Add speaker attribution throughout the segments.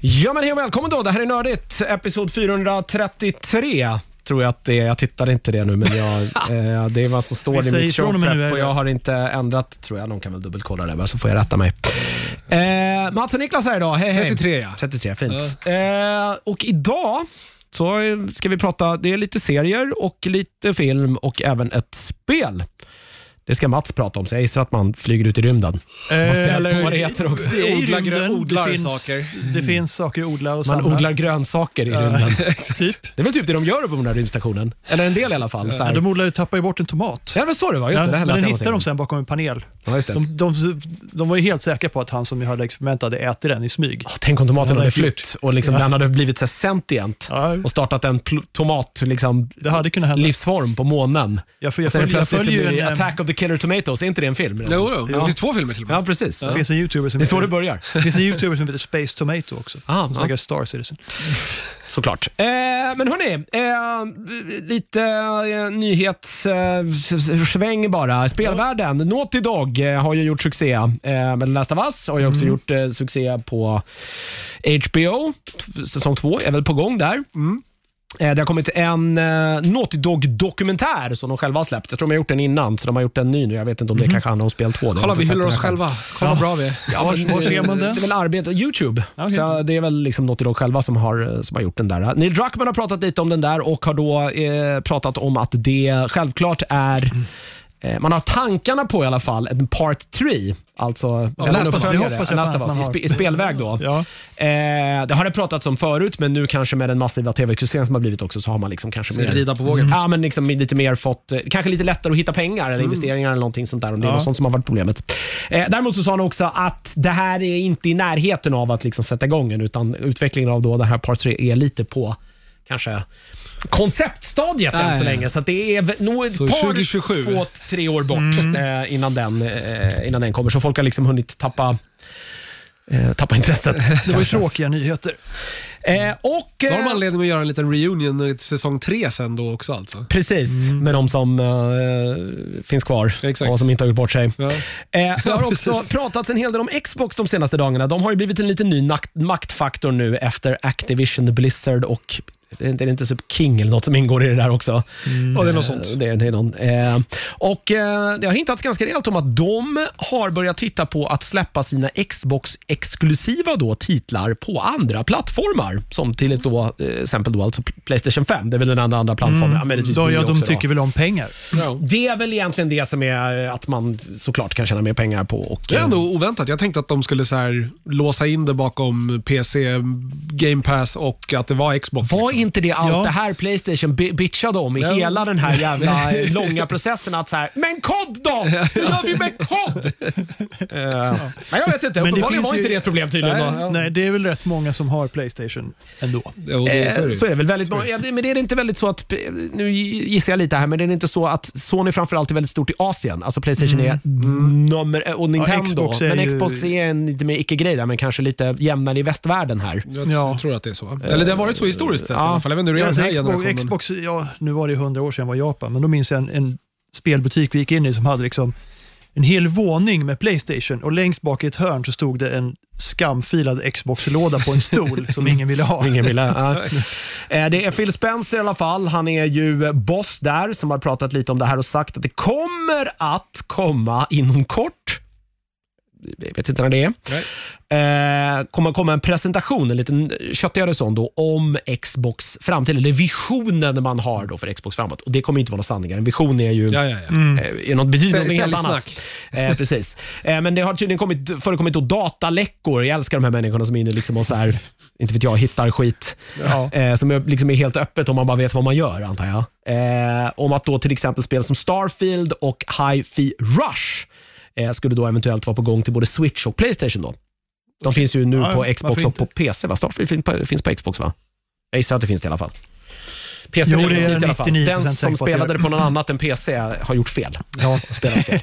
Speaker 1: Ja men hej och välkommen då. Det här är Nördigt, episod 433 tror jag att det är. Jag tittade inte det nu, men jag, eh, det är vad som
Speaker 2: Vi
Speaker 1: står i
Speaker 2: säger
Speaker 1: mitt
Speaker 2: ifrån om en nu, är
Speaker 1: showprep
Speaker 2: det
Speaker 1: och jag har inte ändrat, tror jag. Någon kan väl dubbelkolla det, bara, så får jag rätta mig. Eh, Mats och Niklas här idag. Hej, hej.
Speaker 3: 33, ja.
Speaker 1: 33, fint. Eh, och idag så eh, ska vi prata, det är lite serier och lite film och även ett spel. Det ska Mats prata om, så jag gissar att man flyger ut i rymden. Måste jag
Speaker 2: Eh, eller-
Speaker 1: på vad det heter också.
Speaker 2: Det är ju
Speaker 3: Odlar grö-
Speaker 2: rymden,
Speaker 3: odlar
Speaker 2: det finns,
Speaker 3: saker.
Speaker 2: Det finns saker att odla och
Speaker 1: Man
Speaker 2: samla.
Speaker 1: odlar grönsaker i rymden.
Speaker 2: Typ.
Speaker 1: Det är väl typ det de gör på den här rymdstationen. Eller en del i alla fall. Så
Speaker 2: Ja,
Speaker 1: här.
Speaker 2: de odlar ju, tappar ju bort en tomat.
Speaker 1: Ja, men så det var. Just det,
Speaker 2: Ja,
Speaker 1: det här
Speaker 2: men den
Speaker 1: läste jag
Speaker 2: hittar de
Speaker 1: någonting
Speaker 2: sen bakom en panel.
Speaker 1: om. Ja, just det.
Speaker 2: De, de, de var ju helt säkra på att han som höll experimentet hade ätit den i smyg.
Speaker 1: Tänk om tomaten
Speaker 2: Den
Speaker 1: hade
Speaker 2: hade gjort.
Speaker 1: flytt och liksom
Speaker 2: Ja.
Speaker 1: den hade blivit så här sentient
Speaker 2: Ja.
Speaker 1: och startat en pl- tomat liksom,
Speaker 2: Det hade kunnat hända.
Speaker 1: livsform på månen.
Speaker 2: Jag får- jag
Speaker 1: och sen
Speaker 2: följer- jag
Speaker 1: plötsligt så
Speaker 2: följer ju
Speaker 1: blir det
Speaker 2: en, eh,
Speaker 1: Attack of the Killer Tomatoes, är inte det en film? redan?
Speaker 3: Jo, jo. det finns två filmer till och med.
Speaker 1: Ja, precis.
Speaker 2: Det finns en youtuber som
Speaker 1: Det är så det
Speaker 2: heter-
Speaker 1: börjar.
Speaker 2: det finns en youtuber som heter Space Tomato också.
Speaker 1: Ah,
Speaker 2: som
Speaker 1: ja.
Speaker 2: snackar Star Citizen.
Speaker 1: Såklart. Eh, men hörni, eh, lite eh, nyhetssväng eh, sväng bara. Spelvärlden, Naughty Dog eh, har ju gjort succé eh, med The Last of Us. Har ju
Speaker 3: Mm.
Speaker 1: också gjort eh, succé på HBO. T- Säsong två är väl på gång där.
Speaker 3: Mm.
Speaker 1: Eh, Det har kommit en eh, Naughty Dog-dokumentär som de själva har släppt. Jag tror de har gjort den innan, så de har gjort en ny nu. Jag vet inte om det kanske handlar om spel två.
Speaker 3: Mm. Kolla, vi hyllar oss själva. Kolla vad bra vi är.
Speaker 2: Ja, var, var ser man
Speaker 1: Det
Speaker 2: den?
Speaker 1: är väl arbete, Youtube. Så det är väl liksom Naughty Dog själva som har, eh, som har gjort den där. Neil Druckmann har pratat lite om den där och har då eh, pratat om att det självklart är eh, man har tankarna på i alla fall en part 3, alltså ja,
Speaker 2: Last of Us. Det hoppas jag
Speaker 1: Last of
Speaker 2: fan
Speaker 1: Us,
Speaker 2: att
Speaker 1: i,
Speaker 2: man
Speaker 1: spe,
Speaker 2: har.
Speaker 1: i spelväg då.
Speaker 2: Ja.
Speaker 1: Eh, det har det pratats om förut, men nu kanske med den massiva tv-existensen som har blivit också så har man liksom kanske mer...
Speaker 3: Rida på vågen.
Speaker 1: Ja, men liksom lite mer fått, eh, kanske lite lättare att hitta pengar eller
Speaker 3: Mm.
Speaker 1: investeringar eller någonting sånt där om det är något sånt som har varit problemet. Eh, däremot så sa han också att det här är inte i närheten av att liksom sätta igång än, utan utvecklingen av då det här par 3 är lite på kanske konceptstadiet än så
Speaker 3: Nej.
Speaker 1: länge. Så att det är v- nog ett par,
Speaker 3: 2027.
Speaker 1: två, tre år bort
Speaker 3: Mm.
Speaker 1: eh, innan, den, eh, innan den kommer. Så folk har liksom hunnit tappa eh, tappa intresset.
Speaker 2: Det var ju tråkiga nyheter.
Speaker 1: Eh, och,
Speaker 3: Då har de
Speaker 1: eh,
Speaker 3: anledning att göra en liten reunion eh, till säsong tre sen då också alltså.
Speaker 1: Precis, med de som eh, finns kvar
Speaker 3: Exakt.
Speaker 1: och som inte har gjort bort sig.
Speaker 3: Ja.
Speaker 1: Eh, det har
Speaker 3: Ja,
Speaker 1: också
Speaker 3: precis.
Speaker 1: pratats en hel del om Xbox de senaste dagarna. De har ju blivit en liten ny nak- maktfaktor nu efter Activision, Blizzard och det är inte typ King eller något som ingår i det där också.
Speaker 2: Mm. Ja, det är något sånt.
Speaker 1: Eh, Det, det är någon. Eh, och eh, Det har hintats ganska rejält om att de har börjat titta på att släppa sina Xbox-exklusiva då titlar på andra plattformar. Som till ett då, eh, exempel då, alltså Playstation 5. Det är väl den andra, andra plattformen. Ja, möjligtvis
Speaker 2: Då,
Speaker 1: blir
Speaker 2: Mm. ja,
Speaker 1: det
Speaker 2: de
Speaker 1: också då.
Speaker 2: tycker väl om pengar.
Speaker 1: Det är väl egentligen det som är eh, att man såklart kan tjäna mer pengar på. Och,
Speaker 3: Det är ändå oväntat. Jag tänkte att de skulle så här, låsa in det bakom PC, Game Pass och att det var Xbox.
Speaker 1: Var
Speaker 3: liksom.
Speaker 1: inte det allt
Speaker 2: Ja.
Speaker 1: det här Playstation bi- bitchade om i
Speaker 3: Ja.
Speaker 1: hela den här jävla eh, långa processen? Att så här, men kod då! Hur gör vi med kod? Eh, Nej, jag vet inte.
Speaker 2: det
Speaker 1: Uppenbarligen
Speaker 2: finns
Speaker 1: var
Speaker 2: ju-
Speaker 1: inte det ett problem tydligen. då.
Speaker 2: Nej, det är väl rätt många som har Playstation ändå.
Speaker 3: Jo, det,
Speaker 1: Eh,
Speaker 3: så är det.
Speaker 1: Så
Speaker 3: ju.
Speaker 1: är det väl väldigt många. Ja, det- Men det är det inte väldigt så att, eh, nu gissar jag lite här, men det är det inte så att Sony framförallt är väldigt stort i Asien? Alltså Playstation är nummer, och Nintendo.
Speaker 2: Xbox är
Speaker 1: men
Speaker 2: ju-
Speaker 1: Xbox är en lite mer icke-grej där, men kanske lite jämnare i västvärlden här.
Speaker 3: Jag
Speaker 2: Ja.
Speaker 3: tror att det är så. Eller det har varit så historiskt sett i
Speaker 1: ja.
Speaker 3: alla fall. Jag vet inte hur det är i den
Speaker 2: Alltså,
Speaker 3: här
Speaker 2: Xbox,
Speaker 3: generationen.
Speaker 2: Xbox, ja, nu var det ju hundra år sedan jag var i Japan, men då minns jag en, en spelbutik vi gick in i som hade liksom en hel våning med Playstation och längst bak i ett hörn så stod det en skamfilad Xbox-låda på en stol som ingen ville ha.
Speaker 1: Ingen ville. ja. Eh, Det är Phil Spencer i alla fall. Han är ju boss där som har pratat lite om det här och sagt att det kommer att komma inom kort. Jag vet inte när det är.
Speaker 3: Nej.
Speaker 1: Eh, kommer komma en presentation, en liten köttigare sån då, om Xbox framtid, eller visionen man har då för Xbox framåt. Och Det kommer ju inte vara några sanningar. En vision är ju
Speaker 3: Ja, ja, ja.
Speaker 1: eh, är något betyder
Speaker 3: Sälj-
Speaker 1: något helt annat.
Speaker 3: säljsnack.
Speaker 1: Eh, precis. Eh, men det har tydligen kommit, förekommit då dataläckor. Jag älskar de här människorna som är inne liksom och så här, inte vet jag, hittar skit.
Speaker 2: Ja.
Speaker 1: Eh, som är, liksom är helt öppet om man bara vet vad man gör, antar jag. Eh, om att då till exempel spel som Starfield och Hi-Fi Rush eh, skulle då eventuellt vara på gång till både Switch och Playstation. då. De finns ju nu
Speaker 2: Ja,
Speaker 1: på
Speaker 2: varför
Speaker 1: Xbox och
Speaker 2: inte?
Speaker 1: på PC. Va? Starfield fin- på- finns på Xbox, va? Jag gissar att det finns det i alla fall. PC
Speaker 2: Jo, det är
Speaker 1: definitivt i alla fall.
Speaker 2: 99%
Speaker 1: Den
Speaker 2: säker på
Speaker 1: som
Speaker 2: att det gör
Speaker 1: spelade
Speaker 2: det.
Speaker 1: det på någon annat än PC har gjort fel. Ja, spelat fel.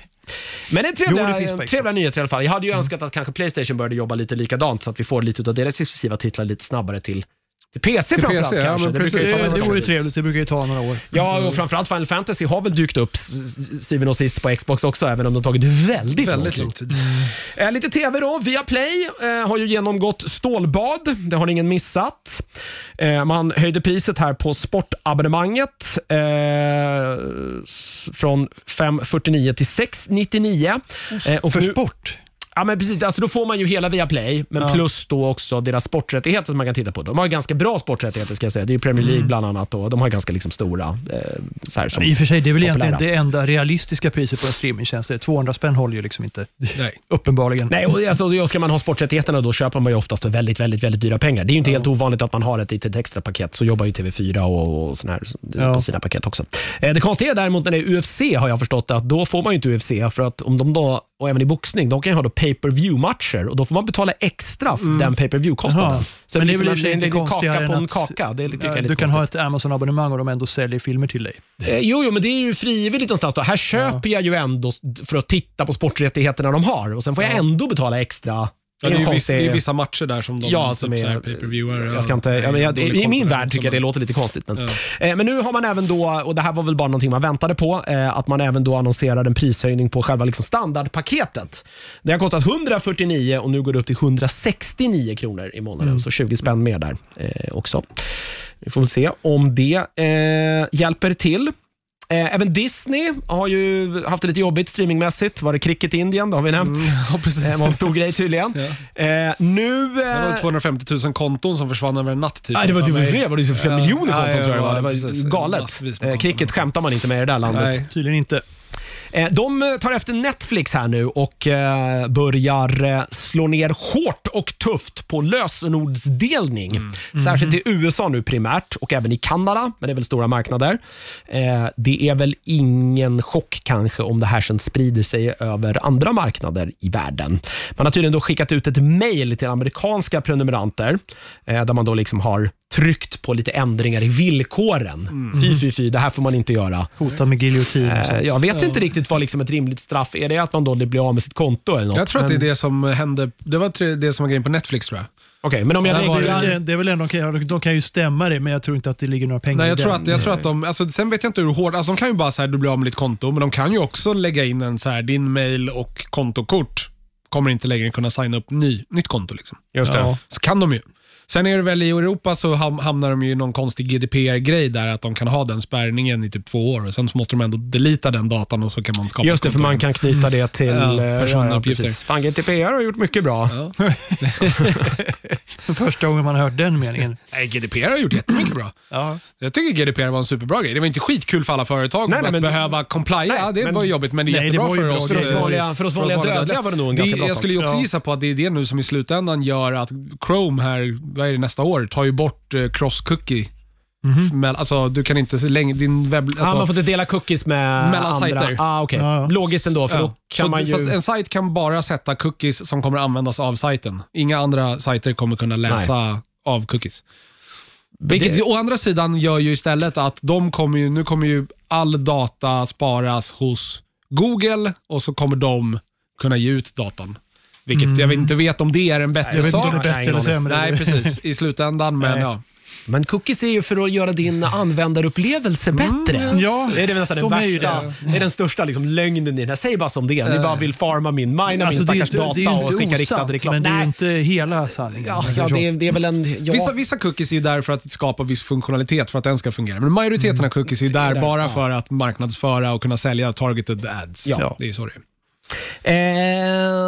Speaker 1: Men det är
Speaker 2: Jo, det
Speaker 1: trevliga,
Speaker 2: finns på Xbox. Mm.
Speaker 1: trevliga nyheter i alla fall. Jag hade ju önskat att kanske Playstation började jobba lite likadant så att vi får lite av deras exklusiva titlar lite snabbare till Till PC
Speaker 3: Till
Speaker 1: framförallt
Speaker 3: PC, ja,
Speaker 1: kanske.
Speaker 3: men
Speaker 1: det, brukar ju
Speaker 3: precis.
Speaker 1: ta
Speaker 2: Eh, Det,
Speaker 1: några
Speaker 2: det
Speaker 1: år.
Speaker 2: vore trevligt, det brukar ju ta några år.
Speaker 1: Ja, och framförallt Final Fantasy har väl dykt upp s- syvende och sist på Xbox också, även om det har tagit väldigt,
Speaker 3: Väldigt
Speaker 1: lång
Speaker 3: lång
Speaker 1: tid.
Speaker 3: tid.
Speaker 1: Eh, lite TV då. Viaplay eh, har ju genomgått stålbad. Det har ingen missat. Eh, man höjde priset här på sportabonnemanget eh, s- från 549 till 699. Eh, och
Speaker 2: För
Speaker 1: nu-
Speaker 2: sport?
Speaker 1: Ja, men precis. Alltså, då får man ju hela Viaplay, men
Speaker 2: Ja.
Speaker 1: plus då också deras sporträttigheter som man kan titta på. De har ganska bra sporträttigheter ska jag säga. Det är ju Premier League bland annat och de har ganska liksom, stora. Eh, så här, som,
Speaker 2: I och för sig, det är väl
Speaker 1: Populära.
Speaker 2: egentligen det enda realistiska priset på en streamingtjänst. Det är 200 spänn håller ju liksom inte.
Speaker 3: Nej.
Speaker 2: Uppenbarligen.
Speaker 1: Nej, och alltså, då ska man ha sporträttigheterna då köper man ju oftast för väldigt, väldigt, väldigt dyra pengar. Det är ju inte helt ovanligt att man har ett litet extra paket. Så jobbar ju TV4 och, och sån här
Speaker 2: Ja.
Speaker 1: på sina paket också. Eh, det konstiga är däremot när det är UFC har jag förstått att då får man ju inte UFC för att om de då, och även i boxning, de kan ju ha då pay per view matcher och då får man betala extra för den pay per view kostnaden Så
Speaker 2: Mm. Men det är
Speaker 1: liksom
Speaker 2: väl i och
Speaker 1: en-
Speaker 2: för sig
Speaker 1: en
Speaker 2: inte
Speaker 1: liten
Speaker 2: konstigare
Speaker 1: kaka på
Speaker 2: än
Speaker 1: en
Speaker 2: att-
Speaker 1: kaka. Det är, tycker jag är lite
Speaker 2: Eh, Du kan
Speaker 1: konstigt.
Speaker 2: ha ett Amazon-abonnemang och de ändå säljer filmer till dig.
Speaker 1: Eh, Jo, jo, men det är ju frivilligt någonstans. Då. Här köper jag ju ändå s- för att titta på sporträttigheterna de har och sen får jag ändå betala extra.
Speaker 3: Ja, det, är
Speaker 1: en
Speaker 3: ju viss,
Speaker 1: konstig-
Speaker 3: det är vissa matcher där som de
Speaker 1: Ja,
Speaker 3: typ
Speaker 1: som
Speaker 3: så här
Speaker 1: är,
Speaker 3: pay-per-viewar.
Speaker 1: jag ska inte, ja, men jag, I min värld tycker jag det låter lite konstigt. Men, eh, men nu har man även då, och det här var väl bara någonting man väntade på, eh, att man även då annonserar en prishöjning på själva liksom standardpaketet. Det har kostat 149 och nu går det upp till 169 kronor i månaden,
Speaker 3: Mm.
Speaker 1: så 20 spänn mer där eh, också. Vi får väl se om det eh, hjälper till. Eh, Även Disney har ju haft det lite jobbigt streamingmässigt. Var det cricket i Indien? Det har vi nämnt. Eh,
Speaker 3: Ja, precis.
Speaker 1: Det var en stor grej tydligen. Eh, nu...
Speaker 3: Det var
Speaker 1: eh,
Speaker 3: väl 250 000 konton som försvann över en natt. Typ.
Speaker 1: Nej, det var typ
Speaker 3: Fan,
Speaker 1: det var det ju flera
Speaker 3: Ja.
Speaker 1: miljoner konton
Speaker 3: Ja, ja,
Speaker 1: tror jag det var.
Speaker 3: ja,
Speaker 1: Det var ju
Speaker 3: precis.
Speaker 1: galet.
Speaker 3: Massvis med
Speaker 1: Eh,
Speaker 3: konton.
Speaker 1: cricket skämtar man inte med i det där landet.
Speaker 3: Nej.
Speaker 2: Tydligen inte.
Speaker 1: Eh, de eh, tar efter Netflix här nu och eh, börjar eh, slå ner hårt och tufft på lösenordsdelning. Särskilt i USA nu primärt och även i Kanada, men det är väl stora marknader. Eh, det är väl ingen chock kanske om det här sen sprider sig över andra marknader i världen. Man har tydligen då skickat ut ett mejl till amerikanska prenumeranter eh, där man då liksom har tryckt på lite ändringar i villkoren. Fy, fy, fy, det här får man inte göra.
Speaker 2: Hota med giljotin och
Speaker 1: Eh,
Speaker 2: sånt.
Speaker 1: Jag vet inte riktigt vad liksom ett rimligt straff är. Är det att man då blir av med sitt konto eller något?
Speaker 3: Jag tror att det
Speaker 1: men,
Speaker 3: är det som hände. Det var tre- det som var grejen på Netflix tror jag.
Speaker 1: Okej, men om jag
Speaker 3: Där var
Speaker 1: reglerar...
Speaker 2: Det, det är väl ändå, okej, de- de kan ju stämma det, men jag tror inte att det ligger några pengar
Speaker 3: Nej, jag
Speaker 2: i
Speaker 3: tror
Speaker 2: den.
Speaker 3: att, jag tror att de, alltså, sen vet jag inte hur hård, alltså, de kan ju bara så här, du blir av med ditt konto, men de kan ju också lägga in en så här, din mail och kontokort kommer inte längre kunna signa upp ny, nytt konto. Liksom.
Speaker 1: Just det.
Speaker 3: Ja, så kan de ju. Sen är det väl i Europa så ham- hamnar de ju i någon konstig GDPR-grej där att de kan ha den spärrningen i typ två år och sen så måste de ändå delita den datan och så kan man skapa
Speaker 1: Just det,
Speaker 3: ett
Speaker 1: för
Speaker 3: konto
Speaker 1: man
Speaker 3: igen.
Speaker 1: kan knyta det till
Speaker 3: Mm. Ja,
Speaker 1: eh,
Speaker 3: personuppgifter.
Speaker 1: Ja, precis. Fan, GDPR har gjort mycket bra.
Speaker 3: Ja.
Speaker 2: Första gången man har hört den meningen.
Speaker 3: Nej, GDPR har gjort jättemycket bra.
Speaker 2: Ja.
Speaker 3: Jag tycker GDPR var en superbra grej. Det var inte skitkul för alla företag
Speaker 1: Nej, nej,
Speaker 3: att
Speaker 1: men-
Speaker 3: behöva complya.
Speaker 1: Nej,
Speaker 3: det
Speaker 1: men-
Speaker 3: var jobbigt, men det är
Speaker 2: Nej, det
Speaker 3: jättebra
Speaker 2: var ju
Speaker 3: för
Speaker 2: bra
Speaker 3: oss.
Speaker 1: För oss
Speaker 2: eh,
Speaker 1: vanliga, för oss vanliga dödliga var det nog en
Speaker 3: Det,
Speaker 1: ganska bra
Speaker 3: jag
Speaker 1: sak.
Speaker 3: skulle ju också
Speaker 2: Ja.
Speaker 3: gissa på att det är det nu som i slutändan gör att Chrome här, vad är det, nästa år, tar ju bort eh, cross-cookie. Men, alltså, du kan inte se längre, din webb... Alltså,
Speaker 1: ah, Mhm. man får inte dela cookies med
Speaker 3: Mellan
Speaker 1: andra.
Speaker 3: sajter.
Speaker 1: Ah, okay.
Speaker 2: Ja, ja.
Speaker 1: Logiskt ändå, för
Speaker 3: ja.
Speaker 1: då kan
Speaker 3: så,
Speaker 1: man
Speaker 3: så att
Speaker 1: ju...
Speaker 3: en sajt kan bara sätta cookies som kommer användas av sajten. Inga andra sajter kommer kunna läsa av cookies. Vilket å andra sidan gör ju istället att de kommer ju, nu kommer ju all data sparas hos Google och så kommer de kunna ge ut datan. Vilket
Speaker 1: Mm.
Speaker 3: jag inte vet om det är en bättre
Speaker 2: Jag vet
Speaker 3: sak.
Speaker 2: inte om det är
Speaker 1: Nej,
Speaker 2: bättre eller
Speaker 1: ingen
Speaker 2: sämre.
Speaker 3: Nej, precis. I slutändan, men
Speaker 2: Nej.
Speaker 3: ja.
Speaker 1: Men cookies är ju för att göra din
Speaker 3: Mm.
Speaker 1: användarupplevelse bättre.
Speaker 2: Ja,
Speaker 1: Det är det nästan den
Speaker 2: de är ju
Speaker 1: värsta, det. är den största liksom lögnen i den här. Säg bara som det är. Ni
Speaker 3: Eh.
Speaker 1: bara vill farma min,
Speaker 3: Alltså,
Speaker 1: mina min
Speaker 2: Alltså, det, är
Speaker 1: stackars
Speaker 2: inte- det är
Speaker 1: data och
Speaker 2: ju
Speaker 1: skicka
Speaker 2: inte
Speaker 1: riktad
Speaker 2: osant,
Speaker 1: reklam.
Speaker 2: men det är ju
Speaker 1: Nej.
Speaker 2: inte hela sanningen.
Speaker 1: Ja, ja det, är, det är väl en... Ja.
Speaker 3: Vissa, vissa cookies är ju där för att skapa viss funktionalitet för att den ska fungera. Men majoriteten av cookies är ju där bara för att marknadsföra och kunna sälja targeted ads.
Speaker 1: Ja.
Speaker 3: Det är ju så det är.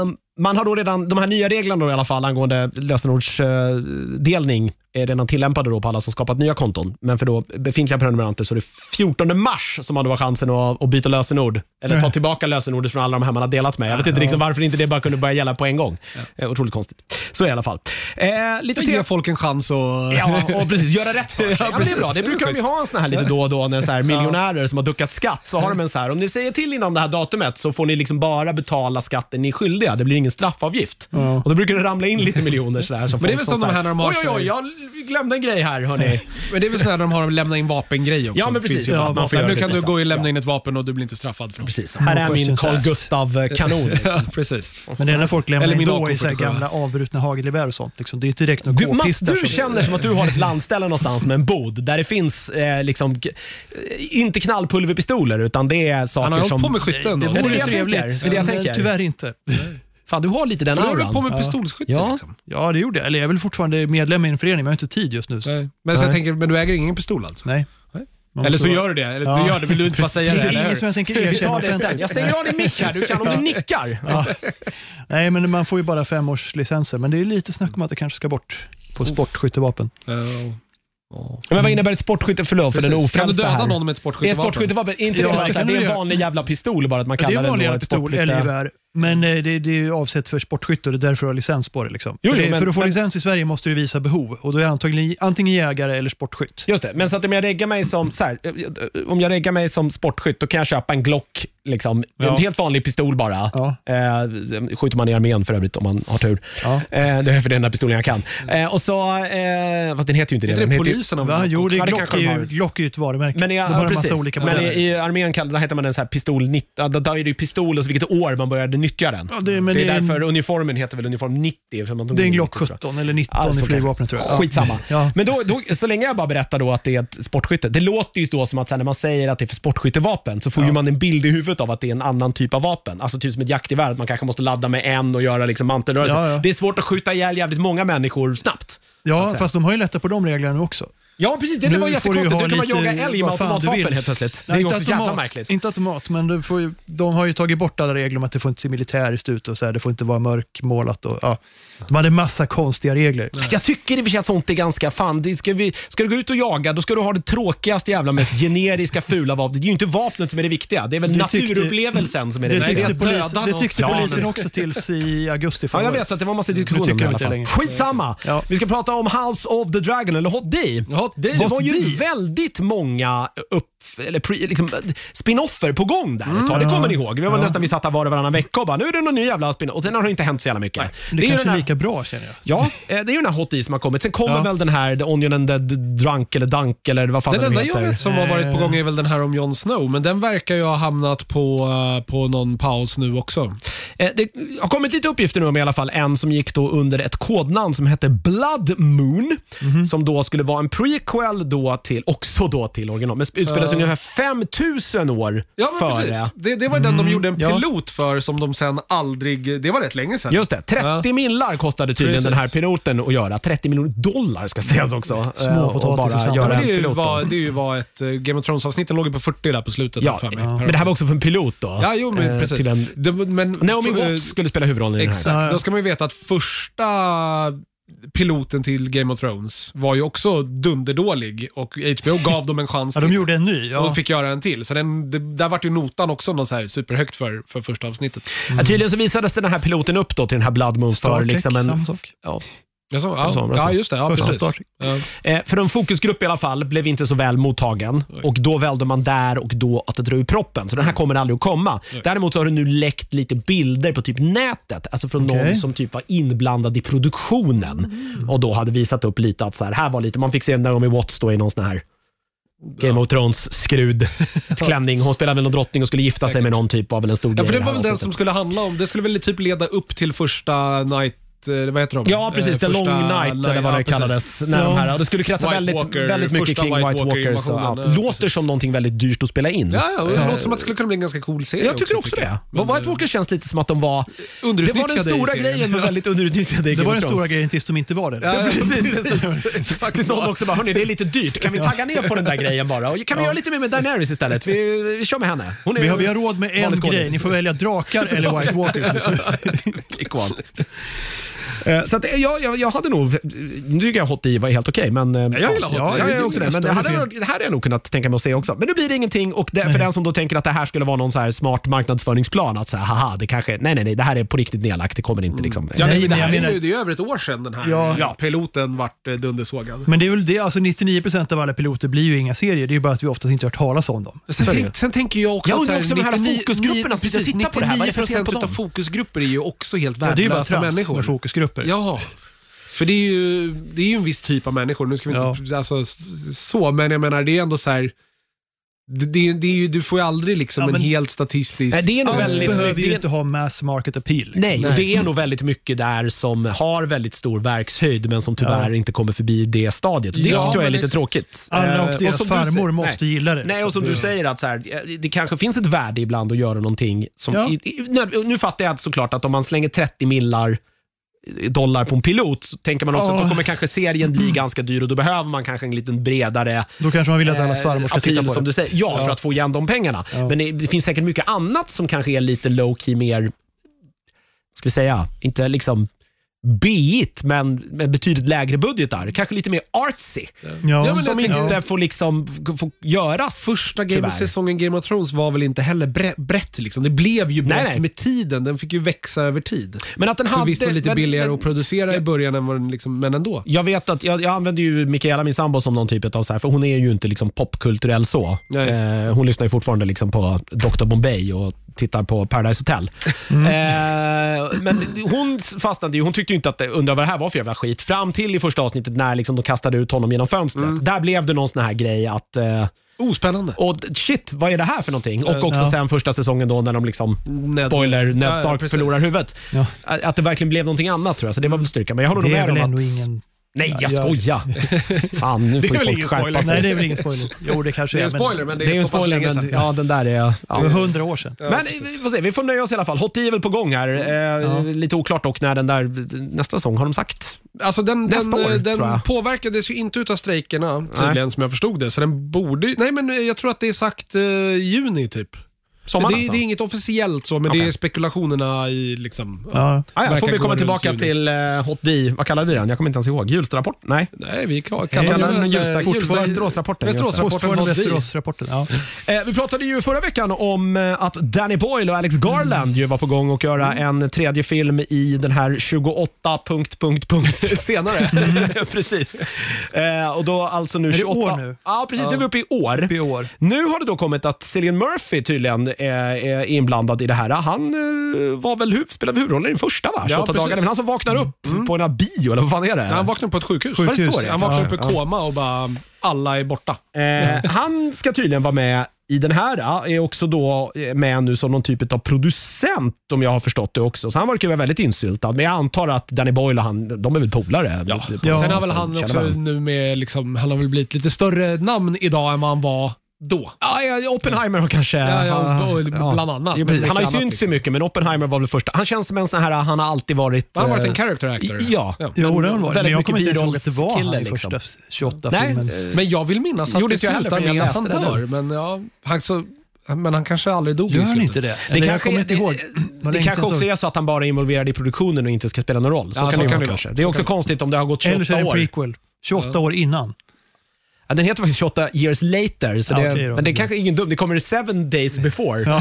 Speaker 1: Ehm, man har då redan, de här nya reglerna då i alla fall angående lösenordsdelning eh, är redan tillämpade då på alla som skapat nya konton. Men för då befintliga prenumeranter så är det 14 mars som man då har chansen att, att byta lösenord. Eller ta tillbaka lösenordet från alla de här man har delat med. Jag vet inte liksom varför inte det bara kunde börja gälla på en gång. Eh, otroligt konstigt. Så är det i alla fall. Eh, lite
Speaker 3: Ge
Speaker 1: te-
Speaker 3: folk en chans att...
Speaker 1: Ja, och precis. Göra rätt för sig. Ja, men det är bra. Det brukar de ju ha en sån här lite då och då när så här miljonärer som har duckat skatt. Så har de en så här, om ni säger till innan det här datumet så får ni liksom bara betala skatten ni är skyldiga. Det blir ingen straffavgift. Och då brukar det ramla in lite miljoner så där. Som
Speaker 3: Men det är
Speaker 1: folk
Speaker 3: väl som de
Speaker 1: så
Speaker 3: här när de har
Speaker 1: Oj, oj, oj,
Speaker 3: sig-
Speaker 1: jag glömde en grej här hörni.
Speaker 3: Men det är väl sådär när de har att lämna in vapengrej också.
Speaker 1: Ja, men precis.
Speaker 3: Finns ju
Speaker 1: Ja,
Speaker 3: vapen.
Speaker 1: man får göra
Speaker 3: nu
Speaker 1: det
Speaker 3: kan du
Speaker 1: lite
Speaker 3: gå och
Speaker 1: straff.
Speaker 3: lämna in ett vapen och du blir inte straffad för det.
Speaker 1: Precis. Här är min
Speaker 2: questions
Speaker 1: Carl
Speaker 2: asked.
Speaker 1: Gustav-kanon. Liksom.
Speaker 3: precis.
Speaker 2: Men det enda folk lämnar
Speaker 3: Eller
Speaker 2: in
Speaker 3: min
Speaker 2: då är
Speaker 3: AK47.
Speaker 2: så här gamla avbrutna hagelgevär och sånt. Liksom. Det är inte direkt några
Speaker 1: Du, Mats,
Speaker 2: k-pistar.
Speaker 1: du
Speaker 2: som-
Speaker 1: känner som att du har ett landställe någonstans med en bod där det finns, eh, liksom, k- inte knallpulverpistoler, utan det är saker
Speaker 3: Han har ju
Speaker 1: som...
Speaker 3: hållit på med
Speaker 2: Det
Speaker 3: skytte ändå.
Speaker 1: är
Speaker 2: vore
Speaker 1: det
Speaker 2: ju
Speaker 1: jag
Speaker 2: trevligt,
Speaker 1: tänker. Det är det jag
Speaker 2: men
Speaker 1: tänker.
Speaker 2: tyvärr inte.
Speaker 1: Fan, du har lite den
Speaker 3: Då håller du
Speaker 1: auran.
Speaker 3: på med pistolskytte
Speaker 1: Ja.
Speaker 3: liksom.
Speaker 2: Ja, det gjorde jag. Eller jag är väl fortfarande medlem i en förening, men jag har inte tid just nu. Så.
Speaker 3: Nej. Men, så jag
Speaker 1: Nej.
Speaker 3: tänker, men du äger ingen pistol alltså?
Speaker 2: Nej.
Speaker 3: Nej.
Speaker 2: Man
Speaker 3: Eller så
Speaker 2: måste
Speaker 3: gör du det. Eller
Speaker 2: Ja.
Speaker 3: du gör det, vill du inte bara säga det?
Speaker 2: vara- Det
Speaker 3: Eller
Speaker 2: är
Speaker 3: hur?
Speaker 2: inget som jag tänker
Speaker 1: Vi
Speaker 2: erkänna
Speaker 1: tar det sen.
Speaker 2: offentligt.
Speaker 1: Jag stänger av din mick här. Du kan om du nickar.
Speaker 2: Nej, men man får ju bara fem års licenser. Men det är lite snack om att det kanske ska bort på sportskyttevapen.
Speaker 3: Ja. Ja.
Speaker 1: Men vad innebär ett sportskytte? Förlåt för den
Speaker 3: Precis. Kan du
Speaker 1: ofrälsta
Speaker 3: döda
Speaker 1: här.
Speaker 3: någon med ett
Speaker 1: Är
Speaker 3: sportskyttevapen?
Speaker 1: sportskyttevapen inte
Speaker 2: Ja,
Speaker 1: det, bara
Speaker 2: det
Speaker 1: så här,
Speaker 2: kan
Speaker 1: det
Speaker 2: du
Speaker 1: är en
Speaker 2: göra.
Speaker 1: vanlig jävla pistol bara att man
Speaker 2: Det är
Speaker 1: kallar
Speaker 2: en
Speaker 1: den
Speaker 2: vanlig
Speaker 1: då
Speaker 2: jävla
Speaker 1: ett
Speaker 2: pistol,
Speaker 1: sportskytte?
Speaker 2: älggevär. Men eh, det, det är ju avsett för sportskytte och det är därför du har licens på det. Liksom.
Speaker 1: Mm. Jo,
Speaker 2: för,
Speaker 1: jo,
Speaker 2: det
Speaker 1: men-
Speaker 2: för att få
Speaker 1: men-
Speaker 2: licens i Sverige måste du visa behov och då är jag antagligen antingen jägare eller sportskytt.
Speaker 1: Just det, men så att om jag reggar mig som, så här, eh, om jag reggar mig som sportskytt, då kan jag köpa en Glock, liksom.
Speaker 2: Ja.
Speaker 1: en helt vanlig pistol bara.
Speaker 2: Ja.
Speaker 1: Eh, den skjuter man i armén för övrigt om man har tur.
Speaker 2: Ja.
Speaker 1: Eh, det är för den där pistolen jag kan. Eh, och så, eh, fast den heter ju inte det.
Speaker 3: Är det
Speaker 1: den heter ju,
Speaker 3: polisen? om-
Speaker 2: Va? Jo, det
Speaker 1: Ja,
Speaker 2: är
Speaker 1: det
Speaker 2: Glock
Speaker 1: kanske
Speaker 2: är
Speaker 1: de
Speaker 2: ju,
Speaker 1: har.
Speaker 2: Glock är ju ett varumärke.
Speaker 1: Men, i-
Speaker 2: de har
Speaker 1: ja,
Speaker 2: en massa
Speaker 1: precis.
Speaker 2: olika
Speaker 1: men
Speaker 2: modeller.
Speaker 1: i, i armén kallar- då heter man den så här pistol 90, ja, då, då är det ju pistol och så vilket år man började nyttja den.
Speaker 2: Ja, det- men
Speaker 1: det är
Speaker 2: det är en-
Speaker 1: därför uniformen heter väl uniform 90. För man tog
Speaker 2: det är en
Speaker 1: in
Speaker 2: Glock
Speaker 1: 90, tror jag.
Speaker 2: 17 eller 19
Speaker 1: Ja, så
Speaker 2: i
Speaker 1: kan-
Speaker 2: flygvapnet tror jag. Ja.
Speaker 1: Skitsamma.
Speaker 2: Ja.
Speaker 1: Men då, då, så länge jag bara berättar då att det är ett sportskytte. Det låter ju då som att så här, när man säger att det är för sportskyttevapen så får ju man en bild i huvudet av att det är en annan typ av vapen. Alltså typ som ett jaktgevär, att man kanske måste ladda med en och göra liksom mantelrörelser.
Speaker 2: Ja, ja.
Speaker 1: Det är svårt att skjuta ihjäl jävligt många människor snabbt.
Speaker 2: Ja, fast de har ju lättat på de reglerna nu också.
Speaker 1: Ja, precis. Det,
Speaker 2: Nu
Speaker 1: var
Speaker 2: får
Speaker 1: jättekonstigt.
Speaker 2: du
Speaker 1: Du
Speaker 2: ha
Speaker 1: kan bara
Speaker 2: lite
Speaker 1: jaga älg med
Speaker 2: vad fan du
Speaker 1: automatvapen
Speaker 2: vill.
Speaker 1: helt plötsligt.
Speaker 2: Nej,
Speaker 1: det är
Speaker 2: inte
Speaker 1: också jävla
Speaker 2: automat.
Speaker 1: märkligt.
Speaker 2: Inte automat, men du får ju, de har ju tagit bort alla regler om att det får inte se militäriskt ut och så här, det får inte vara mörkmålat. Och, ja. De hade massa konstiga regler.
Speaker 1: Jag tycker i och för sig att sånt är ganska fan. Det ska, vi, ska du gå ut och jaga, då ska du ha det tråkigaste jävla mest generiska fula vapnet. Det är ju inte vapnet som är det viktiga. Det är väl
Speaker 2: Det tyckte-
Speaker 1: naturupplevelsen som är det,
Speaker 2: Det
Speaker 1: viktiga.
Speaker 2: tyckte,
Speaker 3: jag dödar
Speaker 2: polisen, det
Speaker 3: någon.
Speaker 2: tyckte
Speaker 1: Ja,
Speaker 2: polisen
Speaker 1: men-
Speaker 2: också tills i augusti förra
Speaker 1: Ja, jag
Speaker 2: året.
Speaker 1: vet att det var massa
Speaker 2: Nu
Speaker 1: diskussioner om det
Speaker 2: tycker
Speaker 1: i alla
Speaker 2: de inte
Speaker 1: fall.
Speaker 2: längre.
Speaker 1: Skitsamma!
Speaker 2: Ja.
Speaker 1: Vi ska prata om House of the Dragon, eller Hot D.
Speaker 3: Hot D.
Speaker 1: Det var
Speaker 3: Hot
Speaker 1: ju
Speaker 3: D.
Speaker 1: väldigt många upp, eller pre, liksom, spin-offer på gång där ett tag.
Speaker 2: Mm.
Speaker 1: Det kommer ni ihåg. Vi var nästan vi satt här var och varannan vecka och bara, nu är det någon ny jävla spin-off. Och sen har det inte hänt så jävla mycket.
Speaker 2: Det,
Speaker 1: är ju
Speaker 2: kanske
Speaker 1: den
Speaker 2: är
Speaker 1: här-
Speaker 2: lika bra känner jag.
Speaker 1: Ja, eh, det är ju den här Hot D som har kommit. Sen kommer
Speaker 2: Ja.
Speaker 1: väl den här The Onion and the D- Drunk eller Dunk eller vad fan
Speaker 3: Den
Speaker 1: den
Speaker 3: enda
Speaker 1: nu
Speaker 3: jag
Speaker 1: heter.
Speaker 3: vet som har varit på gång är väl den här om Jon Snow, men den verkar ju ha hamnat på, eh, på någon paus nu också.
Speaker 1: Eh, Det har kommit lite uppgifter nu om i alla fall en som gick då under ett kodnamn som hette Blood Moon,
Speaker 3: Mhm.
Speaker 1: som då skulle vara en prequel då till, också då till original, men utspelas sig ungefär 5000 år
Speaker 3: Ja, men
Speaker 1: före.
Speaker 3: precis. Det, det var den
Speaker 1: Mm,
Speaker 3: de gjorde en
Speaker 2: ja.
Speaker 3: pilot för som de sen aldrig... Det var rätt länge sedan.
Speaker 1: Just det, 30
Speaker 3: Ja.
Speaker 1: millar kostade tydligen
Speaker 3: Precis.
Speaker 1: den här piloten att göra. 30 miljoner dollar ska sägas också.
Speaker 2: Små
Speaker 1: eh, och
Speaker 2: potatis i
Speaker 1: bara
Speaker 2: sanden.
Speaker 1: göra
Speaker 3: Men
Speaker 1: en
Speaker 3: det är ju
Speaker 1: pilot. då.
Speaker 3: vad, det är ju vad ett eh, Game of Thrones-avsnitten låg ju på 40 där på slutet.
Speaker 1: Ja,
Speaker 3: för mig.
Speaker 1: men det här var också för en pilot då.
Speaker 3: Ja, jo, men
Speaker 1: eh,
Speaker 3: precis.
Speaker 1: Till en,
Speaker 3: Det, men,
Speaker 1: Naomi
Speaker 3: för-
Speaker 1: Watts skulle spela huvudrollen i den här.
Speaker 3: Exakt. Då ska man ju veta att första piloten till Game of Thrones var ju också dunderdålig och HBO gav dem en chans
Speaker 2: Ja, de
Speaker 3: till.
Speaker 2: gjorde en ny. Ja.
Speaker 3: Och fick göra en till. Så den, det, där vart ju notan också någon så här superhögt för, för första avsnittet.
Speaker 1: Ja, tydligen så visades den här piloten upp då till den här Blood Moon
Speaker 2: Star
Speaker 1: för
Speaker 2: Trek,
Speaker 1: liksom en...
Speaker 2: samma sak.
Speaker 1: Ja,
Speaker 3: Jag sa, ja,
Speaker 1: Jag sa, jag sa.
Speaker 3: ja, just det. Ja,
Speaker 2: Första
Speaker 3: precis.
Speaker 2: start.
Speaker 3: Ja.
Speaker 1: Eh, För en fokusgrupp i alla fall blev inte så väl mottagen och då valde man där och då att dra ur proppen. Så den här kommer aldrig att komma. Däremot så har det nu läckt lite bilder på typ nätet, alltså från någon
Speaker 2: Okej.
Speaker 1: som typ var inblandad i produktionen
Speaker 3: Mm.
Speaker 1: och då hade visat upp lite att så här, här var lite, man fick se Naomi Watts då i någon sån här Game of Thrones-skrud klänning. Hon spelade väl någon drottning och skulle gifta sig med någon typ, var väl en stor
Speaker 3: Ja,
Speaker 1: grej.
Speaker 3: för det
Speaker 1: här
Speaker 3: var väl den
Speaker 1: avsnittet.
Speaker 3: som skulle handla om, det skulle väl typ leda upp till första night, eh, vad heter de?
Speaker 1: Ja, precis.
Speaker 3: Eh,
Speaker 1: The
Speaker 3: första
Speaker 1: Long Night, eller vad
Speaker 3: ja,
Speaker 1: det
Speaker 3: precis.
Speaker 1: kallades. När de
Speaker 2: Ja.
Speaker 1: här, och det skulle kretsa
Speaker 3: White
Speaker 1: väldigt,
Speaker 3: Walker,
Speaker 1: väldigt mycket
Speaker 3: första
Speaker 1: kring
Speaker 3: White
Speaker 1: White Walkers. så, ja,
Speaker 3: Walker-invasionen, ja,
Speaker 1: låter
Speaker 3: precis.
Speaker 1: som någonting väldigt dyrt att spela in.
Speaker 3: Ja, ja, och det låter som att det skulle kunna bli en ganska cool serie
Speaker 1: Jag tycker också
Speaker 3: tycker
Speaker 1: det.
Speaker 3: jag.
Speaker 1: Men White
Speaker 3: eh,
Speaker 1: Walker känns lite som att de var... Det var
Speaker 3: Underutnyttjade
Speaker 1: den
Speaker 3: i
Speaker 1: stora
Speaker 3: serien.
Speaker 1: grejen med väldigt underutnyttjade i
Speaker 2: Det
Speaker 1: Game
Speaker 2: var
Speaker 1: of
Speaker 2: den stora
Speaker 1: Thrones.
Speaker 2: grejen tills de inte var det.
Speaker 1: Ja, precis. precis. Tills någon också bara, hörni det är lite dyrt, kan vi tagga ner på den där grejen bara? Och kan vi göra lite mer med Daenerys istället? Vi, vi kör med henne. Hon är
Speaker 2: Vi har, vi har råd med en
Speaker 1: vanlig skådis.
Speaker 2: grej, ni får välja drakar eller White Walkers. Liksom.
Speaker 1: Equal. Eh, Så att eh, jag, jag, jag hade nog, nu tycker jag Hot i var helt okej, men... eh,
Speaker 3: jag gillar Hot
Speaker 1: ja,
Speaker 3: Tea.
Speaker 1: jag
Speaker 3: Det
Speaker 1: gör
Speaker 3: är
Speaker 1: också det.
Speaker 2: inga
Speaker 1: Men det
Speaker 2: större
Speaker 1: hade,
Speaker 2: fel.
Speaker 1: jag- det här hade jag nog kunnat tänka mig att se också. Men nu blir det ingenting och det, för den som då tänker att det här skulle vara någon så här smart marknadsföringsplan, att säga haha, det kanske, nej nej nej, det här är på riktigt nedlagt, det kommer inte liksom.
Speaker 3: Ja, nej,
Speaker 2: Nej,
Speaker 3: men det,
Speaker 2: nej,
Speaker 3: här
Speaker 2: jag
Speaker 3: är
Speaker 2: menar-
Speaker 3: ju, det är ju över ett år sedan den här
Speaker 2: Ja.
Speaker 3: ja. piloten vart eh, dundersågad.
Speaker 2: Men det är väl det, alltså 99% av alla piloter blir ju inga serier, det är ju bara att vi oftast inte har hört talas om dem.
Speaker 3: Sen, tänk, sen tänker jag också
Speaker 1: Jag
Speaker 3: att
Speaker 1: undrar
Speaker 3: så
Speaker 1: också de här
Speaker 3: 99
Speaker 1: fokusgrupperna som sitter och
Speaker 3: precis,
Speaker 1: tittar på det här. Vad är det för fel på
Speaker 3: 99% utav
Speaker 1: dem?
Speaker 3: fokusgrupper är ju också helt
Speaker 2: Ja, det är ju bara
Speaker 3: värdelösa
Speaker 2: trams
Speaker 3: människor.
Speaker 2: med fokusgrupper.
Speaker 3: Ja. För det är, ju, det är ju en viss typ av människor. Nu ska vi inte, alltså, s- så, men jag menar det är ändå så här. Det, det, det är ju, du får ju aldrig liksom
Speaker 2: Ja, men-
Speaker 3: en helt statistisk...
Speaker 1: Eh, Det är nog
Speaker 2: Allt
Speaker 1: väldigt
Speaker 2: behöver
Speaker 1: mycket.
Speaker 2: ju inte ha mass market appeal. Liksom.
Speaker 1: Nej, och det är nog väldigt mycket där som har väldigt stor verkshöjd men som tyvärr inte kommer förbi det stadiet. Och Det
Speaker 3: Ja,
Speaker 1: tycker jag är
Speaker 3: men
Speaker 1: lite
Speaker 3: ex-
Speaker 1: tråkigt.
Speaker 2: Alla
Speaker 1: Eh,
Speaker 2: och deras
Speaker 1: som du
Speaker 2: farmor
Speaker 1: sä-
Speaker 2: måste
Speaker 1: nej.
Speaker 2: gilla det.
Speaker 1: Nej,
Speaker 2: liksom.
Speaker 1: och som du säger att så här, eh, det kanske finns ett värde ibland att göra någonting som...
Speaker 2: Ja.
Speaker 1: I, i, nu- nu fattar jag att såklart att om man slänger 30 millar eh, dollar på en pilot så tänker man också att då
Speaker 2: Ja.
Speaker 1: kommer kanske serien bli ganska dyr och då behöver man kanske en liten bredare eh,
Speaker 2: Då kanske man vill att alla farmor ska
Speaker 1: appeal,
Speaker 2: titta på
Speaker 1: som
Speaker 2: det.
Speaker 1: du säger. Ja, för
Speaker 2: Ja.
Speaker 1: att få igen de pengarna.
Speaker 2: Ja.
Speaker 1: Men det, det finns säkert mycket annat som kanske är lite low key mer, vad ska vi säga, inte liksom B-igt, men med betydligt lägre budgetar. Kanske lite mer artsy.
Speaker 2: Ja,
Speaker 3: men
Speaker 1: som
Speaker 3: jag tänker-
Speaker 1: inte får liksom får göras.
Speaker 3: Första
Speaker 1: tyvärr.
Speaker 3: game, säsongen Game of Thrones var väl inte heller bre- brett. Liksom. Det blev ju brett
Speaker 1: nej.
Speaker 3: med tiden. Den fick ju växa över tid.
Speaker 1: Men att den hade...
Speaker 3: Förvisso lite
Speaker 1: men-
Speaker 3: billigare
Speaker 1: men-
Speaker 3: att producera i början, än vad den liksom, men ändå.
Speaker 1: Jag vet att jag, jag använder ju Mikaela, min sambo, som någon typ av så här, för hon är ju inte liksom popkulturell så.
Speaker 3: Nej.
Speaker 1: Eh, hon lyssnar ju fortfarande liksom på Dr Bombay och tittar på Paradise Hotel. Eh, men hon fastnade ju, hon tyckte ju inte att, det- undrar vad det här var för jävla skit, fram till i första avsnittet när liksom de kastade ut honom genom fönstret. Där blev det någon sån här grej att, eh,
Speaker 3: Ospännande.
Speaker 1: och shit, vad är det här för någonting? Och också
Speaker 2: ja.
Speaker 1: sen första säsongen då när de liksom,
Speaker 3: Ned-
Speaker 1: spoiler,
Speaker 3: Ja,
Speaker 1: Ned
Speaker 3: ja,
Speaker 1: Stark
Speaker 3: precis.
Speaker 1: förlorar huvudet.
Speaker 2: Ja.
Speaker 1: Att, att det verkligen blev någonting annat tror jag, så det var väl styrka. Men jag håller nog
Speaker 2: det är
Speaker 1: med
Speaker 2: väl
Speaker 1: om att...
Speaker 2: ändå ingen...
Speaker 1: Nej, jag
Speaker 2: Ja.
Speaker 1: skojar. Fan, nu
Speaker 3: Det är
Speaker 1: får ju
Speaker 3: väl
Speaker 1: folk
Speaker 3: ingen
Speaker 1: skärpa
Speaker 3: spoiler.
Speaker 1: sig.
Speaker 2: Nej, det är väl ingen spoiler. Jo, det kanske
Speaker 3: Det
Speaker 2: är.
Speaker 3: är en spoiler, men det är,
Speaker 1: Det är ju en
Speaker 3: så pass
Speaker 1: spoiler,
Speaker 3: länge sedan. eh,
Speaker 1: men ja, den där är...
Speaker 2: Det var
Speaker 1: Ja.
Speaker 2: hundra år sedan.
Speaker 3: Ja,
Speaker 1: Men vi
Speaker 3: precis.
Speaker 1: får se, vi får nöja oss i alla fall. Hot 10 är väl på gång här. Eh, Lite oklart dock när den där nästa säsong har de sagt.
Speaker 3: Alltså den, den,
Speaker 1: Nästa år,
Speaker 3: den
Speaker 1: tror jag.
Speaker 3: påverkades ju inte utav strejkerna tydligen som jag förstod det. Så den borde Nej men jag tror att det är sagt eh, juni typ.
Speaker 1: Sommaren
Speaker 3: det,
Speaker 1: alltså.
Speaker 3: det är inget officiellt så, men det
Speaker 1: Okej.
Speaker 3: är spekulationerna i liksom...
Speaker 2: Ja.
Speaker 1: Ah, ja, får
Speaker 3: verkar
Speaker 1: vi
Speaker 3: gå
Speaker 1: komma
Speaker 3: runt
Speaker 1: tillbaka
Speaker 3: juni.
Speaker 1: till eh, Hot 10. Vad kallade vi den? Jag kommer inte ens ihåg. Julstrapport? Nej.
Speaker 3: Nej, vi kan-
Speaker 1: Vi
Speaker 3: kallar
Speaker 1: kallar den
Speaker 3: den
Speaker 1: Julstra-
Speaker 3: eh,
Speaker 1: Julstra-
Speaker 3: Julstra-
Speaker 1: Västeråsrapporten. just det.
Speaker 3: Västeråsrapporten.
Speaker 2: Fortfarande
Speaker 3: Rapporten från
Speaker 2: Västeråsrapporten. Ja.
Speaker 1: Eh, Vi pratade ju förra veckan om eh, att Danny Boyle och Alex Garland ju var på gång att göra en tredje film i den här 28... Punkt, punkt, punkt. Senare. precis. Eh, och då alltså nu
Speaker 2: det
Speaker 1: 28...
Speaker 2: år nu?
Speaker 1: Ja, precis. Nu är vi uppe i år.
Speaker 2: I år.
Speaker 1: Nu har det då kommit att Cillian Murphy tydligen eh, är inblandad i det här. Han eh, var väl huv, spelade huvudrollen i den första va? 28
Speaker 3: precis.
Speaker 1: dagarna. Men han som vaknar upp på den här bio, eller vad fan är det?
Speaker 3: Han vaknade på ett sjukhus.
Speaker 1: Var det så
Speaker 2: Sjukhus,
Speaker 1: det?
Speaker 3: Han vaknade upp i koma och bara, alla är borta.
Speaker 1: Eh, han ska tydligen vara med i den här, ja, är också då eh, med nu som någon typ av producent om jag har förstått det också. Så han verkar ju vara väldigt insyltad. Men jag antar att Danny Boyle och han, de är väl polare?
Speaker 3: Ja.
Speaker 1: På-
Speaker 2: Ja.
Speaker 3: Sen har väl
Speaker 1: nästan,
Speaker 3: han
Speaker 1: känner
Speaker 3: också
Speaker 1: varandra.
Speaker 3: nu med, liksom, han har väl blivit lite större namn idag än vad han var då.
Speaker 1: Ja, ja, Oppenheimer har kanske...
Speaker 3: Ja, ja, och- och bland annat.
Speaker 1: Jo, precis.
Speaker 3: Men
Speaker 1: han har ju
Speaker 3: mycket
Speaker 1: synts
Speaker 3: annat,
Speaker 1: för mycket, men Oppenheimer var väl första. Han känns som en sån här, han har alltid varit...
Speaker 3: Han har varit
Speaker 1: eh,
Speaker 3: en character actor.
Speaker 1: Ja.
Speaker 2: Jo, det har han varit. Men
Speaker 1: väldigt
Speaker 2: jag kommer
Speaker 1: mycket
Speaker 2: inte ens ihåg att det var han i
Speaker 1: liksom.
Speaker 2: första 28
Speaker 1: Nej,
Speaker 2: filmen.
Speaker 3: Men jag vill minnas att
Speaker 1: Gjorde
Speaker 3: det
Speaker 1: inte jag heller
Speaker 3: slutar
Speaker 1: förrän
Speaker 3: med
Speaker 1: jag
Speaker 3: att han
Speaker 1: läste det
Speaker 3: dör. Men, ja, han, så, men han kanske aldrig dog i
Speaker 2: Gör han
Speaker 3: slutet.
Speaker 2: inte det? Eller jag
Speaker 1: kanske
Speaker 2: kommer
Speaker 1: är-
Speaker 2: inte
Speaker 1: det-
Speaker 2: ihåg.
Speaker 1: Det,
Speaker 2: Var länge
Speaker 1: kanske
Speaker 2: sedan jag
Speaker 1: också
Speaker 2: såg.
Speaker 1: är så att han bara är involverad i produktionen och inte ska spela någon roll. Så
Speaker 3: Ja,
Speaker 1: kan
Speaker 3: så
Speaker 1: det ju
Speaker 3: kan
Speaker 1: vara
Speaker 3: det
Speaker 1: kanske.
Speaker 3: vara.
Speaker 1: Det är
Speaker 3: Så
Speaker 1: också
Speaker 3: kan det
Speaker 1: konstigt om det har gått
Speaker 2: Eller så
Speaker 1: 28
Speaker 2: är det en
Speaker 1: år.
Speaker 2: prequel. 28 år innan.
Speaker 1: Ja, den heter faktiskt 28 years later, så
Speaker 2: Ja,
Speaker 1: det,
Speaker 2: okej då.
Speaker 1: men det är kanske ingen dum. Det kommer i seven days before.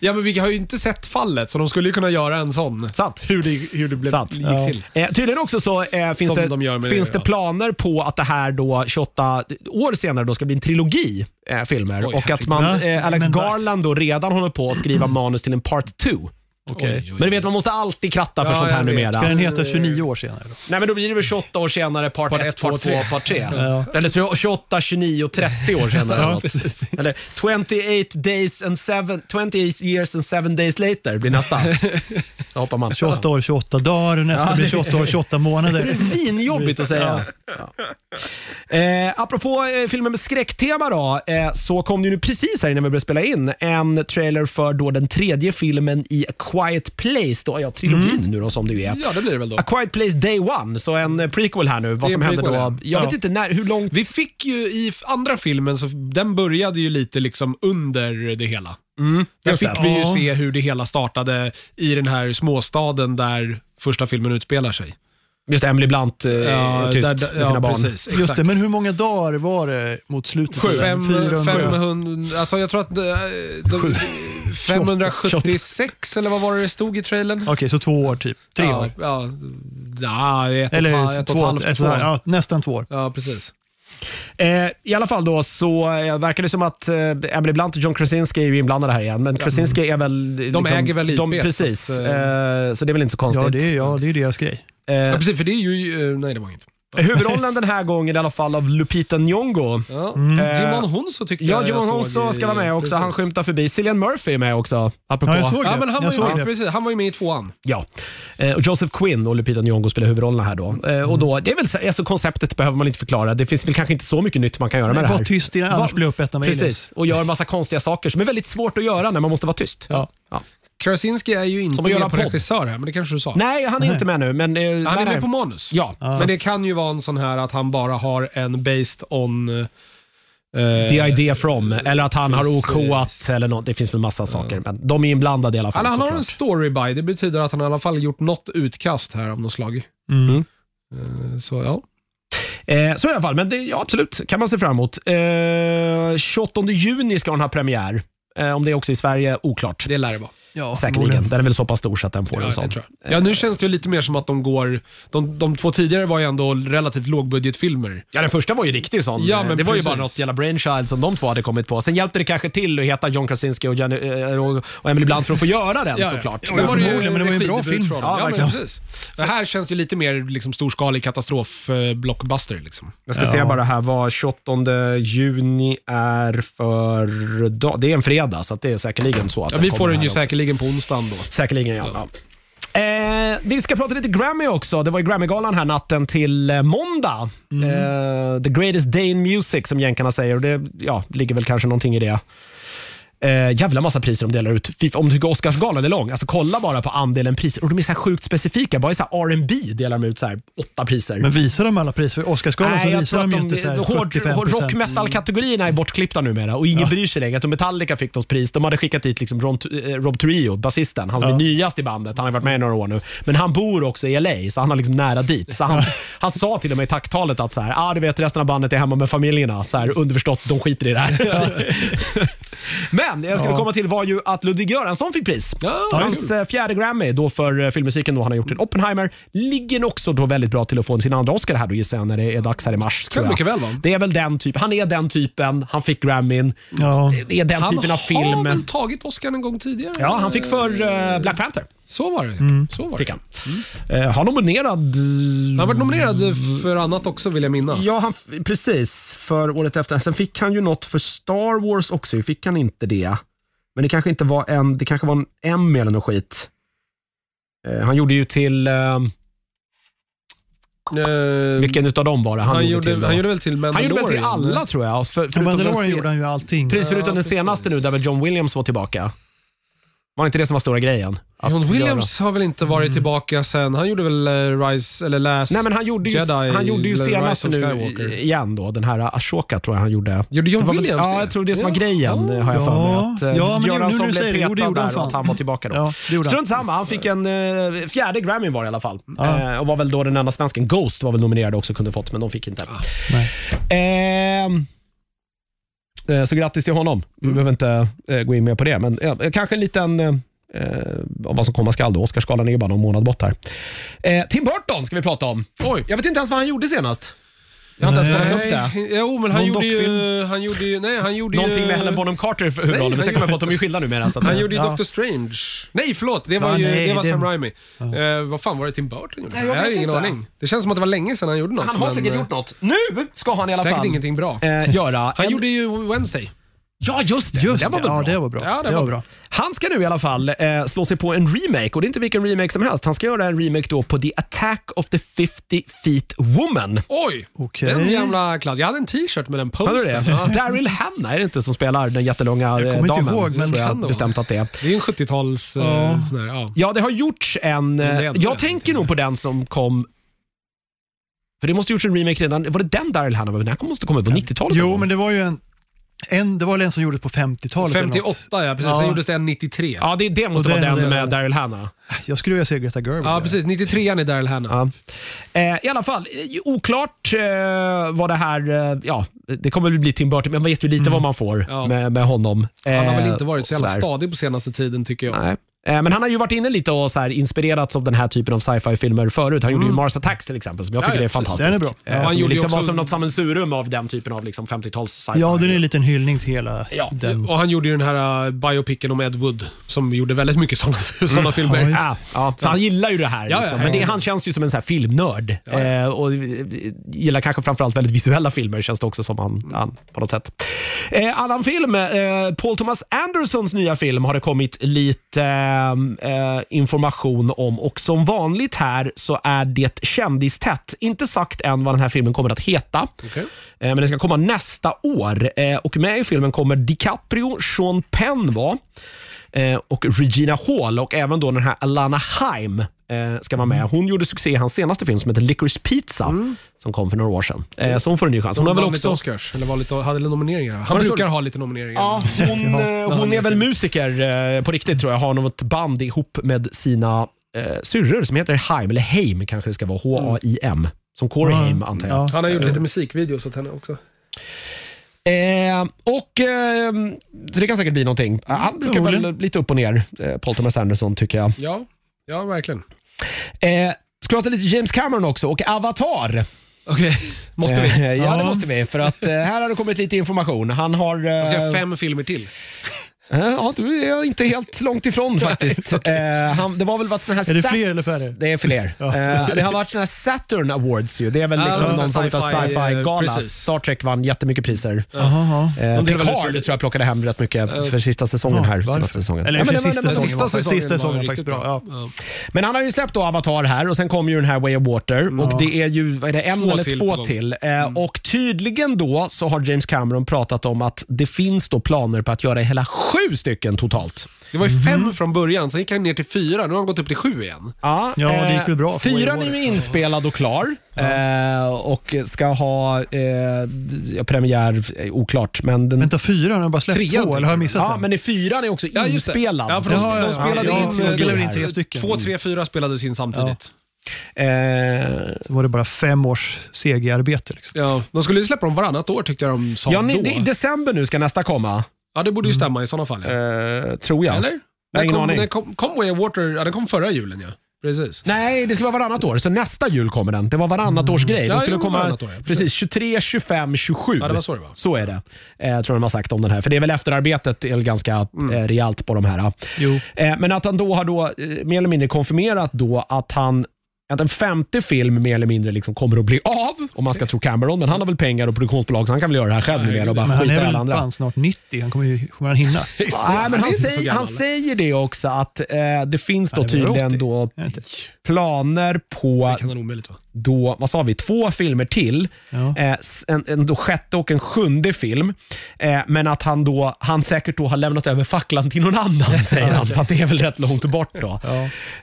Speaker 3: Ja, men vi har ju inte sett fallet, så de skulle ju kunna göra en sån.
Speaker 1: Sant.
Speaker 3: Hur det, hur det blev,
Speaker 1: Sant.
Speaker 3: gick
Speaker 1: Ja.
Speaker 3: till.
Speaker 1: Eh, tydligen också så eh, finns,
Speaker 3: Som
Speaker 1: det,
Speaker 3: de gör med
Speaker 1: finns
Speaker 3: det,
Speaker 1: det
Speaker 3: ja.
Speaker 1: planer på att det här då 28 år senare då ska bli en trilogi eh, filmer
Speaker 3: Oj,
Speaker 1: och att man,
Speaker 2: herregud.
Speaker 1: eh, Alex
Speaker 2: Men vad- Mm.
Speaker 1: Garland då redan håller på att skriva manus till en part 2.
Speaker 2: Okej.
Speaker 3: Oj, oj, oj.
Speaker 1: Men du vet, man måste alltid kratta för
Speaker 3: Ja,
Speaker 1: sånt här
Speaker 3: jag vet.
Speaker 1: numera.
Speaker 2: Ska den heta 29 år senare? Då?
Speaker 1: Nej, men då blir det väl 28 år senare, part 1,
Speaker 3: ett,
Speaker 1: part
Speaker 3: två,
Speaker 1: 2,
Speaker 3: tre.
Speaker 1: part 3.
Speaker 2: Ja.
Speaker 1: Eller så 28, 29 och 30 år senare. eller
Speaker 2: Ja,
Speaker 1: något.
Speaker 2: precis.
Speaker 1: Eller 28 days and seven, 28 years and seven days later blir nästa. Så hoppar man.
Speaker 2: 28 år, 28 dagar och nästa blir 28 år, 28 månader.
Speaker 1: Svinjobbigt att säga. Ja. Eh, apropå eh, filmer med skräcktema då, eh, så kom det ju nu precis här innan vi började spela in en trailer för då den tredje filmen i A Quiet Place, då, ja, trilogin
Speaker 3: Mm.
Speaker 1: nu då som det ju är.
Speaker 3: Ja, det blir det väl då.
Speaker 1: A Quiet Place Day One, så en eh, prequel här nu. Vad
Speaker 3: Det är
Speaker 1: som
Speaker 3: en
Speaker 1: händer då.
Speaker 3: prequel,
Speaker 1: Jag
Speaker 3: ja.
Speaker 1: vet inte när, hur långt...
Speaker 3: Vi fick ju i f- andra filmen, så den började ju lite liksom under det hela. Där
Speaker 1: Mm, just
Speaker 3: fick
Speaker 1: det.
Speaker 3: vi ju
Speaker 2: Ja.
Speaker 3: se hur det hela startade i den här småstaden där första filmen utspelar sig.
Speaker 1: Just Emily Blunt eh, är tyst
Speaker 3: där- där-
Speaker 1: med sina barn.
Speaker 3: Precis, exakt.
Speaker 2: Just det, men hur många dagar var det mot slutet?
Speaker 3: Sju.
Speaker 2: Fem,
Speaker 3: Fem-
Speaker 2: 400.
Speaker 3: 500, alltså jag tror att eh, de, 576 eller vad var det det stod i trailern?
Speaker 2: Okej, så två år typ. Tre
Speaker 3: ja,
Speaker 2: år.
Speaker 3: Ja, ja, ett,
Speaker 2: Eller
Speaker 3: och, ett, ett, och ett halvt.
Speaker 2: ett,
Speaker 3: Två.
Speaker 2: ja, nästan två år.
Speaker 3: Ja, precis.
Speaker 1: Eh, I alla fall då så eh, verkar det som att eh, Emily Blunt och John Krasinski är ju inblandade här igen, men Krasinski är väl... De
Speaker 3: äger väl IP,
Speaker 1: de,
Speaker 3: så att,
Speaker 1: Precis,
Speaker 3: eh,
Speaker 1: eh, så det är väl inte så konstigt.
Speaker 2: Ja, det är, ja, det är deras grej.
Speaker 1: Eh,
Speaker 3: Ja, precis, för det är ju... eh, Nej, det var inget.
Speaker 1: Huvudrollen den här gången i alla fall av Lupita Nyong'o.
Speaker 3: Ja.
Speaker 1: Eh,
Speaker 3: Jimon Honso tyckte
Speaker 1: Ja,
Speaker 3: jag
Speaker 1: Jimon
Speaker 3: såg
Speaker 1: Honso
Speaker 3: i-
Speaker 1: ska vara med också. Han
Speaker 3: precis.
Speaker 1: skymtar förbi. Cillian Murphy är med också, apropå.
Speaker 2: Ja, jag såg det.
Speaker 3: Ja, men han,
Speaker 2: jag
Speaker 3: var
Speaker 2: såg
Speaker 3: ju, ja,
Speaker 2: det.
Speaker 3: precis, han var ju med i tvåan.
Speaker 1: Ja. Eh, och Joseph Quinn och Lupita Nyong'o spelar huvudrollerna här. Då. Eh, och
Speaker 3: Mm.
Speaker 1: då, det är väl, så- alltså, konceptet behöver man inte förklara. Det finns väl kanske inte så mycket nytt man kan göra med det
Speaker 2: Var
Speaker 1: här.
Speaker 2: tyst innan, annars
Speaker 1: Var-
Speaker 2: blir jag uppäten med aliens.
Speaker 1: Precis, och gör massa konstiga saker som är väldigt svårt att göra när man måste vara tyst.
Speaker 2: Ja.
Speaker 3: Krasinski är ju inte
Speaker 1: Som att göra
Speaker 3: med på
Speaker 1: podd.
Speaker 3: regissör här, men det kanske du sa.
Speaker 1: Nej, han är
Speaker 2: Nej.
Speaker 1: inte med nu. Men, eh,
Speaker 3: Han
Speaker 1: nej,
Speaker 3: är med
Speaker 1: nej.
Speaker 3: på manus.
Speaker 1: Ja,
Speaker 3: Men
Speaker 1: så
Speaker 3: det
Speaker 1: det
Speaker 3: kan ju vara en sån här att han bara har en based on... eh,
Speaker 1: The idea from, eller att han
Speaker 3: Precis.
Speaker 1: har OKat eller något. Det finns väl massa saker. Men de är inblandade i alla fall
Speaker 3: Eller han har en
Speaker 1: såklart.
Speaker 3: story by. Det betyder att han i alla fall gjort något utkast här av något slag.
Speaker 2: Mm.
Speaker 3: Eh, Så ja.
Speaker 1: Eh, så i alla fall, men det, ja, absolut kan man se fram emot. Eh, 28 juni ska den ha premiär. Eh, om det är också i Sverige, oklart.
Speaker 3: Det lär det vara.
Speaker 2: Ja,
Speaker 1: Säkerligen. Den är väl så pass stor så att den får
Speaker 3: Ja,
Speaker 1: en
Speaker 3: det
Speaker 1: sån.
Speaker 3: tror jag. ja, nu känns det ju lite mer som att de går... De, de två tidigare var ju ändå relativt lågbudgetfilmer.
Speaker 1: Ja, den första var ju riktig sån. Eh,
Speaker 3: Ja, men
Speaker 1: det var
Speaker 3: precis.
Speaker 1: ju bara något jävla brainchild som de två hade kommit på. Sen hjälpte det kanske till att heta John Krasinski och, Jenny, eh, och- och Emily Blunt för att få göra den såklart.
Speaker 2: Ja,
Speaker 1: Så-
Speaker 2: var det- förmodligen, men var ju en bra
Speaker 3: regidebut
Speaker 2: film.
Speaker 3: från dem.
Speaker 1: Ja,
Speaker 3: Ja, men
Speaker 1: verkligen.
Speaker 3: precis. Det här känns ju lite mer liksom, storskalig katastrof-blockbuster. Liksom.
Speaker 1: Jag ska se bara här vad 28 juni är för dag. Det är en fredag, så att det är säkerligen så att
Speaker 3: Ja, vi
Speaker 1: kommer
Speaker 3: får den
Speaker 1: här
Speaker 3: ju
Speaker 1: också.
Speaker 3: säkerligen på onsdagen då.
Speaker 1: Säkerligen, ja. ja. Eh, vi ska prata lite Grammy också. Det var ju Grammygalan här natten till eh, måndag.
Speaker 3: Mm.
Speaker 1: Eh, the greatest day in music som jänkarna säger och det ja, ligger väl kanske någonting i det. Eh, jävla massa priser de delar ut. Fy- Om du tycker Oscarsgalan är lång, alltså kolla bara på andelen priser. Och de är så här sjukt specifika. Bara i så här R&B delar de ut så här åtta priser.
Speaker 2: Men visar de alla priser? För Oscarsgalan så visar de ju inte så här
Speaker 1: hård,
Speaker 2: 75
Speaker 1: hård- rock metal-kategorierna är bortklippta numera och ingen bryr sig längre. Att om Metallica fick något pris, de hade skickat dit liksom Ron, eh, Rob Trujillo, basisten, han som är nyast i bandet. Han har varit med i några år nu. Men han bor också i LA, så han har liksom nära dit. Så han, han sa till och med i tacktalet att så här, ah, du vet resten av bandet är hemma med familjerna. Så här, underförstått, de skiter i det här. Typ. Men det jag skulle komma till var ju att Ludvig Göransson fick pris.
Speaker 3: Ja,
Speaker 1: Hans eh, fjärde Grammy då för eh, filmmusiken då han har gjort till Oppenheimer ligger också då väldigt bra till att få sin andra Oscar här då gissar jag när det är dags här i mars.
Speaker 3: Kan
Speaker 1: tror jag.
Speaker 3: mycket väl vara.
Speaker 1: Det är väl den typen. Han är den typen. Han fick Grammyn.
Speaker 2: Ja.
Speaker 1: Det är den
Speaker 3: Han
Speaker 1: typen av
Speaker 3: har väl
Speaker 1: film.
Speaker 3: tagit Oscar en gång tidigare?
Speaker 1: Ja, han fick för eh, Black Panther.
Speaker 3: Så var det.
Speaker 2: Mm.
Speaker 3: Så var det.
Speaker 1: Fick han. Eh, han nominerad...
Speaker 3: Han har varit nominerad för annat också vill jag minnas.
Speaker 1: Mm. Ja, han, precis. För året efter. Sen fick han ju något för Star Wars också. Hur Fick han inte det? Men det kanske inte var en, det kanske var en Emmy eller något skit. Eh, han gjorde ju till... Eh,
Speaker 3: Eh,
Speaker 1: Vilken utav dem var det han,
Speaker 3: han,
Speaker 1: gjorde, till?
Speaker 3: gjorde,
Speaker 1: då?
Speaker 3: han gjorde väl till Mandalorian?
Speaker 1: han
Speaker 3: eh,
Speaker 1: gjorde väl till alla tror jag. För,
Speaker 2: För
Speaker 1: förutom den
Speaker 2: Mandalorian
Speaker 1: se-
Speaker 2: gjorde han ju allting.
Speaker 1: Precis, förutom
Speaker 3: Ja,
Speaker 1: den senaste nu
Speaker 3: precis.
Speaker 1: där väl John Williams var tillbaka. Var inte det som var stora grejen? Att
Speaker 3: John
Speaker 1: göra- Mm.
Speaker 3: Williams har väl inte varit tillbaka sen, han gjorde väl eh, Rise, eller Last
Speaker 1: Nej men han gjorde ju,
Speaker 3: Jedi,
Speaker 1: han gjorde ju
Speaker 3: eller Rise
Speaker 1: senast
Speaker 3: of
Speaker 1: nu
Speaker 3: Skywalker.
Speaker 1: igen då, den här Ashoka tror jag han gjorde.
Speaker 3: Gjorde John
Speaker 1: Det var väl-
Speaker 3: Williams
Speaker 1: Ja,
Speaker 3: det?
Speaker 1: jag tror det som var
Speaker 3: Ja.
Speaker 1: grejen har jag för mig.
Speaker 2: Ja.
Speaker 1: Att eh,
Speaker 2: Ja, men det-
Speaker 1: Göransson
Speaker 2: nu när du
Speaker 1: blev
Speaker 2: säger det, jo,
Speaker 1: petad
Speaker 2: det gjorde han
Speaker 1: där och att
Speaker 2: fan.
Speaker 1: han var tillbaka då.
Speaker 2: Ja, det gjorde han.
Speaker 1: Strunt samma, han fick en eh, fjärde Grammy var det i alla fall. Eh, och var väl då den enda svensken. Ghost var väl nominerad också kunde fått, men de fick
Speaker 2: Ah,
Speaker 1: inte.
Speaker 2: Nej.
Speaker 1: Ehm, eh, så grattis till honom. Vi
Speaker 3: Mm.
Speaker 1: behöver inte eh, gå in mer på det, men eh, kanske en liten eh, eh, om vad som komma skall då. Oscarsgalan är ju bara någon månad bort här. Eh, Tim Burton ska vi prata om.
Speaker 3: Oj.
Speaker 1: Jag vet inte ens vad han gjorde senast. Jag har inte ens kollat upp det.
Speaker 3: Nej, eh, jo, men han
Speaker 2: Någon
Speaker 3: gjorde, ju,
Speaker 2: dockfilm?
Speaker 3: han gjorde ju... Nej, han gjorde
Speaker 1: Någonting
Speaker 3: ju...
Speaker 1: med Helen Bonham Carter för
Speaker 3: Nej,
Speaker 1: huvudrollen, men
Speaker 3: han
Speaker 1: sen kom jag
Speaker 3: gjorde-
Speaker 1: på att de är skilda numera. Så att,
Speaker 3: Han gjorde ju
Speaker 2: Ja.
Speaker 3: Doctor Strange. Nej, förlåt. Det var,
Speaker 2: Ja,
Speaker 3: ju,
Speaker 2: nej,
Speaker 3: det var
Speaker 2: det-
Speaker 3: Sam Raimi. Eh, vad fan var det Tim Burton gjorde?
Speaker 1: Nej, jag
Speaker 3: har
Speaker 1: vet
Speaker 3: ingen
Speaker 1: inte.
Speaker 3: aning. Det känns som att det var länge sedan han gjorde något.
Speaker 1: han har
Speaker 3: men,
Speaker 1: säkert
Speaker 3: eh,
Speaker 1: gjort något. Nu ska han i alla
Speaker 3: Säkert
Speaker 1: fall
Speaker 3: ingenting bra.
Speaker 1: eh, göra.
Speaker 3: Han
Speaker 1: en-
Speaker 3: gjorde ju Wednesday.
Speaker 1: Ja, just det.
Speaker 2: Just
Speaker 1: det var
Speaker 2: det,
Speaker 1: väl bra.
Speaker 2: ja det var bra.
Speaker 3: Ja, det
Speaker 2: det,
Speaker 3: var
Speaker 2: var bra.
Speaker 1: Han ska nu i alla fall eh, slå sig på en remake och det är inte vilken remake som helst. Han ska göra en remake då på The Attack of the 50 Feet Woman.
Speaker 3: Oj!
Speaker 2: Okej.
Speaker 3: Den jämla klass. Jag hade en t-shirt med den
Speaker 1: Hörde du
Speaker 3: posten.
Speaker 1: det?
Speaker 3: Ja.
Speaker 1: Daryl Hannah är det inte som spelar den jättelånga eh,
Speaker 2: kommer inte
Speaker 1: damen?
Speaker 2: ihåg, men
Speaker 1: tror
Speaker 3: kan det
Speaker 1: jag
Speaker 3: vara.
Speaker 1: bestämt att det är.
Speaker 3: Det är ju en 70-tals... eh, sån här, Ja.
Speaker 1: Ja, det har gjorts en...
Speaker 3: är
Speaker 1: eh,
Speaker 3: ändå
Speaker 1: Jag
Speaker 3: rätt
Speaker 1: tänker
Speaker 3: lite
Speaker 1: nog
Speaker 3: mer.
Speaker 1: på den som kom... För det måste ha gjorts en remake redan. Var det den Daryl Hannah? var med? Den här måste komma ut på 90-talet.
Speaker 2: Jo, men det var ju en, en, det var väl en som gjordes på 50-talet. eller något.
Speaker 3: 58 ja, precis. Sen
Speaker 2: Ja.
Speaker 3: gjordes det en 93.
Speaker 1: Ja, det, det måste
Speaker 2: Och
Speaker 1: vara
Speaker 2: den- eh,
Speaker 1: den,
Speaker 2: den-
Speaker 1: med Daryl Hannah.
Speaker 2: Jag skulle vilja se Greta Gerwig.
Speaker 3: Ja,
Speaker 2: där.
Speaker 3: precis. 93an är Daryl Hannah.
Speaker 1: Ja. Eh, I alla fall, eh, oklart eh, vad det här... Eh, ja, det kommer väl bli Tim Burton, men man vet ju lite vad man får
Speaker 3: Mm. Ja.
Speaker 1: med, med honom.
Speaker 3: Han har
Speaker 1: Eh,
Speaker 3: väl inte varit så
Speaker 1: och
Speaker 3: jävla
Speaker 1: sådär.
Speaker 3: stadig på senaste tiden tycker jag.
Speaker 1: Nej. Eh, Men han har ju varit inne lite och så här inspirerats av den här typen av sci-fi-filmer förut. Han gjorde ju Mars Attacks till exempel, som jag
Speaker 3: Ja,
Speaker 1: tycker
Speaker 3: Mm. ja,
Speaker 1: är
Speaker 3: precis.
Speaker 1: fantastisk.
Speaker 2: Den är bra.
Speaker 1: Eh,
Speaker 2: Ja, han
Speaker 1: som
Speaker 3: gjorde ju
Speaker 1: liksom var
Speaker 3: också-
Speaker 1: som något sammensurum av den typen av liksom 50-tals sci-fi.
Speaker 2: Ja, den är en liten hyllning till hela den.
Speaker 3: Och han gjorde ju den här uh, biopicen om Ed Wood, som gjorde väldigt mycket sådana
Speaker 1: Mm.
Speaker 3: såna filmer.
Speaker 2: Ja, just-
Speaker 1: Ja, ja, så han gillar ju det här.
Speaker 3: Ja, ja,
Speaker 1: liksom.
Speaker 3: ja,
Speaker 1: Men det,
Speaker 3: ja.
Speaker 1: han känns ju som en så här filmnörd.
Speaker 3: Ja, ja.
Speaker 1: Eh, och eh, gillar kanske framförallt väldigt visuella filmer, känns det också som han,
Speaker 3: Mm.
Speaker 1: han på något sätt. Eh, annan film, eh, Paul Thomas Andersons nya film har det kommit lite eh, eh, information om. Och som vanligt här så är det kändistätt. Inte sagt än vad den här filmen kommer att heta.
Speaker 3: Okej.
Speaker 1: Eh, Men den ska komma nästa år. Eh, Och Med i filmen kommer DiCaprio, Sean Penn va? Eh, och Regina Hall och även då den här Alana Haim eh, ska vara med. Hon gjorde succé i hans senaste film som heter Licorice Pizza som kom för några år sedan. Eh, Så hon får en ny chans. Hon har väl
Speaker 3: vann lite
Speaker 1: också...
Speaker 3: Oscars, eller var lite, hade lite nomineringar. Han
Speaker 1: Var det så?
Speaker 3: brukar ha lite nomineringar.
Speaker 1: Ja, hon, eh, hon är väl musiker eh, på riktigt tror jag. Har något band ihop med sina eh, syrror som heter Haim, eller Haim kanske det ska vara. H-A-I-M. Som Corey Haim antar jag.
Speaker 2: Ja.
Speaker 3: Han har gjort lite musikvideos åt henne också.
Speaker 1: Eh, och, eh, så det kan säkert bli någonting. Han brukar väl
Speaker 2: förmodligen.
Speaker 1: lite upp och ner, eh, Paul Thomas Anderson tycker jag.
Speaker 3: Ja, ja verkligen.
Speaker 1: Eh, ska vi prata lite James Cameron också och Avatar?
Speaker 3: Okej, måste vi?
Speaker 1: Eh, ja, det
Speaker 2: Ja.
Speaker 1: måste vi. För att eh, här har det kommit lite information. Han har... Eh,
Speaker 3: Ska jag fem filmer till?
Speaker 1: eh, ja, du är inte helt långt ifrån faktiskt. eh, han, det var väl varit såna här
Speaker 2: Är det
Speaker 1: Sat-
Speaker 2: fler eller färre?
Speaker 1: Det är fler. eh, det har varit såna här Saturn Awards ju. Det är väl
Speaker 3: Ja,
Speaker 1: liksom
Speaker 3: det var
Speaker 1: någon
Speaker 3: så här
Speaker 1: form av
Speaker 3: sci-fi, eh,
Speaker 1: sci-fi-gala.
Speaker 3: precis.
Speaker 1: Star Trek vann jättemycket priser.
Speaker 2: Aha, ja.
Speaker 1: Eh,
Speaker 3: De delar väl
Speaker 1: Picard
Speaker 3: ut-
Speaker 1: tror jag plockade hem rätt mycket för sista säsongen
Speaker 2: Eh, Ja,
Speaker 1: här.
Speaker 2: varför?
Speaker 1: Senaste säsongen.
Speaker 2: Eller
Speaker 1: Ja, men
Speaker 2: för
Speaker 1: det var-
Speaker 2: sista
Speaker 1: det var-
Speaker 2: säsongen
Speaker 1: sista
Speaker 2: var- för
Speaker 1: säsongen.
Speaker 2: sista säsongen
Speaker 3: var
Speaker 2: var faktiskt
Speaker 3: riktigt
Speaker 2: bra. Ja.
Speaker 1: Men han har ju släppt då Avatar här och sen kom ju den här Way of Water och det är ju vad är det, en
Speaker 3: Två
Speaker 1: eller
Speaker 3: till på
Speaker 1: två
Speaker 3: gång.
Speaker 1: till. Eh,
Speaker 2: Mm.
Speaker 1: Och tydligen då så har James Cameron pratat om att det finns då planer på att göra hela sju stycken totalt.
Speaker 3: Det var ju
Speaker 1: Mhm.
Speaker 3: fem från början, sen gick han ner till fyra. Nu har han gått upp till sju igen.
Speaker 1: Ja,
Speaker 2: Ja, det
Speaker 1: eh,
Speaker 2: gick väl bra för Way of
Speaker 1: Fyran är
Speaker 2: Water.
Speaker 1: ju inspelad och klar eh, och ska ha eh, premiär, eh, oklart, men den
Speaker 2: Vänta, fyra? Har jag bara släppt
Speaker 3: Trean,
Speaker 2: två? Eller har jag missat
Speaker 1: typ. Ja,
Speaker 2: den?
Speaker 1: men i fyran är också
Speaker 3: Ja, just det.
Speaker 1: inspelad.
Speaker 3: Ja, för de,
Speaker 2: Jaha,
Speaker 3: de
Speaker 2: ja,
Speaker 3: spelade
Speaker 2: ja,
Speaker 3: in,
Speaker 2: ja, de spelade
Speaker 3: eh,
Speaker 2: in tre stycken.
Speaker 3: Två, tre, fyra spelades in samtidigt.
Speaker 1: Eh,
Speaker 2: Så var det bara fem års CG-arbete. Liksom.
Speaker 3: Ja. de skulle ju släppa dem varannat år tyckte jag de sa
Speaker 1: ja, ni,
Speaker 3: då.
Speaker 1: det, i december nu ska nästa komma,
Speaker 3: ja, det borde ju stämma i sådana fall. Ja.
Speaker 1: eh, tror jag.
Speaker 3: Eller?
Speaker 1: Jag har
Speaker 3: När
Speaker 1: ingen
Speaker 3: kom,
Speaker 1: aning.
Speaker 3: när kom, kom Way of Water? Ja, den kom förra julen ja. Precis.
Speaker 1: Nej, det skulle vara varannat år, så nästa jul kommer den. Det var varannat års grej.
Speaker 3: Mm. Ja,
Speaker 1: Den skulle
Speaker 3: jo,
Speaker 1: komma
Speaker 3: varannat år, ja, precis.
Speaker 1: precis 23, 25, 27.
Speaker 3: Ja, det var så det var.
Speaker 1: Så är det, eh, tror jag de har sagt om den här. För det är väl efterarbetet är väl ganska
Speaker 3: Mm.
Speaker 1: eh, rejält på de här.
Speaker 2: Jo.
Speaker 1: Eh, men att han då har då, eh, mer eller mindre konfirmerat då att han att en femte film mer eller mindre liksom kommer att bli av, om man ska tro Cameron. Men han har väl pengar och produktionsbolag så han kan väl göra det här själv numera och bara
Speaker 2: Men han
Speaker 1: skita i
Speaker 2: är väl
Speaker 1: alla andra.
Speaker 2: fan snart 90? Han kommer, ju, kommer han hinna?
Speaker 1: Nej, men
Speaker 3: Han
Speaker 1: han,
Speaker 3: är inte så
Speaker 1: säger, han
Speaker 3: gammal.
Speaker 1: säger det också att eh, det finns då
Speaker 2: Han är väl
Speaker 1: tydligen
Speaker 2: 80.
Speaker 1: då
Speaker 2: Jag vet inte.
Speaker 1: planer på
Speaker 3: Det kan vara omöjligt va?
Speaker 1: då, vad sa vi, två filmer till.
Speaker 2: Ja.
Speaker 1: Eh, en, en då sjätte och en sjunde film. Eh, men att han, då, han säkert då har lämnat över facklan till någon annan, säger han. Så att det är väl rätt långt bort då.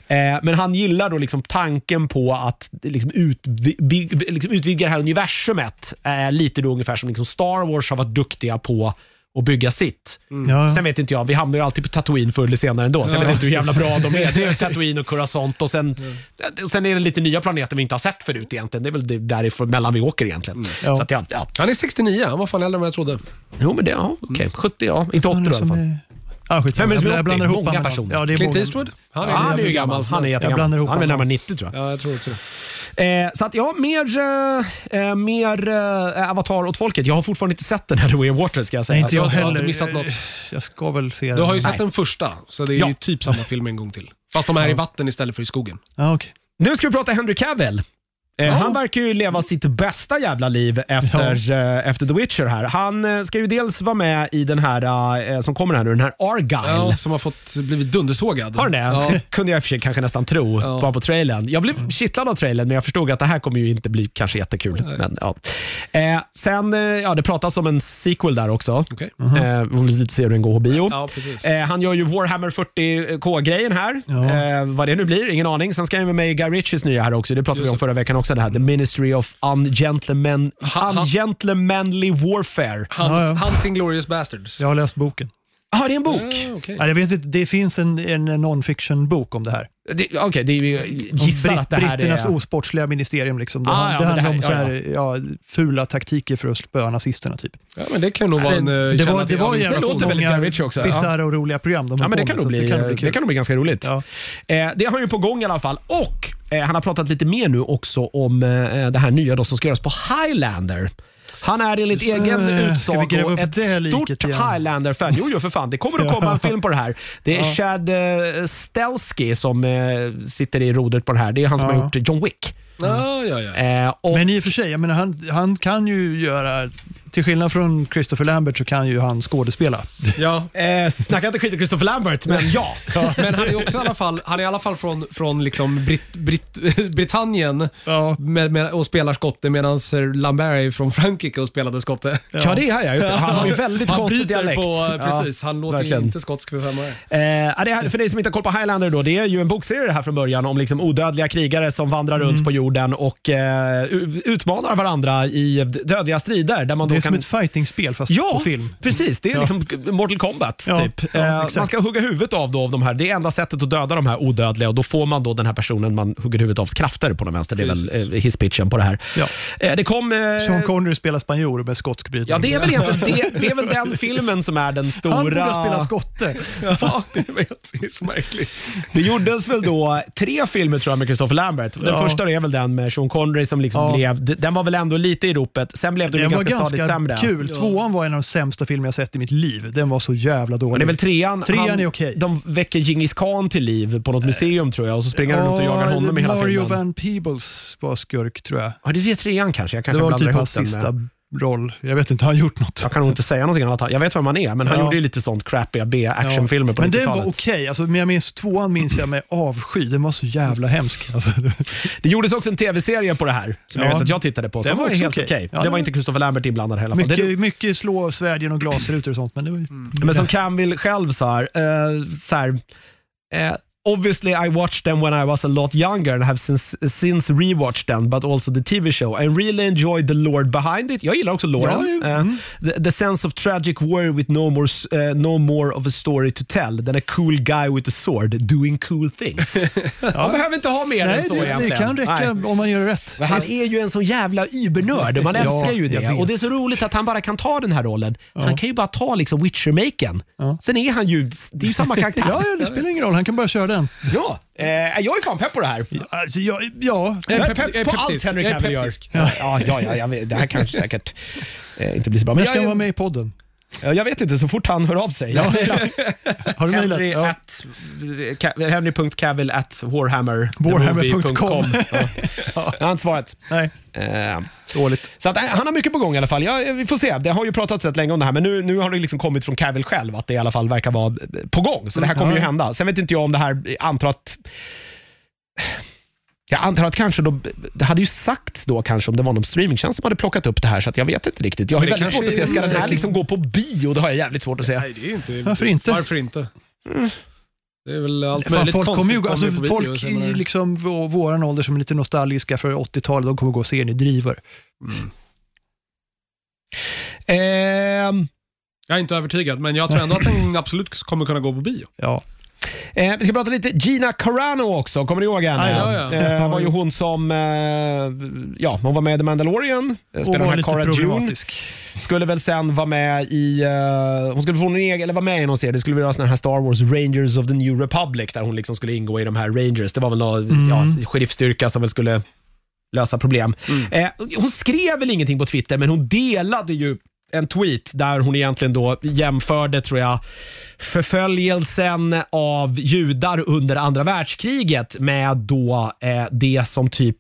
Speaker 1: Eh, men han gillar då liksom tanken på att liksom utvi- big- liksom utvidga det här universumet. Eh, lite då ungefär som liksom Star Wars har varit duktiga på att bygga sitt.
Speaker 2: Ja.
Speaker 1: Sen vet inte jag, vi hamnar ju alltid på Tatooine förr eller senare ändå, så jag vet inte hur jävla bra de är. Det är Tatooine och Coruscant och sen, och sen är det lite nya planeter vi inte har sett förut egentligen. Det är väl det därifrån mellan vi åker egentligen.
Speaker 2: Ja.
Speaker 1: Så att jag, ja.
Speaker 3: Han är 69, han var fan äldre än vad jag trodde.
Speaker 1: Jo men det, ja, okej. 70, ja. Inte 80
Speaker 2: Han
Speaker 1: då,
Speaker 2: är
Speaker 1: i alla
Speaker 2: som
Speaker 1: fall.
Speaker 2: är... Ah, skit,
Speaker 1: Vem är det som är
Speaker 2: jag
Speaker 1: 80?
Speaker 2: blandar ihop
Speaker 1: Många
Speaker 2: han med någon.
Speaker 1: personer.
Speaker 2: Ja, det är
Speaker 3: Clint
Speaker 2: många.
Speaker 3: Eastwood?
Speaker 1: Ja,
Speaker 3: Han är,
Speaker 1: han är ju
Speaker 2: hur
Speaker 1: gammal.
Speaker 2: gammal som
Speaker 1: Han är
Speaker 2: helst. liksom, Jag
Speaker 1: jättegammal.
Speaker 2: blandar ihop
Speaker 1: Han är
Speaker 2: alla.
Speaker 1: närmare 90 tror jag.
Speaker 3: Ja, jag tror också det.
Speaker 1: Eh, så att ja, mer, eh, eh, mer eh, Avatar åt folket. Jag har fortfarande inte sett den här The Way of Water ska jag säga.
Speaker 2: Nej, inte jag
Speaker 3: Jag har inte
Speaker 2: heller.
Speaker 3: missat något.
Speaker 2: Jag ska väl se
Speaker 3: Du
Speaker 2: den.
Speaker 3: har ju sett
Speaker 1: Nej.
Speaker 3: den första, så det är
Speaker 1: Ja.
Speaker 3: ju typ samma film en gång till. Fast de är i vatten istället för i skogen.
Speaker 2: Ja, okej.
Speaker 1: Nu ska vi prata Henry Cavill. Eh, Han verkar ju leva sitt bästa jävla liv efter, eh, efter The Witcher här. Han eh, ska ju dels vara med i den här eh, som kommer här nu, den här Argyle.
Speaker 3: Ja, som har fått blivit dundersågad.
Speaker 1: Har den det?
Speaker 3: Ja.
Speaker 1: Det kunde jag i och för sig kanske nästan tro,
Speaker 3: Ja. Mm.
Speaker 1: bara på trailern. Jag blev kittlad av trailern, men jag förstod att det här kommer ju inte bli kanske jättekul. Men, ja. eh, sen, eh, ja, det pratas om en sequel där också.
Speaker 3: Okej.
Speaker 1: Eh, vi får lite se hur den går på bio.
Speaker 3: Ja, precis.
Speaker 1: Eh, han gör ju Warhammer 40K-grejen här. Eh, vad det nu blir, ingen aning. Sen ska han ju vara med i Guy Ritchies nya här också. Det pratade vi om förra veckan också. Det här. The Ministry of Ungentleman,
Speaker 3: Ha- ha-
Speaker 1: Ungentlemanly Warfare.
Speaker 3: Hans,
Speaker 2: Ja, ja.
Speaker 3: hans Inglourious Bastards.
Speaker 2: Jag har läst boken.
Speaker 1: Ja, det är en bok.
Speaker 3: Ah, okej.
Speaker 2: Nej, jag vet inte, det finns en, en non-fiction-bok om det här.
Speaker 1: Det- Okej, det är ju
Speaker 2: Om
Speaker 1: gissar att det här
Speaker 2: britternas
Speaker 1: är...
Speaker 2: osportsliga ministerium. Liksom. Det,
Speaker 1: Ah,
Speaker 2: han-
Speaker 1: ja,
Speaker 2: det
Speaker 1: men det
Speaker 2: handlar
Speaker 1: här-
Speaker 2: om så
Speaker 1: ja,
Speaker 2: här, ja. fula taktiker för att spöa nazisterna. Typ.
Speaker 3: Ja, men det kan nog vara en eh,
Speaker 2: det,
Speaker 3: källa
Speaker 2: var, det
Speaker 3: till
Speaker 2: var
Speaker 3: övning.
Speaker 2: jävla
Speaker 1: det låter
Speaker 2: många
Speaker 1: väldigt Da Vinci också, ja.
Speaker 2: bisarra och roliga program de
Speaker 1: Ja,
Speaker 2: har
Speaker 1: men det
Speaker 2: på
Speaker 1: kan nog
Speaker 2: med, så
Speaker 1: bli,
Speaker 2: det kan nog bli
Speaker 1: det
Speaker 2: kul.
Speaker 1: kan nog bli ganska roligt.
Speaker 2: Ja.
Speaker 1: Eh, det har han ju på gång i alla fall. Och eh, han har pratat lite mer nu också om eh, det här nya då som ska göras på Highlander. Han är enligt
Speaker 2: Just det.
Speaker 1: egen
Speaker 2: eh, Ska vi gräva
Speaker 1: utsago
Speaker 2: upp
Speaker 1: ett
Speaker 2: det liket
Speaker 1: stort
Speaker 2: igen?
Speaker 1: Highlander-fan. Jo, jo, för fan. Det kommer att komma en film på det här. Det är Chad eh, Stelsky som eh, sitter i rodret på det här. Det är han som
Speaker 2: Ja.
Speaker 1: har gjort John Wick.
Speaker 3: Ja, ja, ja.
Speaker 1: Eh, och
Speaker 2: Men i och för sig, jag menar, han, han kan ju göra, till skillnad från Christopher Lambert så kan ju han skådespela.
Speaker 3: ja.
Speaker 1: Eh, snacka inte skit om Christopher Lambert, men ja.
Speaker 3: Men han är också i alla fall, han är i alla fall från, från liksom Brit, Brit, Britannien
Speaker 2: Ja.
Speaker 3: med, med, och spelar skotte medan Sir Lambert är från Frankrike och spelade skotte.
Speaker 1: Ja, det är han ja. Just det. Han har ju väldigt
Speaker 3: han
Speaker 1: konstig
Speaker 3: bryter
Speaker 1: dialekt.
Speaker 3: på, eh,
Speaker 2: eh,
Speaker 3: precis.
Speaker 1: Ja,
Speaker 3: han låter
Speaker 1: verkligen.
Speaker 3: ju inte skotsk för fem öre.
Speaker 1: Eh, ja, det här, för dig som inte har koll på Highlander, då, det är ju en bokserie det här från början om liksom odödliga krigare som vandrar
Speaker 2: Mm.
Speaker 1: runt på jorden och eh, u- utmanar varandra i d- dödliga strider. Där man
Speaker 2: Det
Speaker 1: då
Speaker 2: är
Speaker 1: kan...
Speaker 2: som ett fightingspel fast
Speaker 1: Ja,
Speaker 2: på film.
Speaker 1: precis. Det är liksom Mortal Kombat.
Speaker 2: Ja,
Speaker 1: typ.
Speaker 2: ja,
Speaker 1: Eh,
Speaker 2: exakt.
Speaker 1: man ska hugga huvudet av, då, av de här. Det är enda sättet att döda de här odödliga och då får man då den här personen man hugger huvudet avs krafter på den vänster. Det är väl eh, hisspitchen på det här.
Speaker 2: Ja.
Speaker 1: Eh, det kom... eh,
Speaker 2: Sean Connery spelar spanjor med skotsk brytning.
Speaker 1: Ja, det är, väl egentligen, det, det är väl den filmen som är den stora...
Speaker 2: Han borde spela skotte.
Speaker 3: Ja, jag vet. Det är så märkligt.
Speaker 1: Det gjordes väl då tre filmer tror jag med Christopher Lambert. Den
Speaker 2: Ja.
Speaker 1: första är väl den med Sean Connery som liksom
Speaker 2: Ja.
Speaker 1: blev, d- den var väl ändå lite i ropet. Sen blev den ju
Speaker 2: Den var
Speaker 1: ganska, stadigt
Speaker 2: ganska
Speaker 1: sämre.
Speaker 2: kul. Tvåan var en av de sämsta filmer jag sett i mitt liv. Den var så jävla dålig.
Speaker 1: Men det är väl trean?
Speaker 2: Trean
Speaker 1: han,
Speaker 2: är okej.
Speaker 1: De väcker Djingis Khan till liv på något museum tror jag och så springer han runt och jagar honom i hela
Speaker 2: Mario
Speaker 1: filmen.
Speaker 2: Van Peebles var skurk tror jag.
Speaker 1: Ja, det är trean kanske. Jag kanske
Speaker 2: det var
Speaker 1: blandar
Speaker 2: typ
Speaker 1: ihop
Speaker 2: hans
Speaker 1: den med-
Speaker 2: sista roll. Jag vet inte, har han gjort något?
Speaker 1: Jag kan nog inte säga någonting annat. Jag vet vem han är, men han
Speaker 2: Ja.
Speaker 1: gjorde ju lite sånt crappiga B-actionfilmer på
Speaker 2: Men den
Speaker 1: 90-talet.
Speaker 2: var okej. Alltså, men jag minns, tvåan minns jag med avsky. Den var så jävla hemsk. Alltså,
Speaker 1: Det gjordes också en tv-serie på det här, som jag
Speaker 2: Ja.
Speaker 1: vet att jag tittade på, som
Speaker 2: Den
Speaker 1: var,
Speaker 2: var också
Speaker 1: helt okej.
Speaker 2: okej.
Speaker 1: det
Speaker 2: Ja, den
Speaker 1: var
Speaker 2: var-
Speaker 1: inte Christopher Lambert inblandad i alla fall. Det-
Speaker 2: mycket, mycket slå svärd genom glasrutor och sånt. Men det var, ju-
Speaker 1: Men som Camvill själv sa, eh, så här, eh, Obviously I watched them when I was a lot younger and have since, since rewatched them, but also the TV show. I really enjoyed the lore behind it. Jag gillar också
Speaker 2: Ja, Mm.
Speaker 1: loren.
Speaker 2: ju.
Speaker 1: Eh, the, the sense of tragic worry with no more, s- eh, no more of a story to tell than a cool guy with a sword doing cool things. Man behöver inte ha mer än
Speaker 2: nej,
Speaker 1: så
Speaker 2: det, det
Speaker 1: egentligen.
Speaker 2: kan räcka
Speaker 1: Nej.
Speaker 2: om man gör rätt.
Speaker 1: Men han är ju en sån jävla übernörd och man
Speaker 2: Ja,
Speaker 1: älskar ju
Speaker 2: jag
Speaker 1: det.
Speaker 2: vet.
Speaker 1: Och Det är så roligt att han bara kan ta den här rollen. Han kan ju bara ta liksom Witcher-maken. Sen är han ju, det är ju samma karaktär.
Speaker 2: Ja, ja, det spelar ingen roll. Han kan bara köra den.
Speaker 1: Ja. Eh, jag är fan pepp på det här.
Speaker 2: Alltså, ja, ja.
Speaker 1: Jag är
Speaker 3: pepp- jag
Speaker 1: pepp
Speaker 3: är
Speaker 1: på allt
Speaker 3: peptisk.
Speaker 1: Henry
Speaker 3: Jag är
Speaker 1: Cavill gör.
Speaker 3: peptisk.
Speaker 1: Ja, ja, ja, jag vet, det här kanske säkert eh, inte blir så bra. Men
Speaker 2: Jag ska
Speaker 1: jag,
Speaker 2: vara
Speaker 1: jag,
Speaker 2: med i podden.
Speaker 1: jag vet inte, så fort han hör av sig.
Speaker 2: Ja. Har du mejlat?
Speaker 1: Henry
Speaker 2: Ja.
Speaker 1: at, Ca- Henry.cavill at Warhammer. E
Speaker 2: Warhammer.com.
Speaker 1: Ja. Han har inte svarat.
Speaker 2: Nej,
Speaker 1: Eh,
Speaker 2: dåligt.
Speaker 1: Så att, eh, han har mycket på gång i alla fall. Ja, eh, vi får se. Det har ju pratats rätt länge om det här, men nu, nu har det liksom kommit från Cavill själv att det i alla fall verkar vara eh, på gång. Så det här kommer ju hända. Sen vet inte jag om det här, jag antar att jag antar att kanske då, det hade ju sagts då kanske om det var någon streamingtjänst som hade plockat upp det här, så att jag vet inte riktigt. Jag har
Speaker 3: Men det
Speaker 1: väldigt svårt att
Speaker 3: kanske
Speaker 1: se,
Speaker 3: är-
Speaker 1: ska den här liksom gå på bio? Det har jag jävligt svårt att se.
Speaker 3: Nej, det är ju inte...
Speaker 2: Varför inte?
Speaker 3: Varför inte? Det är väl allt
Speaker 2: Fan,
Speaker 3: möjligt
Speaker 2: folk kommer
Speaker 3: konstigt
Speaker 2: ju, alltså,
Speaker 3: på video
Speaker 2: folk
Speaker 3: sen, men-
Speaker 2: i liksom vå- våran ålder som är lite nostalgiska för 80-talet, de kommer gå och se den i driver.
Speaker 1: Ehm,
Speaker 3: Jag är inte övertygad, men jag tror ändå att den absolut kommer kunna gå på bio.
Speaker 2: Ja.
Speaker 1: Eh, vi ska prata lite Gina Carano också. Kommer ni ihåg henne?
Speaker 2: Ah,
Speaker 3: ja, ja.
Speaker 1: Eh, var ju hon som eh, ja, hon var med i The Mandalorian. eh,
Speaker 2: Och
Speaker 1: Spelade den
Speaker 2: var
Speaker 1: här
Speaker 2: lite
Speaker 1: Cara Dune.
Speaker 2: problematisk.
Speaker 1: Skulle väl sen vara med i, eh, hon skulle få en egen, eller vara med i någon serie. Det skulle väl vara sån här Star Wars Rangers of the New Republic där hon liksom skulle ingå i de här Rangers. Det var väl någon ja, sheriffstyrka som väl skulle lösa problem.
Speaker 2: Mm.
Speaker 1: Eh, hon skrev väl ingenting på Twitter, men hon delade ju en tweet där hon egentligen då jämförde, tror jag, förföljelsen av judar under andra världskriget med då eh, det som typ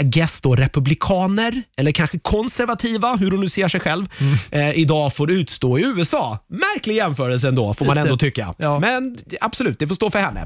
Speaker 1: I guess då republikaner, eller kanske konservativa, hur hon nu ser sig själv,
Speaker 2: Mm.
Speaker 1: eh, idag får utstå i USA. Märklig jämförelse ändå, får man
Speaker 2: Lite.
Speaker 1: ändå tycka.
Speaker 2: Ja.
Speaker 1: Men absolut, det får stå för henne.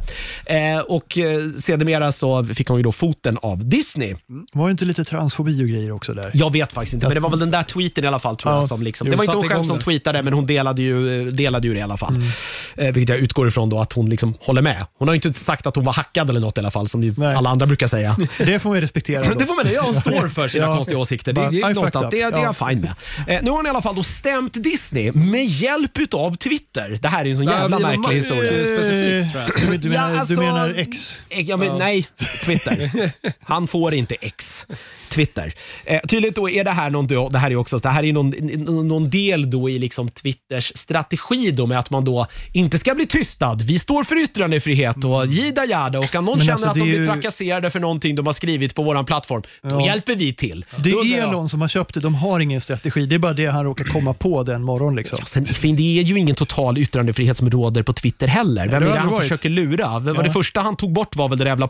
Speaker 1: Eh, och eh, sedermera så fick hon ju då foten av Disney.
Speaker 2: Var det inte lite transfobi och grejer också där?
Speaker 1: Jag vet faktiskt inte, men det var väl den där tweeten i alla fall. Tror jag,
Speaker 2: Ja,
Speaker 1: som liksom,
Speaker 2: jo,
Speaker 1: det var inte
Speaker 3: satte
Speaker 1: hon själv
Speaker 3: igång
Speaker 1: som
Speaker 3: det.
Speaker 1: tweetade, men hon delade ju, delade ju det i alla
Speaker 2: Mm.
Speaker 1: fall. Eh, vilket jag utgår ifrån då att hon liksom håller med. Hon har ju inte sagt att hon var hackad eller något i alla fall, som ju
Speaker 2: Nej.
Speaker 1: alla andra brukar säga.
Speaker 2: Det får man ju respektera. då.
Speaker 1: det får man Jag står för sina
Speaker 2: Ja.
Speaker 1: konstiga åsikter. Det,
Speaker 2: Bara,
Speaker 1: det,
Speaker 2: I
Speaker 1: är
Speaker 2: fucked
Speaker 1: någonstans,
Speaker 2: up.
Speaker 1: det, det är
Speaker 2: Ja.
Speaker 1: jag fine med. Eh, nu har ni i alla fall då stämt Disney med hjälp utav Twitter. Det här är en sån jävla
Speaker 3: Elon
Speaker 1: märklig
Speaker 3: Musk är
Speaker 1: historia.
Speaker 3: ju Specifikt, tror jag.
Speaker 2: Du, du, menar,
Speaker 1: Ja, alltså-
Speaker 2: du menar X?
Speaker 1: Eh, Ja, men, Nej, Twitter. Han får inte X. Twitter. Eh, tydligt då är det här någon, då- det här är också, det här är någon, någon- någon del då i liksom Twitters strategi då med att man då inte ska bli tystad. Vi står för yttrandefrihet och jida jada och om någon
Speaker 2: Mm. Men
Speaker 1: känner
Speaker 2: alltså,
Speaker 1: att
Speaker 2: det
Speaker 1: de
Speaker 2: är
Speaker 1: blir
Speaker 2: ju-
Speaker 1: trakasserade för någonting de har skrivit på våran plattform, då
Speaker 2: Ja.
Speaker 1: hjälper vi till.
Speaker 2: Det
Speaker 1: Då undrar
Speaker 2: är
Speaker 1: jag-
Speaker 2: Elon som har köpt det, de har ingen strategi. Det är bara det han råkar komma på den morgonen. Liksom.
Speaker 1: Sen, Finn, det är ju ingen total yttrandefrihet som råder på Twitter heller. Vem
Speaker 2: det
Speaker 1: är
Speaker 2: har
Speaker 1: det
Speaker 2: det
Speaker 1: han
Speaker 2: varit.
Speaker 1: försöker lura? Det, var
Speaker 2: Ja.
Speaker 1: det första han tog bort var väl det där jävla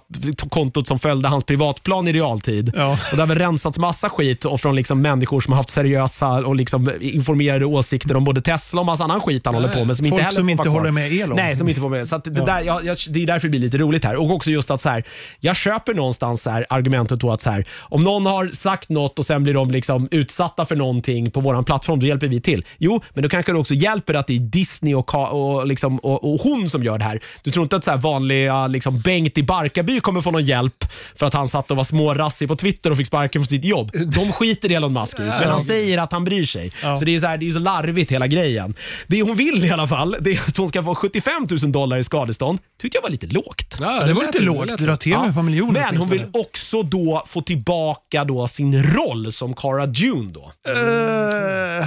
Speaker 1: kontot som följde hans privatplan i realtid.
Speaker 2: Ja.
Speaker 1: Och det har väl rensats massa skit och från liksom människor som har haft seriösa och liksom informerade åsikter om både Tesla och massa annan skit han håller på med. Som
Speaker 2: Folk
Speaker 1: inte heller
Speaker 2: som
Speaker 1: får
Speaker 2: inte
Speaker 1: vara kvar.
Speaker 2: håller med Elon.
Speaker 1: Nej, som inte får med. Så att det, där, jag, jag, det är därför det blir lite roligt här. Och också just att så här, jag köper någonstans så här, argumentet då att så här, om någon har sagt något och sen blir de liksom utsatta för någonting på vår plattform, då hjälper vi till. Jo, men då kanske det också hjälper att det är Disney och, Ka- och, liksom, och, och hon som gör det här. Du tror inte att så här vanliga liksom Bengt i Barkarby kommer få någon hjälp för att han satt och var smårassig på Twitter och fick sparken från sitt jobb. De skiter i Elon Musk i, men han säger att han bryr sig. Så det är, så här, det är ju så larvigt hela grejen. Det hon vill i alla fall, det är att hon ska få 75 000 dollar i skadestånd. tyckte jag var lite lågt.
Speaker 2: Ja, det var inte lågt, dra till med ett par miljoner
Speaker 1: Men hon vill
Speaker 2: åtminstone.
Speaker 1: också då få tillbaka då sin roll som Cara Dune. Då.
Speaker 2: Eh,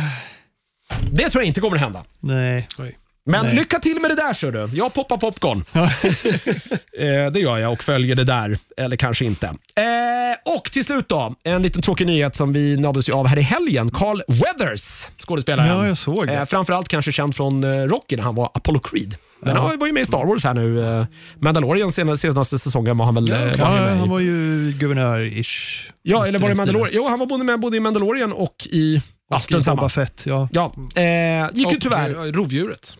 Speaker 1: Det tror jag inte kommer att hända.
Speaker 2: nej.
Speaker 3: Oj.
Speaker 1: Men
Speaker 2: Nej.
Speaker 1: lycka till med det där ser du. Jag poppar popcorn. eh, det gör jag och följer det där. Eller kanske inte. Eh, och till slut då, en liten tråkig nyhet som vi nåddes ju av här i helgen. Carl Weathers, skådespelaren.
Speaker 2: Ja, jag såg det.
Speaker 1: Eh, framförallt kanske känd från eh, Rocky när han var Apollo Creed. Men han var ju med i Star Wars här nu. Eh, Mandalorian senaste, senaste säsongen var han väl eh, var han
Speaker 2: Ja,
Speaker 1: med i.
Speaker 2: han var ju guvernör-ish.
Speaker 1: Ja, eller var det
Speaker 2: Den stilen.
Speaker 1: Mandalorian? Jo, han var både med både i Mandalorian och i... Ja,
Speaker 2: Och
Speaker 1: strunt
Speaker 2: Boba
Speaker 1: samma.
Speaker 2: Fett, ja.
Speaker 1: Ja, eh, gick ju
Speaker 3: Och,
Speaker 1: tyvärr
Speaker 3: eh, Rovdjuret.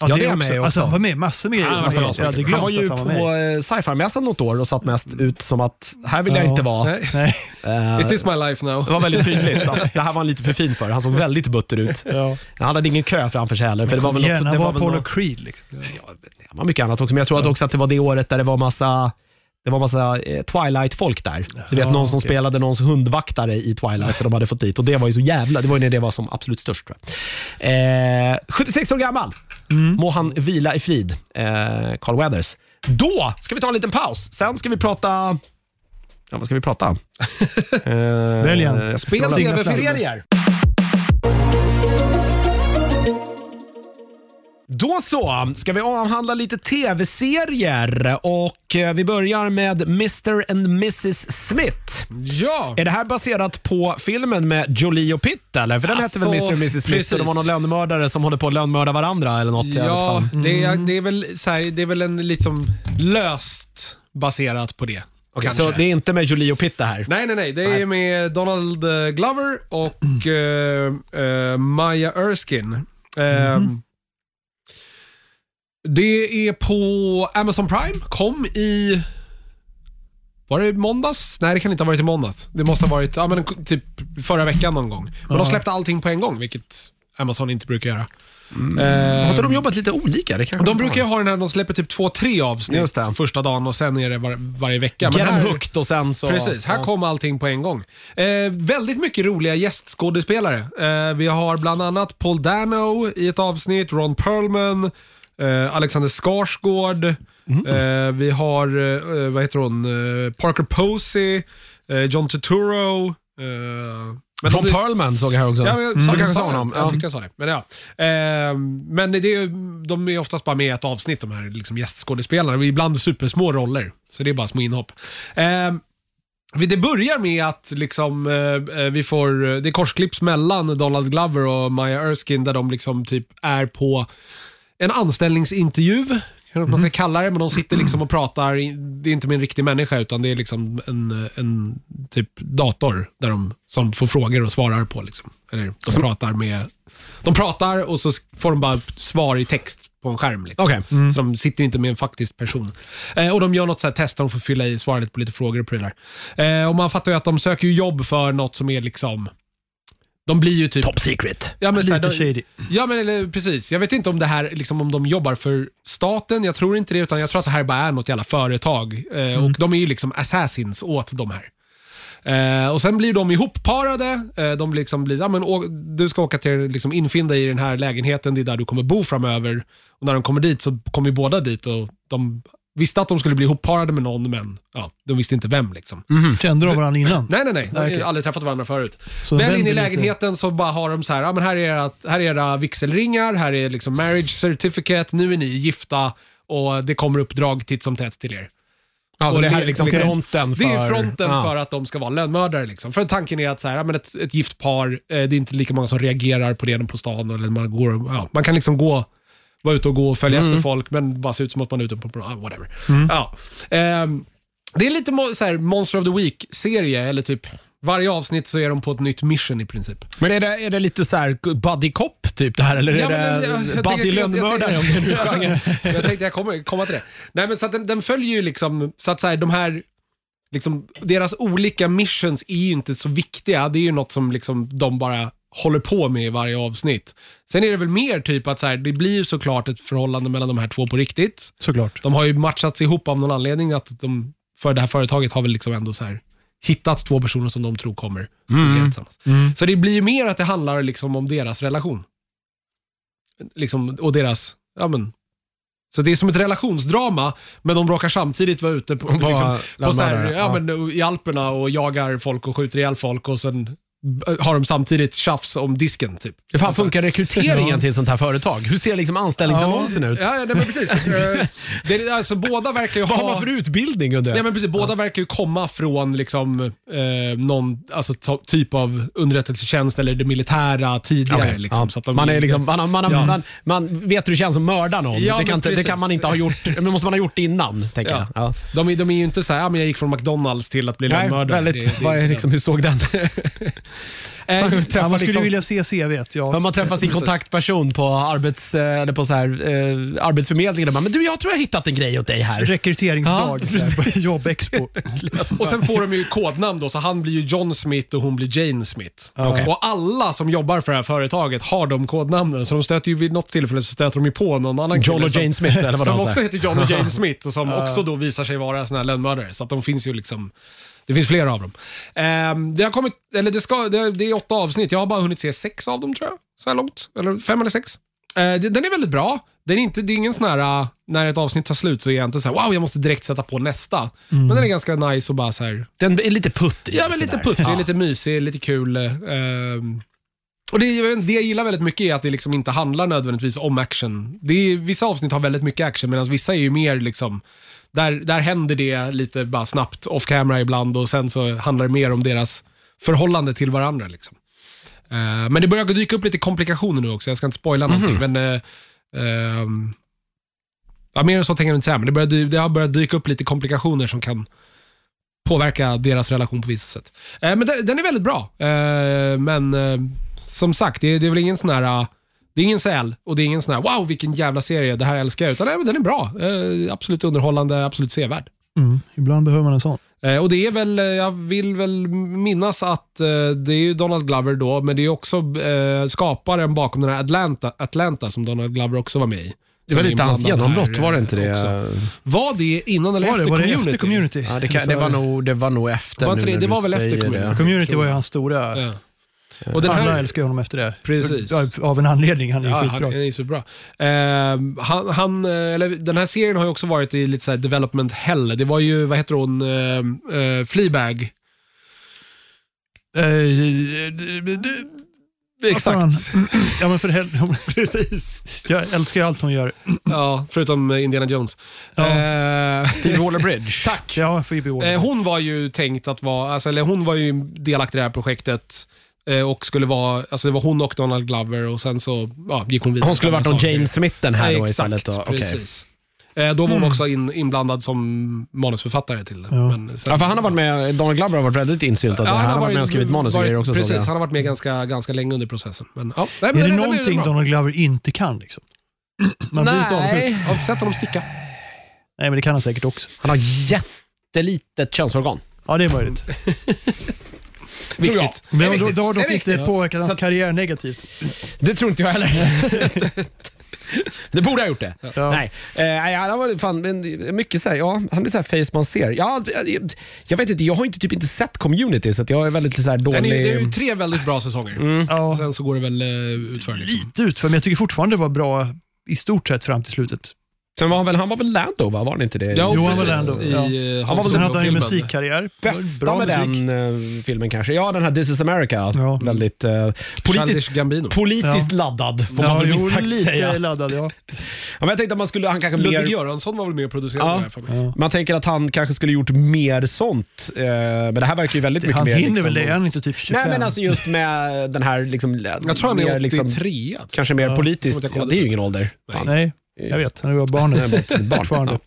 Speaker 2: Ja,
Speaker 1: det är jag med också.
Speaker 2: Alltså, han var med i massor med grejer.
Speaker 3: Ja,
Speaker 2: som
Speaker 3: massor
Speaker 2: jag-
Speaker 3: med saker.
Speaker 2: jag hade
Speaker 1: Han
Speaker 2: glömt
Speaker 1: var ju
Speaker 2: att han var med.
Speaker 1: på eh, sci-fi-mässan något år och satt mest ut som att här vill jag
Speaker 2: Ja.
Speaker 1: inte vara.
Speaker 3: Nej.
Speaker 2: Nej,
Speaker 1: Eh,
Speaker 3: Is this my life now?
Speaker 1: Det var väldigt tydligt att det här var han lite för fin för. Han såg väldigt butter ut.
Speaker 2: ja.
Speaker 1: Han hade ingen kö framför sig heller. För det var väl
Speaker 2: Igen,
Speaker 1: något, det
Speaker 2: han var,
Speaker 1: var väl
Speaker 2: Apollo
Speaker 1: något-
Speaker 2: Creed. Liksom.
Speaker 1: det var mycket annat också, men jag tror att också att det var det året där det var massa det var massa eh, Twilight-folk där. Du vet
Speaker 2: Ja,
Speaker 1: någon som
Speaker 2: okej.
Speaker 1: spelade någons hundvaktare i Twilight så de hade fått dit. Och det var ju så jävla, det var ju när det var som absolut störst tror jag. Eh, 76 år gammal.
Speaker 2: Mm.
Speaker 1: Må han vila i frid, eh, Carl Weathers. Då ska vi ta en liten paus. Sen ska vi prata... Ja, vad ska vi prata? eh,
Speaker 2: Välj en.
Speaker 1: Spel,
Speaker 2: Strålande.
Speaker 1: tv-serier. Då så, ska vi avhandla lite tv-serier och eh, vi börjar med Mr and Mrs Smith.
Speaker 3: Ja!
Speaker 1: Är det här baserat på filmen med Jolie och Pitt eller? För den hette väl
Speaker 3: Alltså,
Speaker 1: Mr and Mrs Smith och det var någon
Speaker 3: precis.
Speaker 1: lönnmördare som håller på att lönnmörda varandra eller något. Jag vet
Speaker 3: Ja,
Speaker 1: fan.
Speaker 3: det är, det är väl, så här, det är väl en liksom löst baserat på det.
Speaker 1: Okej,
Speaker 3: kanske.
Speaker 1: så det är inte med Jolie och Pitt det här?
Speaker 3: Nej, nej, nej. Det är med Donald eh, Glover och
Speaker 1: Mm.
Speaker 3: eh, eh, Maya Erskine. Eh,
Speaker 1: Mhm.
Speaker 3: Det är på Amazon Prime. Kom i... Var det i måndags? Nej, det kan inte ha varit i måndags. Det måste ha varit ja, men, typ förra veckan någon gång. Men de släppte allting på en gång, vilket Amazon inte brukar göra.
Speaker 1: Mm.
Speaker 3: Eh,
Speaker 1: Har inte de jobbat lite olika? Det kanske
Speaker 3: de brukar ju ha den här, de släpper typ två, tre avsnitt
Speaker 1: Just det.
Speaker 3: första dagen och sen är det var, varje vecka.
Speaker 1: Get them
Speaker 3: här-
Speaker 1: hooked och sen så...
Speaker 3: Precis, här kom allting på en gång. Eh, väldigt mycket roliga gästskådespelare. Eh, vi har bland annat Paul Dano i ett avsnitt, Ron Perlman, eh, Alexander Skarsgård, eh, vi har, eh, vad heter hon, eh, Parker Posey, eh, John Turturro. Eh, men
Speaker 1: Från
Speaker 3: de-
Speaker 1: Perlman såg jag här också.
Speaker 3: Ja, men jag
Speaker 1: Du
Speaker 3: sa,
Speaker 1: kanske
Speaker 3: jag sa
Speaker 1: sa honom.
Speaker 3: det.
Speaker 1: Ja.
Speaker 3: Jag tyckte jag sa det. Men, ja. Ehm, men det är, ju- de är oftast bara med i ett avsnitt, de här liksom gästskådespelarna. Ibland supersmå roller, så det är bara små inhopp. Ehm, vi- det börjar med att liksom, eh, eh, vi får, det är korsklipps mellan Donald Glover och Maya Erskine där de liksom typ är på en anställningsintervju. Jag vet inte vad
Speaker 1: Mhm.
Speaker 3: man ska kalla det, men de sitter liksom och pratar. i- Det är inte med en riktig människa, utan det är liksom en, en typ dator där de, som får frågor och svarar på. Liksom. Eller de pratar med... De pratar och så s- får de bara svar i text på en skärm. Liksom.
Speaker 1: Okej. Mm.
Speaker 3: Så de sitter inte med en faktisk person. Eh, och de gör något så här test, där de får fylla i, svara lite på lite frågor och prylar. Eh, och man fattar ju att de söker ju jobb för något som är liksom... De blir ju typ...
Speaker 1: Top secret.
Speaker 3: Ja, men så här,
Speaker 2: Lite
Speaker 3: de-
Speaker 2: shady.
Speaker 3: Ja, men eller, precis. Jag vet inte om det här, liksom, om de jobbar för staten. Jag tror inte det, utan jag tror att det här bara är något jävla företag. Eh, Och de är ju liksom assassins åt de här. Eh, och Sen blir de ihopparade. Eh, de liksom blir, ja, men, å, du ska åka till, liksom, infinn dig i den här lägenheten, det är där du kommer bo framöver. Och När de kommer dit så kommer ju båda dit och de visste att de skulle bli ihopparade med någon, men ja, de visste inte vem. Liksom.
Speaker 2: Kände de varandra innan?
Speaker 3: Nej, nej, nej. De har ju
Speaker 2: Okej.
Speaker 3: aldrig träffat varandra förut.
Speaker 2: Så
Speaker 3: Väl
Speaker 2: vänder
Speaker 3: in i
Speaker 2: lite.
Speaker 3: lägenheten så bara har de så här, ja, men här, är era, här är era vigselringar, här är liksom marriage certificate, nu är ni gifta och det kommer uppdrag titt som tätt till er.
Speaker 1: Alltså
Speaker 3: Och
Speaker 1: det här
Speaker 3: det-
Speaker 1: är liksom
Speaker 2: okej.
Speaker 1: fronten för...
Speaker 3: Det är fronten
Speaker 1: Ja.
Speaker 3: för att de ska vara lönnmördare. Liksom. För tanken är att så här, ja, men ett, ett gift par, eh, det är inte lika många som reagerar på det än på stan. Eller man, går, och- ja, man kan liksom gå, vara ute och gå och följa
Speaker 1: Mm.
Speaker 3: efter folk, men bara se ut som att man är ute på... ah, Whatever. Ja. Ehm, det är lite mo- så här, Monster of the Week-serie, eller typ varje avsnitt så är de på ett nytt mission i princip.
Speaker 1: Men är det, är det lite så här buddy cop typ det här eller
Speaker 3: Ja,
Speaker 1: är
Speaker 3: men
Speaker 1: det
Speaker 3: jag- jag tänker-
Speaker 1: buddy
Speaker 3: jag- jag-
Speaker 1: lönnmördare om det är nu är genren?
Speaker 3: jag tänkte jag kommer komma till det. Nej, men så att den, den följer ju liksom, så att så här, de här, liksom, deras olika missions är ju inte så viktiga. Det är ju något som liksom, de bara håller på med i varje avsnitt. Sen är det väl mer typ att så här, det blir ju såklart ett förhållande mellan de här två på riktigt.
Speaker 2: Såklart.
Speaker 3: De har ju matchats ihop av någon anledning, att de, för det här företaget har väl liksom ändå så här hittat två personer som de tror kommer
Speaker 1: Mm.
Speaker 3: fungera tillsammans. Så det blir ju mer att det handlar liksom om deras relation. Liksom, och deras, ja men. Så det är som ett relationsdrama, men de råkar samtidigt vara ute på,
Speaker 1: Och bara
Speaker 3: liksom, på så här,
Speaker 1: lämnar det,
Speaker 3: ja,
Speaker 1: ja.
Speaker 3: men, i Alperna och jagar folk och skjuter ihjäl folk och sen eh, har de samtidigt tjafs om disken typ.
Speaker 1: Hur fan funkar rekryteringen till sånt här företag? Hur ser liksom anställningsannonsen ut?
Speaker 3: Ja, ja nej, men precis. Eh, det, är- alltså, båda verkar ju
Speaker 1: Vad har
Speaker 3: ha...
Speaker 1: man för utbildning undrar
Speaker 3: Nej,
Speaker 1: jag?
Speaker 3: men precis. Båda verkar ju komma från liksom, eh, någon alltså, to- typ av underrättelsetjänst eller det militära tidigare.
Speaker 1: Okej,
Speaker 3: Liksom,
Speaker 1: ja.
Speaker 3: så att de
Speaker 1: man, är liksom, man, har- man, har-
Speaker 3: Ja.
Speaker 1: man, man vet hur det känns att mörda någon.
Speaker 3: Ja,
Speaker 1: det, kan
Speaker 3: men
Speaker 1: inte, det kan
Speaker 3: precis.
Speaker 1: man inte ha gjort. Men måste man ha gjort det innan, tänker
Speaker 3: Ja.
Speaker 1: jag. Ja.
Speaker 3: De, är- de är ju inte så här, ah, men jag gick från McDonalds till att bli lönnmördare. Det- det-
Speaker 1: vad är liksom, hur såg den?
Speaker 3: Eh,
Speaker 1: träffar
Speaker 2: Ja, man skulle
Speaker 1: liksom-
Speaker 2: vilja se CVt,
Speaker 1: När
Speaker 2: ja.
Speaker 1: man träffar sin
Speaker 3: Precis.
Speaker 1: kontaktperson på, arbets, eh, eller på så här, eh, Arbetsförmedlingen och bara, men du jag tror jag har hittat en grej åt dig här. Ja,
Speaker 2: Rekryteringsdag eh,
Speaker 1: precis.
Speaker 2: på Jobbexpo.
Speaker 3: och sen får de ju kodnamn då, så han blir ju John Smith och hon blir Jane Smith.
Speaker 1: Okej.
Speaker 3: Och alla som jobbar för det här företaget har de kodnamnen, så de stöter ju vid något tillfälle så stöter de ju på någon annan
Speaker 1: John
Speaker 3: kille
Speaker 1: och
Speaker 3: som-
Speaker 1: Jane Smith eller vad de
Speaker 3: Som
Speaker 1: sa.
Speaker 3: också heter John och Jane Smith och som också då visar sig vara såna här lönnmördare. Så att de finns ju liksom, det finns flera av dem. Ehm, det har kommit, eller det, ska, det, det är åtta avsnitt, jag har bara hunnit se sex av dem tror jag, så här långt. Eller fem eller sex. Eh, det, den är väldigt bra. Den är inte, det är ingen sån här, äh, när ett avsnitt tar slut så är jag inte så här, wow jag måste direkt sätta på nästa.
Speaker 1: Mm.
Speaker 3: Men den är ganska nice och bara så här,
Speaker 1: Den är lite puttrig.
Speaker 3: Ja, men
Speaker 1: sådär.
Speaker 3: lite puttrig,
Speaker 1: Ja.
Speaker 3: lite mysig, lite kul. eh, ehm. och det, jag vet inte, det jag gillar väldigt mycket är att det liksom inte handlar nödvändigtvis om action. Det är, vissa avsnitt har väldigt mycket action medan vissa är ju mer liksom, där, där händer det lite bara snabbt off camera ibland och sen så handlar det mer om deras förhållande till varandra. Liksom. Eh, men det börjar dyka upp lite komplikationer nu också, jag ska inte spoila någonting. Men, eh, ehm, ja, mer än så tänker jag inte säga, men det, börjar, dy- det har börjat dyka upp lite komplikationer som kan påverka deras relation på vissa sätt. Eh, men den, den är väldigt bra. Eh, men eh, som sagt, det, det är väl ingen sån här... eh, Det är ingen säl och det är ingen sån här wow vilken jävla serie, det här älskar jag. Utan nej, men den är bra. Eh, absolut underhållande, absolut sevärd.
Speaker 2: Mm. Ibland behöver man en sån.
Speaker 3: Eh, och det är väl, eh, jag vill väl minnas att eh, det är ju Donald Glover då, men det är också eh, skaparen bakom den här Atlanta, Atlanta som Donald Glover också var med i.
Speaker 1: Det var
Speaker 3: Som är
Speaker 1: lite hans
Speaker 3: inblandad här,
Speaker 1: genombrott, var det inte det?
Speaker 3: eh, också. Var det innan eller
Speaker 2: Var
Speaker 3: efter
Speaker 2: det, var det
Speaker 3: community?
Speaker 2: efter community?
Speaker 1: Ja, det, kan, det, var
Speaker 2: Före.
Speaker 1: nog, det var nog efter
Speaker 3: Var
Speaker 1: nu
Speaker 3: inte det-
Speaker 1: när
Speaker 3: det
Speaker 1: du
Speaker 3: var väl efter
Speaker 1: säger
Speaker 3: Community?
Speaker 1: det.
Speaker 2: Community var ju hans stora...
Speaker 3: Ja. Och den
Speaker 2: Alla
Speaker 3: här,
Speaker 2: älskar ju honom efter det.
Speaker 3: Precis.
Speaker 2: Av- Av en anledning, han är ju
Speaker 3: Ja, han,
Speaker 2: skitbra.
Speaker 3: han är ju så bra. Ehm, han, han, eh, eller, den här serien har ju också varit i lite så här development hell. Det var ju, vad heter hon, uh, Fleabag.
Speaker 2: Eh, d- d- d-
Speaker 3: Exakt.
Speaker 1: Mm.
Speaker 2: fan. Eh, Ja, men för helvete. Precis. Jag älskar ju allt hon gör.
Speaker 3: Ja, förutom eh, Indiana Jones.
Speaker 2: Ja.
Speaker 3: Ehm,
Speaker 1: Phoebe Waller-Bridge.
Speaker 3: tack.
Speaker 2: Ja, för Ibi
Speaker 3: Eh, hon var ju tänkt att vara, alltså, eller hon var ju delaktig i det här projektet. eh, Och skulle vara, alltså det var hon och Donald Glover och sen så ja, gick hon vidare.
Speaker 1: Hon skulle
Speaker 3: till
Speaker 1: varit någon
Speaker 3: andra saker.
Speaker 1: Jane Smith den här då
Speaker 3: exakt,
Speaker 1: istället. då. Okej. Mm.
Speaker 3: precis. Eh, Då var hon också in, inblandad som manusförfattare till det. Men sen-
Speaker 1: Ja, för han har varit med, Donald Glover har varit väldigt insyltad.
Speaker 3: Ja,
Speaker 1: han, har varit med och skrivit manus och
Speaker 3: varit-
Speaker 1: grejer också. såg
Speaker 3: Precis,
Speaker 1: jag.
Speaker 3: han har varit med ganska, ganska länge under processen. Men, ja. Nej, men
Speaker 2: Är det
Speaker 3: den- den
Speaker 2: någonting
Speaker 3: bra.
Speaker 2: Donald Glover inte kan? Liksom? Man blir inte avundsjuk.
Speaker 3: Har du sett honom sticka?
Speaker 2: Nej, men det kan han säkert också.
Speaker 1: han har jättelitet könsorgan.
Speaker 2: Ja, det är möjligt.
Speaker 3: Viktigt. Det är
Speaker 2: Men då,
Speaker 3: viktigt.
Speaker 2: då har
Speaker 3: Det är
Speaker 2: dock inte
Speaker 3: viktigt.
Speaker 2: påverkat hans karriär negativt.
Speaker 1: Det tror inte jag heller. Det borde ha gjort det. Nej, eh, nej, han var fan, men, mycket så här, ja, han blir så här face man ser. Ja, jag, jag vet inte, jag har inte, typ inte sett community, så att jag är väldigt så här
Speaker 3: Den är,
Speaker 1: dålig.
Speaker 3: ju- det är ju tre väldigt bra säsonger.
Speaker 2: Ja,
Speaker 3: Sen så går det väl eh, utför liksom.
Speaker 2: lite utför, men jag tycker fortfarande det var bra i stort sett fram till slutet.
Speaker 1: Sen var han, väl, han var väl Lando, va? var han inte det?
Speaker 3: Ja,
Speaker 2: Jo, han var
Speaker 3: precis.
Speaker 2: Lando.
Speaker 3: I,
Speaker 2: Ja.
Speaker 3: eh,
Speaker 2: Han
Speaker 3: Han
Speaker 2: var väl den hade en
Speaker 3: Solo-filmen.
Speaker 2: musikkarriär.
Speaker 1: bästa
Speaker 2: Bra
Speaker 1: med
Speaker 2: musik.
Speaker 1: den eh, filmen kanske. Ja, den här This is America.
Speaker 2: Ja.
Speaker 1: Väldigt eh,
Speaker 3: Childish
Speaker 1: politiskt,
Speaker 3: Gambino.
Speaker 1: politiskt laddad, får man
Speaker 2: Ja,
Speaker 1: väl
Speaker 2: jo,
Speaker 1: minst sagt säga.
Speaker 2: lite
Speaker 1: Ja,
Speaker 2: laddad ja.
Speaker 1: men jag tänkte att man skulle, han kanske
Speaker 3: Ludvig
Speaker 1: mer,
Speaker 3: Göransson var väl med och producerade
Speaker 1: Ja.
Speaker 3: det här för mig.
Speaker 1: man tänker att han kanske skulle gjort mer sånt. Eh, men det här verkar ju väldigt mycket
Speaker 2: Han
Speaker 1: mer...
Speaker 2: hinner
Speaker 1: liksom-
Speaker 2: väl det, är han inte typ 25?
Speaker 1: Nej, men alltså just med den här liksom...
Speaker 3: Jag tror han är
Speaker 1: mer
Speaker 3: 83.
Speaker 1: liksom, Kanske mer politiskt.
Speaker 3: som att
Speaker 1: Ja,
Speaker 3: jag kollade
Speaker 1: det är ju
Speaker 3: upp.
Speaker 1: ingen ålder. Fan.
Speaker 2: Nej, jag vet. Han var barnet. Fortfarande.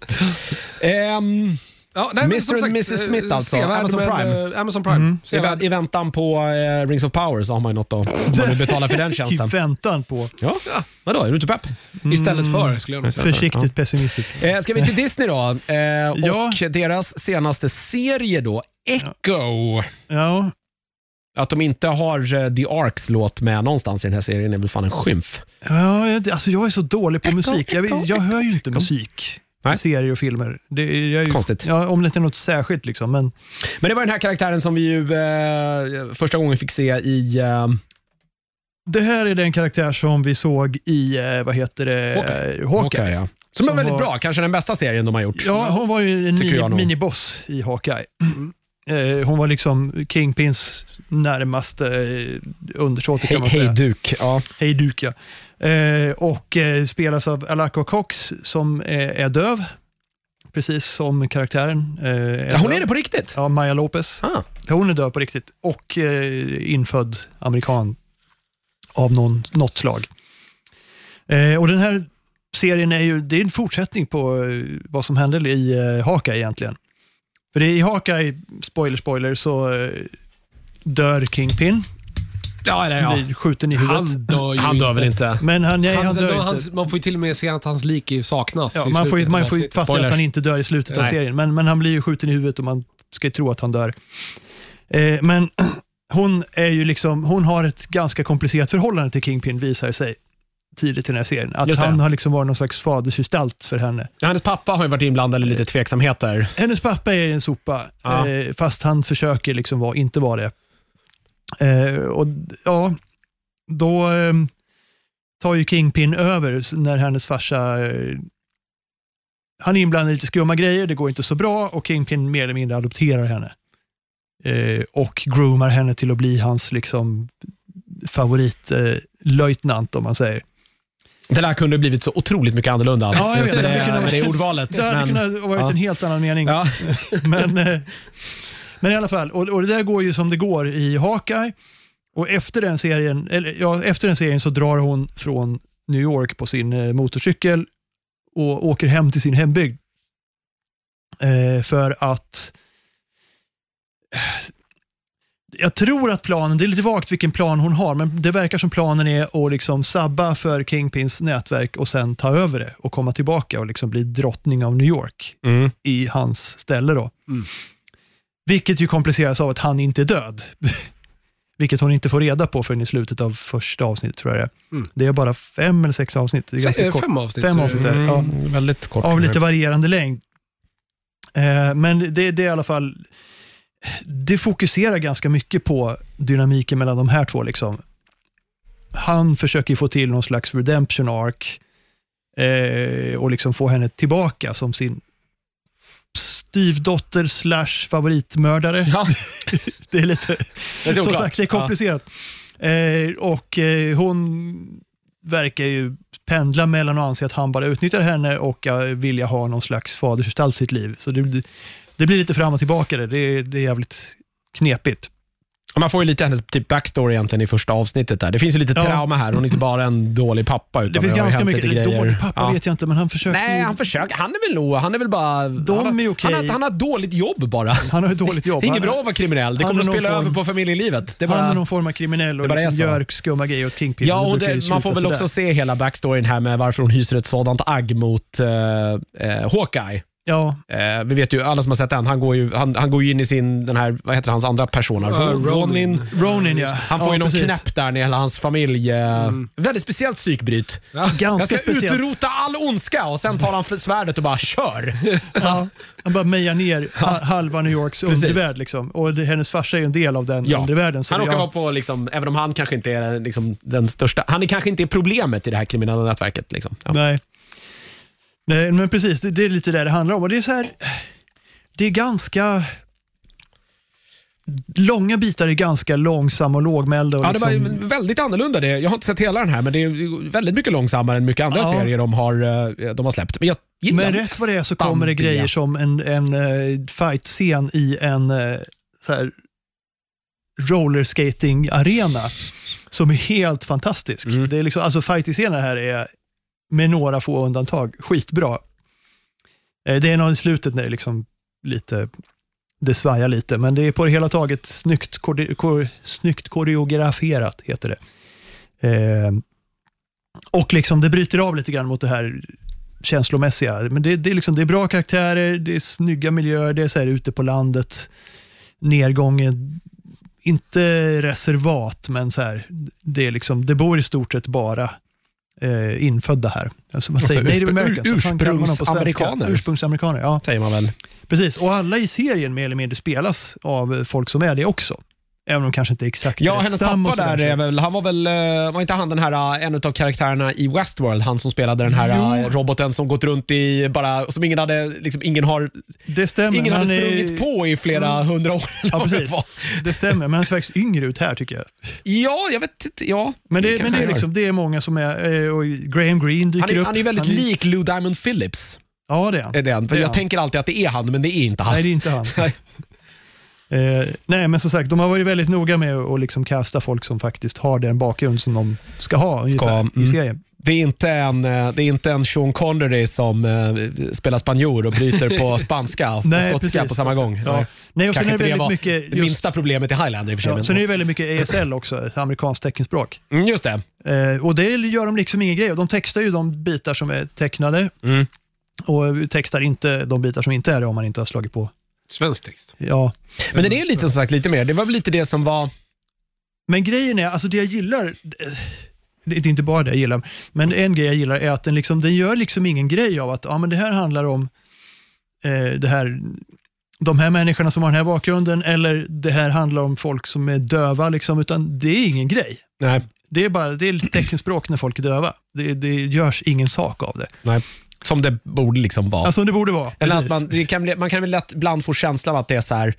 Speaker 1: Ehm,
Speaker 3: Ja, nej, men
Speaker 1: Mr.
Speaker 3: som sagt,
Speaker 1: and Mrs.
Speaker 3: eh,
Speaker 1: Smith alltså.
Speaker 3: sevärd,
Speaker 1: Amazon
Speaker 3: men,
Speaker 1: Prime.
Speaker 3: eh, Amazon Prime.
Speaker 1: i,
Speaker 3: Sevärd.
Speaker 1: vä- I väntan på eh, Rings of Power så har man ju något att om man nu betalar för den
Speaker 2: I
Speaker 1: tjänsten.
Speaker 2: väntan på.
Speaker 1: Ja, vadå? Är du inte pepp?
Speaker 2: Mm.
Speaker 3: Istället för skulle jag nog säga.
Speaker 2: Försiktigt pessimistisk.
Speaker 1: Eh, ska vi till Disney då? Eh,
Speaker 2: Ja.
Speaker 1: Och deras senaste serie då, Echo.
Speaker 2: Ja,
Speaker 1: Att de inte har eh, The Arks låt med någonstans i den här serien är väl fan en skymf.
Speaker 2: ja jag- alltså jag är så dålig på musik. Jag, jag hör ju inte musik.
Speaker 1: Nej.
Speaker 2: i Serier och filmer. Det, är- jag är ju,
Speaker 1: Konstigt.
Speaker 2: Ja, om det inte är något särskilt liksom. Men
Speaker 1: Men det var den här karaktären som vi ju eh, första gången fick se i... Eh,
Speaker 2: det här är den karaktär som vi såg i, eh, vad heter det, Hawkeye.
Speaker 1: Hawkeye, ja. Som, är
Speaker 2: Som
Speaker 1: väldigt
Speaker 2: var-
Speaker 1: bra, kanske den bästa serien de har gjort.
Speaker 2: Ja, hon var ju en
Speaker 1: Tycker
Speaker 2: mini,
Speaker 1: jag nog. Mm.
Speaker 2: miniboss i Hawkeye. Eh, Hon var liksom Kingpins närmaste eh, undersåte
Speaker 1: Hej,
Speaker 2: kan man
Speaker 1: hej
Speaker 2: säga.
Speaker 1: duk. Ja.
Speaker 2: Hej Duke, ja. Eh, Och eh, spelas av Alaka Cox som eh, är döv. Precis som karaktären. eh,
Speaker 1: Ja, Hon är
Speaker 2: döv.
Speaker 1: det på riktigt?
Speaker 2: Ja, Maya Lopez.
Speaker 1: Ah.
Speaker 2: Hon är död på riktigt och eh, infödd amerikan av någon, något slag. Eh, och den här serien är ju det är en fortsättning på eh, vad som hände i eh, Haka egentligen. För det är i Haka, spoiler spoiler, så eh, dör Kingpin.
Speaker 1: Ja, eller,
Speaker 2: Han blir skjuten i huvudet.
Speaker 3: Han dör ju
Speaker 1: Han dör väl inte?
Speaker 2: Men han, nej,
Speaker 3: Han,
Speaker 2: han, dör inte.
Speaker 3: hans, man får ju till och med se att hans lik ju saknas
Speaker 2: Ja,
Speaker 3: i
Speaker 2: man får, ju-
Speaker 3: slutet
Speaker 2: man
Speaker 3: av
Speaker 2: får ju
Speaker 3: avsnittet.
Speaker 2: fatta
Speaker 1: Spoilers.
Speaker 2: att han inte dör i slutet av
Speaker 1: Nej.
Speaker 2: serien, men, men han blir ju skjuten i huvudet och man ska ju tro att han dör. Eh, men hon, är ju liksom, hon har ett ganska komplicerat förhållande till Kingpin, visar det sig tidigt i den här serien. Att
Speaker 1: Just det.
Speaker 2: han har liksom varit någon slags fadersgestalt för henne.
Speaker 1: Hennes pappa har ju varit inblandad i
Speaker 2: Eh,
Speaker 1: lite tveksamheter.
Speaker 2: Hennes pappa är en sopa,
Speaker 1: Ja.
Speaker 2: eh, fast han försöker liksom vara, inte vara det. Eh, och ja, då eh, tar ju Kingpin över s- när hennes farsa eh, han är inblandad i lite skumma grejer, det går inte så bra och Kingpin mer eller mindre adopterar henne. Eh, och groomar henne till att bli hans liksom, favoritlöjtnant eh, löjtnant, om man säger.
Speaker 1: Det där kunde blivit så otroligt mycket annorlunda.
Speaker 2: Ja, jag vet.
Speaker 1: Med
Speaker 2: Det
Speaker 1: det,
Speaker 2: hade kunnat-
Speaker 1: med det ordvalet.
Speaker 2: Det hade
Speaker 1: men-
Speaker 2: kunnat ha varit
Speaker 1: ja.
Speaker 2: en helt annan mening.
Speaker 1: Ja,
Speaker 2: Men, eh, men i alla fall, och, och det där går ju som det går i Hawkeye. Och efter den serien, eller, ja, efter den serien så drar hon från New York på sin eh, motorcykel och åker hem till sin hembygd. Eh, för att jag tror att planen, det är lite vagt vilken plan hon har, men det verkar som planen är att liksom sabba för Kingpins nätverk och sen ta över det och komma tillbaka och liksom bli drottning av New York
Speaker 1: mm.
Speaker 2: i hans ställe. Då.
Speaker 3: Mm.
Speaker 2: Vilket ju kompliceras av att han inte är död. Vilket hon inte får reda på förrän i slutet av första avsnittet tror jag det är.
Speaker 3: Mm.
Speaker 2: Det är bara fem eller sex avsnitt. Det är ganska
Speaker 3: Se- eh,
Speaker 2: kort.
Speaker 3: Fem avsnitt.
Speaker 2: Fem
Speaker 3: så-
Speaker 2: avsnitt är det.
Speaker 1: Mm,
Speaker 2: Ja.
Speaker 1: Väldigt kort.
Speaker 2: Av lite varierande längd. Eh, men det, det är i alla fall, det fokuserar ganska mycket på dynamiken mellan de här två. Liksom. Han försöker ju få till någon slags redemption arc eh, och liksom få henne tillbaka som sin styvdotter slash favoritmördare.
Speaker 1: Ja,
Speaker 2: Det är lite,
Speaker 1: det är
Speaker 2: som
Speaker 1: oklart.
Speaker 2: sagt, det är komplicerat. Eh, och eh, hon verkar ju pendla mellan att anse att han bara utnyttjar henne och eh, vilja ha någon slags fadersgestalt i sitt liv. Så det, det blir lite fram och tillbaka det. Det är, det är jävligt knepigt.
Speaker 1: Ja. Man får ju lite hennes typ backstory egentligen i första avsnittet. där. Det finns ju lite
Speaker 2: Ja.
Speaker 1: trauma här. Hon är inte bara en dålig pappa. Utan
Speaker 2: Det finns
Speaker 1: har ju
Speaker 2: ganska
Speaker 1: hänt
Speaker 2: mycket,
Speaker 1: lite
Speaker 2: eller
Speaker 1: grejer.
Speaker 2: dålig pappa
Speaker 1: Ja.
Speaker 2: vet jag inte, men han försöker
Speaker 1: Nej,
Speaker 2: ju-
Speaker 1: han försöker. Han är väl nog, han är väl bara... han, har-
Speaker 2: är
Speaker 1: han,
Speaker 2: okej.
Speaker 1: har, han har dåligt jobb bara.
Speaker 2: han har ett dåligt jobb.
Speaker 1: Det är inget
Speaker 2: Han-
Speaker 1: bra att vara kriminell. Det
Speaker 2: han
Speaker 1: kommer
Speaker 2: är
Speaker 1: att
Speaker 2: någon
Speaker 1: spela
Speaker 2: form-
Speaker 1: över på familjelivet. Det är
Speaker 2: Han är
Speaker 1: bara...
Speaker 2: någon form av kriminell och
Speaker 1: Det bara är
Speaker 2: liksom
Speaker 1: så.
Speaker 2: gör skumma grejer åt Kingpin.
Speaker 1: Ja, och
Speaker 2: brukar ju
Speaker 1: det, man får
Speaker 2: sluta
Speaker 1: väl
Speaker 2: sådär.
Speaker 1: också se hela backstoryn här med varför hon hyser ett sådant agg mot eh, eh, Hawkeye.
Speaker 2: Ja,
Speaker 1: Eh, vi vet ju, alla som har sett den, han går ju, han, han går ju in i sin, den här, vad heter hans andra persona?
Speaker 3: Eh,
Speaker 1: Ro-
Speaker 3: Ronin.
Speaker 2: Ronin ja.
Speaker 1: Han får
Speaker 2: ja,
Speaker 1: ju någon
Speaker 2: precis.
Speaker 1: knäpp där när hela hans familj. eh, Väldigt speciellt psykbryt. Jag
Speaker 2: Ganska
Speaker 1: ska
Speaker 2: speciellt.
Speaker 1: utrota all ondska och sen tar han fr- svärdet och bara kör.
Speaker 2: Ja, han bara mejar ner ha- halva New Yorks
Speaker 1: Precis.
Speaker 2: undervärld. Liksom. Och det, hennes farsa är ju en del av den
Speaker 1: Ja.
Speaker 2: undervärlden. Så
Speaker 1: han
Speaker 2: det-
Speaker 1: råkar
Speaker 2: ja,
Speaker 1: vara på, liksom, även om han kanske inte är liksom, den största, han är kanske inte är problemet i det här kriminella nätverket. Liksom. Ja.
Speaker 2: Nej. Nej, men precis. Det, det är lite det det handlar om. Och det är så här, det är ganska... Långa bitar är ganska långsamma och lågmälda. Och
Speaker 1: Ja, det
Speaker 2: liksom,
Speaker 1: var ju väldigt annorlunda. Det. Jag har inte sett hela den här, men det är väldigt mycket långsammare än mycket andra
Speaker 2: Ja.
Speaker 1: serier de har, eh, de har släppt. Men jag gillar
Speaker 2: men rätt vad det är så
Speaker 1: nästan
Speaker 2: kommer det grejer som en, en eh, fight-scen i en eh, så här, rollerskating-arena som är helt fantastisk. Det är liksom, alltså fighting-scenen här är, med några få undantag, skitbra. Eh, Det är någon i slutet när det liksom lite det svajar lite, men det är på det hela taget snyggt, korde- ko- snyggt koreograferat, heter det. Eh, och liksom det bryter av lite grann mot det här känslomässiga. Men det, det, är liksom, det är bra karaktärer, det är snygga miljöer, det är så här ute på landet, nedgången, inte reservat, men så här, det, är liksom, det bor i stort sett bara eh, infödda här. Alltså man
Speaker 1: Och så
Speaker 2: säger
Speaker 1: urspr-
Speaker 2: native americans.
Speaker 1: ur-
Speaker 2: vad fan kallar man dem på svenska?
Speaker 1: ursprungsamerikaner.
Speaker 2: Ursprungsamerikaner, ja.
Speaker 1: Säger man väl.
Speaker 2: Precis, och alla i serien mer eller mindre spelas av eh, folk som är det också. Även om kanske inte exakt
Speaker 1: Ja,
Speaker 2: rätt
Speaker 1: hennes
Speaker 2: stam
Speaker 1: pappa
Speaker 2: och sådär.
Speaker 1: där, är väl, han var väl, eh, var inte han den här, eh, en av karaktärerna i Westworld, han som spelade den här eh, roboten som gått runt i, bara, som ingen hade, liksom, ingen har,
Speaker 2: Det stämmer.
Speaker 1: ingen hade
Speaker 2: han är- Mm.
Speaker 1: sprungit på i flera hundra år. eller
Speaker 2: Ja,
Speaker 1: vad det
Speaker 2: precis.
Speaker 1: var.
Speaker 2: Det stämmer, men han ser faktiskt yngre ut här tycker jag.
Speaker 1: Ja, jag vet inte, ja.
Speaker 2: Men det,
Speaker 1: kanske
Speaker 2: men det,
Speaker 1: han gör.
Speaker 2: är, liksom, det är många som är, eh, och Graham Greene dyker
Speaker 1: han är,
Speaker 2: upp.
Speaker 1: han är väldigt lik Lou Diamond Phillips.
Speaker 2: Ja, det är han.
Speaker 1: Är den. För
Speaker 2: Det är
Speaker 1: jag
Speaker 2: han.
Speaker 1: tänker alltid att det är han, men det är inte han.
Speaker 2: Nej, det är inte han. Eh, nej, men som sagt, de har varit väldigt noga med att och liksom kasta folk som faktiskt har den bakgrund som de ska ha ungefär,
Speaker 1: mm.
Speaker 2: i serien.
Speaker 1: Det är, inte en, eh, det är inte en Sean Connery som eh, spelar spanjor och bryter på spanska och
Speaker 2: Nej,
Speaker 1: skotska
Speaker 2: precis.
Speaker 1: på samma gång.
Speaker 2: Ja. Nej, och sen
Speaker 1: Kanske
Speaker 2: är det
Speaker 1: inte
Speaker 2: väldigt
Speaker 1: var
Speaker 2: mycket
Speaker 1: det
Speaker 2: just-
Speaker 1: minsta problemet i Highlander i och för sig.
Speaker 2: Ja,
Speaker 1: men-
Speaker 2: sen är det väldigt mycket ASL också, amerikanskt teckenspråk.
Speaker 1: Mm, just det.
Speaker 2: Eh, och det gör de liksom ingen grej av. De textar ju de bitar som är tecknade
Speaker 1: Mm.
Speaker 2: och textar inte de bitar som inte är det om man inte har slagit på.
Speaker 3: Svensk text.
Speaker 2: Ja.
Speaker 1: Men den är ju lite, som sagt, lite mer. Det var väl lite det som var...
Speaker 2: Men grejen är, alltså det jag gillar, eh, det är inte bara det jag gillar, men en grej jag gillar är att den, liksom, den gör liksom ingen grej av att ja, men det här handlar om eh, det här, de här människorna som har den här bakgrunden eller det här handlar om folk som är döva, liksom, utan det är ingen grej.
Speaker 1: Nej,
Speaker 2: Det är bara det är teckenspråk när folk är döva. Det, det görs ingen sak av det.
Speaker 1: nej. Som det borde liksom vara.
Speaker 2: Alltså det borde vara.
Speaker 1: Eller att
Speaker 2: Precis.
Speaker 1: man, det kan, bli- man kan väl lätt ibland få känslan att det är så här,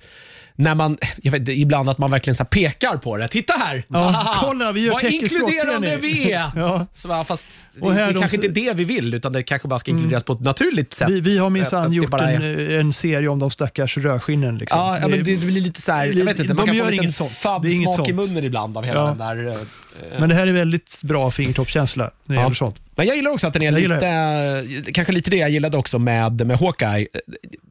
Speaker 1: när man, jag vet, inte, ibland att man verkligen så här pekar på det. Titta här!
Speaker 2: Ja,
Speaker 1: Haha!
Speaker 2: kolla, vi gör
Speaker 1: Ah! Vad
Speaker 2: teckenspråk, ser
Speaker 1: inkluderande
Speaker 2: ni?
Speaker 1: vi är!
Speaker 2: Ja.
Speaker 1: Så, bara, fast
Speaker 2: Och här
Speaker 1: det,
Speaker 2: de- Mm.
Speaker 1: kanske inte är det vi vill, utan det kanske bara ska inkluderas på ett naturligt sätt.
Speaker 2: Vi, vi har
Speaker 1: Att
Speaker 2: minsann
Speaker 1: det
Speaker 2: gjort
Speaker 1: bara är-
Speaker 2: en, en serie om de stackars rödskinnen. Liksom.
Speaker 1: Ja, ja, men det, det blir lite så här, jag vet inte, man
Speaker 2: De
Speaker 1: kan få
Speaker 2: gör
Speaker 1: en liten
Speaker 2: inget sånt.
Speaker 1: fabb
Speaker 2: Det är inget
Speaker 1: smak i
Speaker 2: sånt.
Speaker 1: munnen ibland av hela
Speaker 2: Ja.
Speaker 1: den där eh,
Speaker 2: men det här är väldigt bra fingertoppskänsla när det
Speaker 1: Ja.
Speaker 2: gäller sånt.
Speaker 1: Men jag gillar också att den är
Speaker 2: Jag gillar
Speaker 1: lite, kanske lite det jag gillade också med, med Hawkeye.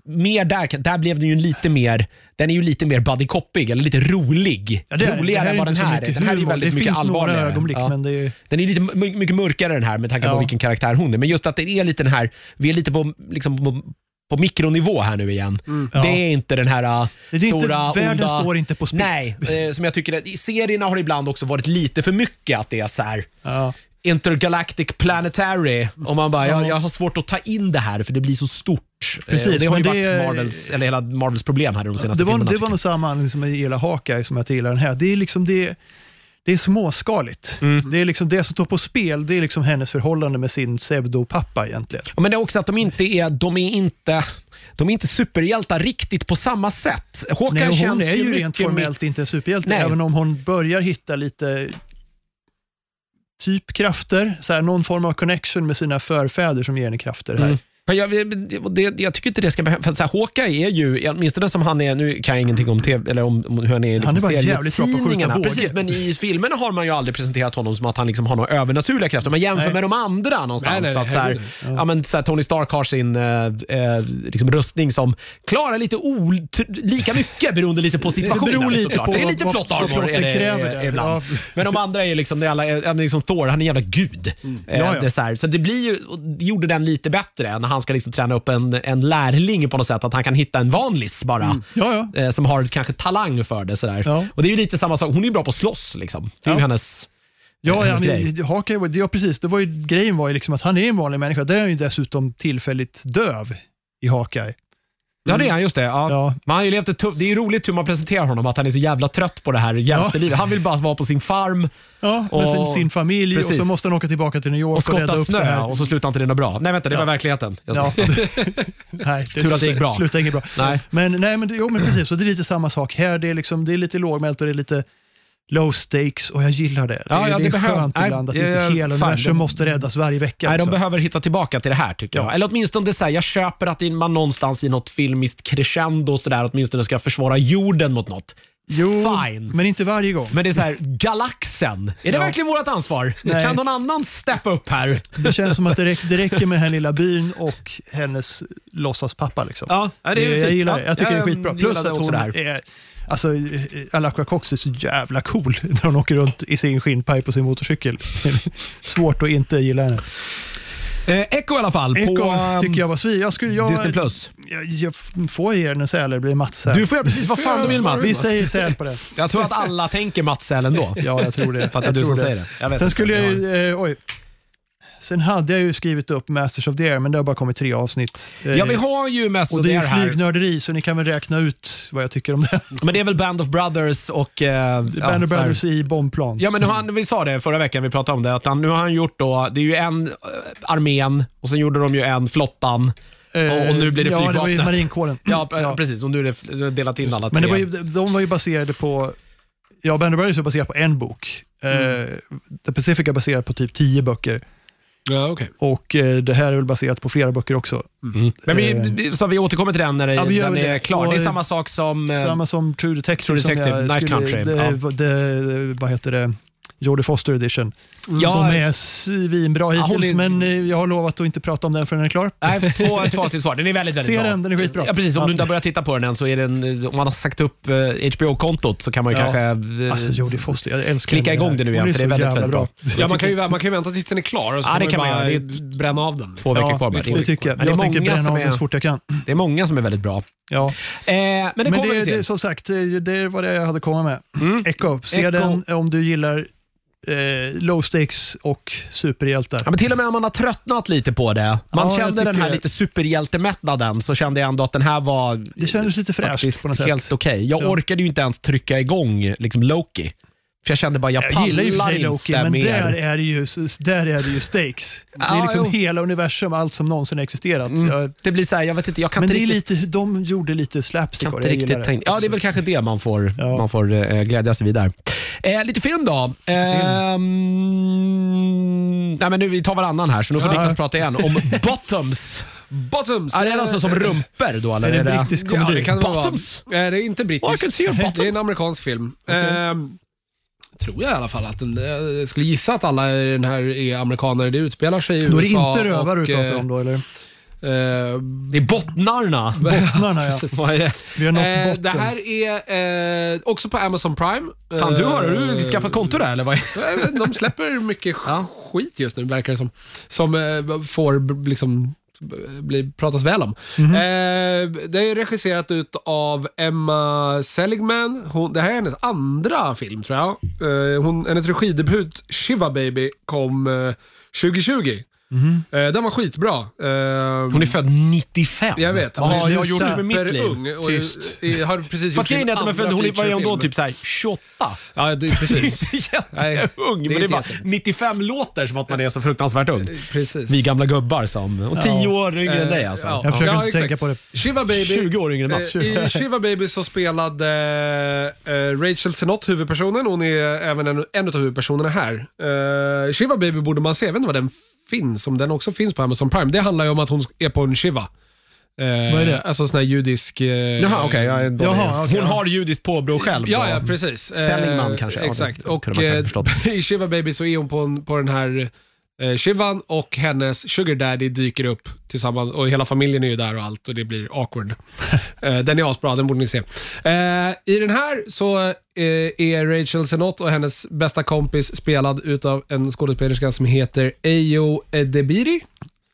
Speaker 1: Mer där, där blev den ju lite mer, den är ju lite mer buddy copy eller lite rolig.
Speaker 2: Ja, det är det.
Speaker 1: Roligare
Speaker 2: Det här är
Speaker 1: än vad den
Speaker 2: inte så
Speaker 1: här är.
Speaker 2: mycket
Speaker 1: Den här är ju
Speaker 2: humor.
Speaker 1: väldigt
Speaker 2: Det
Speaker 1: mycket
Speaker 2: finns några
Speaker 1: allvarligare.
Speaker 2: ögonblick, men det är-
Speaker 1: Den är lite my- mycket mörkare den här med tanke på
Speaker 2: Ja.
Speaker 1: vilken karaktär hon är. Men just att det är lite den här, vi är lite på, liksom, på, på mikronivå här nu igen.
Speaker 2: Ja.
Speaker 1: Det är inte den här äh,
Speaker 2: Det är inte-
Speaker 1: stora,
Speaker 2: världen
Speaker 1: onda...
Speaker 2: står inte på spel.
Speaker 1: Nej, eh, som jag tycker att i serierna har det ibland också varit lite för mycket att det är så här
Speaker 2: Ja.
Speaker 1: intergalactic planetary och man bara, jag, jag har svårt att ta in det här för det blir så stort.
Speaker 2: Precis,
Speaker 1: Eh, och det har ju varit
Speaker 2: men det-
Speaker 1: Marvels, eller hela Marvels problem här de senaste
Speaker 2: Det var,
Speaker 1: filmerna.
Speaker 2: det
Speaker 1: tycker
Speaker 2: var nog samma anledning som jag gillar Hawkeye som jag inte gillar den här. Det är liksom det, det är småskaligt.
Speaker 1: Mm.
Speaker 2: Det är liksom det som står på spel, det är liksom hennes förhållande med sin pseudopappa egentligen.
Speaker 1: jag. Men det är också att de inte är, de är inte, de är inte superhjältar riktigt på samma sätt. Hawkeye
Speaker 2: Nej, och hon
Speaker 1: känns
Speaker 2: är ju
Speaker 1: mycket
Speaker 2: rent
Speaker 1: mer-
Speaker 2: formellt inte en superhjälte,
Speaker 1: Nej.
Speaker 2: även om hon börjar hitta lite typ krafter, så här, någon form av connection med sina förfäder som ger henne krafter här.
Speaker 1: Mm. Men Jag, det, det, jag tycker inte det ska behövas. För att så här, Hawkeye är ju, åtminstone som han är, nu kan jag ingenting om TV, eller om, om hur han är i liksom
Speaker 2: Han är bara jävligt bra på att skjuta
Speaker 1: serietidningarna.
Speaker 2: båge.
Speaker 1: Precis, men i filmerna har man ju aldrig presenterat honom som att han liksom har några övernaturliga krafter. Man jämför
Speaker 2: Nej.
Speaker 1: med de andra någonstans.
Speaker 3: Nej, nej,
Speaker 1: så att, så här,
Speaker 3: herregud.
Speaker 1: ja. men, så här, Tony Stark har sin eh, eh, liksom, rustning som klarar lite ol, t- lika mycket beroende lite på situationen.
Speaker 2: beror lite
Speaker 1: såklart.
Speaker 2: på
Speaker 1: det är
Speaker 2: vad-
Speaker 1: lite
Speaker 2: vad-
Speaker 1: plot
Speaker 2: vad
Speaker 1: armor är
Speaker 2: plotten
Speaker 1: det,
Speaker 2: kräver
Speaker 1: är,
Speaker 2: där.
Speaker 1: ibland.
Speaker 2: Ja.
Speaker 1: Men de andra är liksom, det är alla, är, liksom Thor, han är en jävla gud. Eh,
Speaker 2: Mm. Ja, ja.
Speaker 1: Det är så, här, så det blir ju, och det gjorde den lite bättre än han ska liksom träna upp en, en lärling på något sätt. Att han kan hitta en vanlis bara.
Speaker 2: Ja, ja.
Speaker 1: Eh, som har kanske talang för det. Sådär.
Speaker 2: Mm. Ja.
Speaker 1: Och Det är ju lite samma sak. Hon är ju bra på att slåss. Liksom. Det är ju
Speaker 2: Ja.
Speaker 1: hennes...
Speaker 2: Ja,
Speaker 1: hennes
Speaker 2: han,
Speaker 1: grej.
Speaker 2: Hawkeye, var- ja, precis. Det var ju, grejen var ju liksom att han är en vanlig människa. Där är han ju dessutom tillfälligt döv i Hawkeye.
Speaker 1: Ja, det är han. Just det. Ja.
Speaker 2: Ja.
Speaker 1: Men han har ju levt ett tufft, det är ju roligt hur man presenterar honom, att han är så jävla trött på det här hjältelivet. Han vill bara vara på sin farm
Speaker 2: Ja, med sin,
Speaker 1: Och-
Speaker 2: sin familj
Speaker 1: precis.
Speaker 2: och så måste han åka tillbaka till New York
Speaker 1: och
Speaker 2: och, rädda
Speaker 1: skotta
Speaker 2: upp det
Speaker 1: snö
Speaker 2: här.
Speaker 1: och så slutar inte det något bra. Nej, vänta, det
Speaker 2: Ja.
Speaker 1: var verkligheten. Just
Speaker 2: Ja.
Speaker 1: det.
Speaker 2: nej,
Speaker 1: Tur att det gick bra.
Speaker 2: Slutade inget bra.
Speaker 1: Nej.
Speaker 2: Men, nej, men, det- jo, men precis, så det är lite samma sak här. Det är, liksom, det är lite lågmält och det är lite low stakes och jag gillar det.
Speaker 1: Ja,
Speaker 2: det, är-
Speaker 1: ja,
Speaker 2: det är
Speaker 1: det behöver-
Speaker 2: skönt
Speaker 1: nej,
Speaker 2: ibland att
Speaker 1: eh,
Speaker 2: inte hela
Speaker 1: fan,
Speaker 2: universum
Speaker 1: de-
Speaker 2: måste räddas varje vecka.
Speaker 1: Nej, de
Speaker 2: liksom.
Speaker 1: behöver hitta tillbaka till det här tycker
Speaker 2: Ja.
Speaker 1: jag. Eller åtminstone det är så här, jag köper att det är- man någonstans i något filmiskt crescendo så där, åtminstone ska försvara jorden mot något.
Speaker 2: jo,
Speaker 1: Fine.
Speaker 2: men inte varje gång.
Speaker 1: Men det är så här, galaxen. Är det verkligen vårt ansvar?
Speaker 2: Nej.
Speaker 1: Kan någon annan steppa upp här?
Speaker 2: Det känns som att det räcker, det räcker med den här lilla byn och hennes låtsaspappa. Liksom.
Speaker 1: Ja, ja, det är ju
Speaker 2: jag
Speaker 1: fint.
Speaker 2: gillar
Speaker 1: Ja,
Speaker 2: det. Jag tycker
Speaker 1: jag
Speaker 2: det är skitbra.
Speaker 1: gillar
Speaker 2: Plus
Speaker 1: det
Speaker 2: att
Speaker 1: också
Speaker 2: hon
Speaker 1: det här.
Speaker 2: är... Alltså, Alakra Cox är så jävla cool när hon åker runt i sin skinnpaj på sin motorcykel. Svårt att inte gilla henne.
Speaker 1: Eh, Echo i alla fall
Speaker 2: Echo
Speaker 1: på ehm,
Speaker 2: tycker jag var svin. Jag skulle, jag,
Speaker 1: Disney+. Plus.
Speaker 2: Jag, jag f- får jag ge den en säl eller blir det Mats säl?
Speaker 1: Du får göra precis vad fan du vill Mats.
Speaker 2: Vi säger säl på det.
Speaker 1: Jag tror att alla tänker Mats Säl ändå.
Speaker 2: Ja, jag tror det.
Speaker 1: För att det är
Speaker 2: jag
Speaker 1: du
Speaker 2: tror
Speaker 1: som säger det. Jag vet
Speaker 2: Sen
Speaker 1: inte.
Speaker 2: skulle jag
Speaker 1: Ja.
Speaker 2: ju... Eh, oj. Sen hade jag ju skrivit upp Masters of the Air, men det har bara kommit tre avsnitt. Eh,
Speaker 1: Ja, vi har ju mest
Speaker 2: och det är ju
Speaker 1: här.
Speaker 2: flygnörderi, så ni kan väl räkna ut vad jag tycker om det.
Speaker 1: Men det är väl Band of Brothers och... Eh, ja,
Speaker 2: Band of
Speaker 1: så här.
Speaker 2: Brothers i bombplan.
Speaker 1: Ja, men nu har han, vi sa det förra veckan, vi pratade om det, att han, nu har han gjort då, det är ju en eh, armén och sen gjorde de ju en flottan och, och nu blir det
Speaker 2: Eh, Ja, det var ju
Speaker 1: flygvapnet.
Speaker 2: marinkåren.
Speaker 1: ja, pre- precis. Och nu är det f- delat in alla tre.
Speaker 2: Mm. Men det var ju, de var ju baserade på... Ja, Band of Brothers är baserat på en bok.
Speaker 1: Mm.
Speaker 2: Eh, The Pacific är baserat på typ tio böcker.
Speaker 3: Ja, okej.
Speaker 2: Och eh, det här är väl baserat på flera böcker också.
Speaker 1: Mm. Men vi, vi- så vi återkommer till den när det,
Speaker 2: Eh. Ja, vi gör
Speaker 1: den
Speaker 2: väl
Speaker 1: är
Speaker 2: det.
Speaker 1: klar.
Speaker 2: Och-
Speaker 1: Det är samma sak som... eh,
Speaker 2: Samma som True Detective.
Speaker 1: True Detective,
Speaker 2: som jag
Speaker 1: Night Country,
Speaker 2: skulle, Det,
Speaker 1: ja.
Speaker 2: det, vad heter det? Jodie Foster edition.
Speaker 1: Mm. ja,
Speaker 2: Som är svinbra
Speaker 1: Ja,
Speaker 2: hittills,
Speaker 1: hon är-
Speaker 2: men eh, jag har lovat att inte prata om den förrän den är klar.
Speaker 1: Nej, två, två avsnitt kvar. Den är väldigt, väldigt
Speaker 2: Se
Speaker 1: bra.
Speaker 2: den, den är skitbra.
Speaker 1: Ja, precis. Om
Speaker 2: Ja.
Speaker 1: du inte har börjat titta på den än, så är den, om man har sagt upp eh, HBO-kontot så kan man ju
Speaker 2: Ja.
Speaker 1: kanske... eh,
Speaker 2: Alltså Jodie Foster, jag älskar
Speaker 1: Klicka
Speaker 2: henne.
Speaker 1: igång det nu
Speaker 2: Hon
Speaker 1: igen, för det är
Speaker 2: så
Speaker 1: väldigt,
Speaker 2: jävla
Speaker 1: väldigt bra.
Speaker 3: Ja, man kan, ju, man kan ju vänta tills den är klar och så
Speaker 1: Ja,
Speaker 3: kan
Speaker 1: det
Speaker 3: man ju
Speaker 1: kan man
Speaker 3: bara
Speaker 1: göra.
Speaker 3: bränna av den.
Speaker 1: Två veckor kvar.
Speaker 2: Ja,
Speaker 1: bara.
Speaker 2: det tycker jag.
Speaker 1: Men det är
Speaker 2: Jag tänker
Speaker 1: många
Speaker 2: bränna
Speaker 1: som
Speaker 2: av
Speaker 1: är-
Speaker 2: den så fort jag kan.
Speaker 1: Det är många som är väldigt bra. Eh,
Speaker 2: Ja.
Speaker 1: men det
Speaker 2: Men
Speaker 1: kommer
Speaker 2: det,
Speaker 1: vi till. Mm.
Speaker 2: det, som sagt, det det var det jag hade kommit med. Echo, se
Speaker 1: Echo.
Speaker 2: den om du gillar eh, low stakes och superhjältar.
Speaker 1: Ja, men till och med om man har tröttnat lite på det. Man
Speaker 2: Ja, jag
Speaker 1: kände den här
Speaker 2: tycker-
Speaker 1: lite superhjältemättnaden, så kände jag ändå att den här var
Speaker 2: Det kändes lite fräscht på något
Speaker 1: faktiskt
Speaker 2: sätt.
Speaker 1: helt okej. Jag
Speaker 2: Ja.
Speaker 1: orkade ju inte ens trycka igång liksom Loki. För jag kände bara, jag
Speaker 2: Jag gillar
Speaker 1: pallar
Speaker 2: ju för sig
Speaker 1: inte
Speaker 2: Loki, men
Speaker 1: mer.
Speaker 2: där är, det ju, där är det ju stakes. Det
Speaker 1: Ja,
Speaker 2: är liksom
Speaker 1: jo.
Speaker 2: hela universum, allt som någonsin existerat. Jag,
Speaker 1: Det blir så här, jag vet inte, jag kan
Speaker 2: men
Speaker 1: inte
Speaker 2: det är
Speaker 1: riktigt
Speaker 2: lite, de gjorde lite slapstick
Speaker 1: kan
Speaker 2: och
Speaker 1: inte
Speaker 2: jag gillar
Speaker 1: riktigt
Speaker 2: det.
Speaker 1: tänka. Ja, det är väl kanske det man får,
Speaker 2: Ja.
Speaker 1: man får eh, glädja sig vid där. Eh, lite film då. Ehm, nej, men nu, vi tar varannan här, så nu får
Speaker 3: Ja.
Speaker 1: Niklas prata igen om bottoms.
Speaker 3: Bottoms!
Speaker 1: Är det är alltså som rumpor då? Eller
Speaker 2: Är det en brittisk
Speaker 3: Ja,
Speaker 2: komedi?
Speaker 3: det kan det vara.
Speaker 1: Bottoms?
Speaker 3: Nej, eh, det är inte
Speaker 1: Oh, I
Speaker 3: brittisk.
Speaker 1: can see your
Speaker 3: det är
Speaker 1: bottom.
Speaker 3: en amerikansk film. Ehm, tror jag i alla fall. att den, Jag skulle gissa att alla i den här är amerikaner. Det utspelar sig i USA.
Speaker 2: Då är det inte rövare
Speaker 3: och,
Speaker 2: du pratar om då, eller?
Speaker 3: eh,
Speaker 1: Det är bottnarna.
Speaker 2: Bottnarna, ja.
Speaker 3: precis.
Speaker 1: Vad är det?
Speaker 2: Vi har nått
Speaker 3: Eh,
Speaker 2: botten.
Speaker 3: det här är eh, också på Amazon Prime.
Speaker 1: Fan, du har, har
Speaker 3: Eh,
Speaker 1: du skaffat konto där eller? Vad? är-
Speaker 3: Nej, men De släpper mycket
Speaker 1: Ja.
Speaker 3: skit just nu, verkar det som. Som eh, får b- liksom bli, pratas väl om.
Speaker 1: Mhm.
Speaker 3: Eh, det är regisserat ut av Emma Seligman. Hon, det här är hennes andra film, tror jag. Eh, hon, hennes regidebut, Shiva Baby, kom eh, 2020. Eh, den var skitbra. Eh,
Speaker 1: Mhm. Hon är född 95.
Speaker 3: jag vet.
Speaker 1: Vad har
Speaker 2: är
Speaker 1: jag gjort med
Speaker 2: superung.
Speaker 1: mitt liv?
Speaker 3: Superung och
Speaker 2: Tyst.
Speaker 3: eh, har precis
Speaker 1: Fast
Speaker 3: gjort
Speaker 1: grejen är att de är född, hon är, vad är hon då?
Speaker 3: featurefilm.
Speaker 1: Typ så här 28?
Speaker 3: Ja, det, precis.
Speaker 1: Inte
Speaker 3: Nej,
Speaker 1: jätteung, men
Speaker 3: det är
Speaker 1: det är
Speaker 3: inte
Speaker 1: bara
Speaker 3: jätteung.
Speaker 1: 95 låter som att man är så fruktansvärt ung.
Speaker 3: eh, precis.
Speaker 1: Vi gamla gubbar som... Och 10
Speaker 2: Ja.
Speaker 1: år yngre än
Speaker 3: Eh,
Speaker 1: dig alltså.
Speaker 2: Jag försöker inte
Speaker 3: exakt.
Speaker 2: tänka på det.
Speaker 3: Shiva Baby.
Speaker 1: 20 år yngre än Mats.
Speaker 3: Eh, I Shiva Baby så spelade eh, Rachel Senott huvudpersonen. Hon är även en, en av huvudpersonerna här. Eh, Shiva Baby borde man se. Jag vet inte vad den finns, om den också finns på Amazon Prime. Det handlar ju om att hon är på en shiva. vad
Speaker 2: är det?
Speaker 3: Alltså en sån här judisk... Eh,
Speaker 1: Jaha, okej. jag är dålig.
Speaker 2: Jaha, okej,
Speaker 1: Hon
Speaker 2: ja.
Speaker 1: har judiskt påbrå själv.
Speaker 3: Ja,
Speaker 1: då.
Speaker 3: ja, precis. Eh,
Speaker 1: Seligman kanske. Ja,
Speaker 3: Exakt.
Speaker 1: det
Speaker 3: och
Speaker 1: kunde man kanske
Speaker 3: eh,
Speaker 1: förstått.
Speaker 3: i Shiva Baby så är hon på, en, på den här eh, Shivan och hennes sugar daddy dyker upp tillsammans och hela familjen är ju där och allt och det blir awkward. eh, den är asbra, den borde ni se. Eh, I den här så eh, är Rachel Senott och hennes bästa kompis spelad utav en skådespelerska som heter Eyo Edebiri.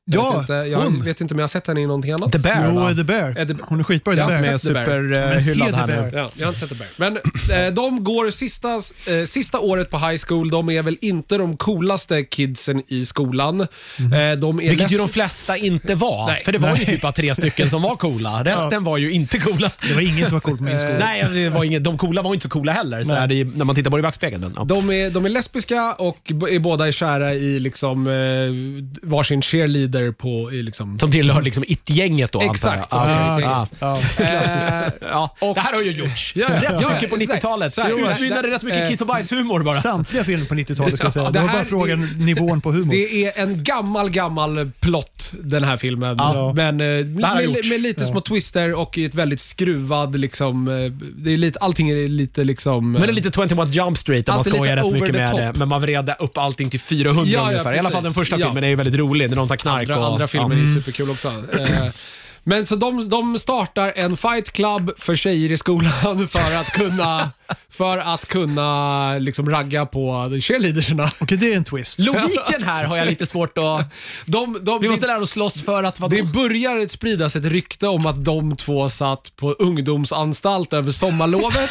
Speaker 3: Jag,
Speaker 2: Ja,
Speaker 3: vet, inte, jag
Speaker 2: hon.
Speaker 3: vet inte om jag har sett henne i någonting annat.
Speaker 1: The Bear,
Speaker 2: Jo,
Speaker 1: va?
Speaker 2: Eddie
Speaker 3: Är
Speaker 2: Bear.
Speaker 3: det-
Speaker 2: Hon är skitbra i The
Speaker 3: Ja,
Speaker 1: Som
Speaker 3: men-
Speaker 2: Bear.
Speaker 1: är
Speaker 3: Sett The Bear.
Speaker 2: Men se
Speaker 1: superhyllad
Speaker 2: The
Speaker 1: här nu.
Speaker 2: Bear.
Speaker 3: Ja, jag har inte sett The Bear. Men eh, de går sista, eh, sista året på high school. De är väl inte de coolaste kidsen i skolan. Eh, de är
Speaker 1: Mhm. Vilket
Speaker 3: näst-
Speaker 1: ju de flesta inte var.
Speaker 3: Nej.
Speaker 1: för det var ju typ bara tre stycken som var coola. Resten var ju inte coola.
Speaker 2: Det var ingen som var cool på min skola.
Speaker 1: Nej, det var inget, de coola var inte så coola heller, så här, det, är- när man tittar på det i backspegeln. Men, ja.
Speaker 3: De är, de är lesbiska och b- är båda är kära i liksom, eh, varsin cheerleader på... I liksom.
Speaker 1: Som tillhör liksom it-gänget då,
Speaker 3: Exakt.
Speaker 1: antar jag.
Speaker 3: Ja,
Speaker 1: okej.
Speaker 3: exakt.
Speaker 2: Ja.
Speaker 3: Eh,
Speaker 1: Ja. Ja. Det här har ju gjorts.
Speaker 3: Ja, ja, ja,
Speaker 1: rätt
Speaker 3: ja,
Speaker 1: mycket på
Speaker 3: exakt.
Speaker 1: 90-talet.
Speaker 3: Så här,
Speaker 1: Utmynnade
Speaker 3: det-
Speaker 1: rätt mycket
Speaker 3: eh,
Speaker 1: kiss och bajshumor bara.
Speaker 2: Samtliga filmer på 90-talet ska jag säga.
Speaker 3: Det
Speaker 2: Det var
Speaker 3: här
Speaker 2: bara
Speaker 3: är-
Speaker 2: frågan nivån på humor.
Speaker 3: det är en gammal, gammal plott den här filmen.
Speaker 1: Ja.
Speaker 3: Men eh, med,
Speaker 1: här har
Speaker 3: med,
Speaker 1: gjorts.
Speaker 3: med lite små twister och i ett väldigt skruvad, liksom, eh, det är lite, allting är lite liksom...
Speaker 1: Men det är lite 21 Jump Street där man
Speaker 3: Allt är
Speaker 1: skojar
Speaker 3: lite
Speaker 1: rätt
Speaker 3: over
Speaker 1: mycket
Speaker 3: the
Speaker 1: med
Speaker 3: top.
Speaker 1: det. Men man vred upp allting till 400
Speaker 3: Ja, ja,
Speaker 1: ungefär. I alla
Speaker 3: precis.
Speaker 1: fall den första
Speaker 3: Ja.
Speaker 1: filmen är ju väldigt rolig när de tar knark.
Speaker 3: andra,
Speaker 1: och,
Speaker 3: andra filmer
Speaker 1: ja. Mm.
Speaker 3: är superkul också. Eh, Men så de, de startar en fight club för tjejer i skolan för att kunna, för att kunna liksom ragga på cheerleaderserna.
Speaker 2: Okej, det är en twist.
Speaker 1: Logiken här har jag lite svårt att...
Speaker 3: De, de,
Speaker 1: Vi måste
Speaker 3: det,
Speaker 1: lära oss slåss för att... Vadå?
Speaker 3: det börjar ett- spridas ett rykte om att de två satt på ungdomsanstalt över sommarlovet.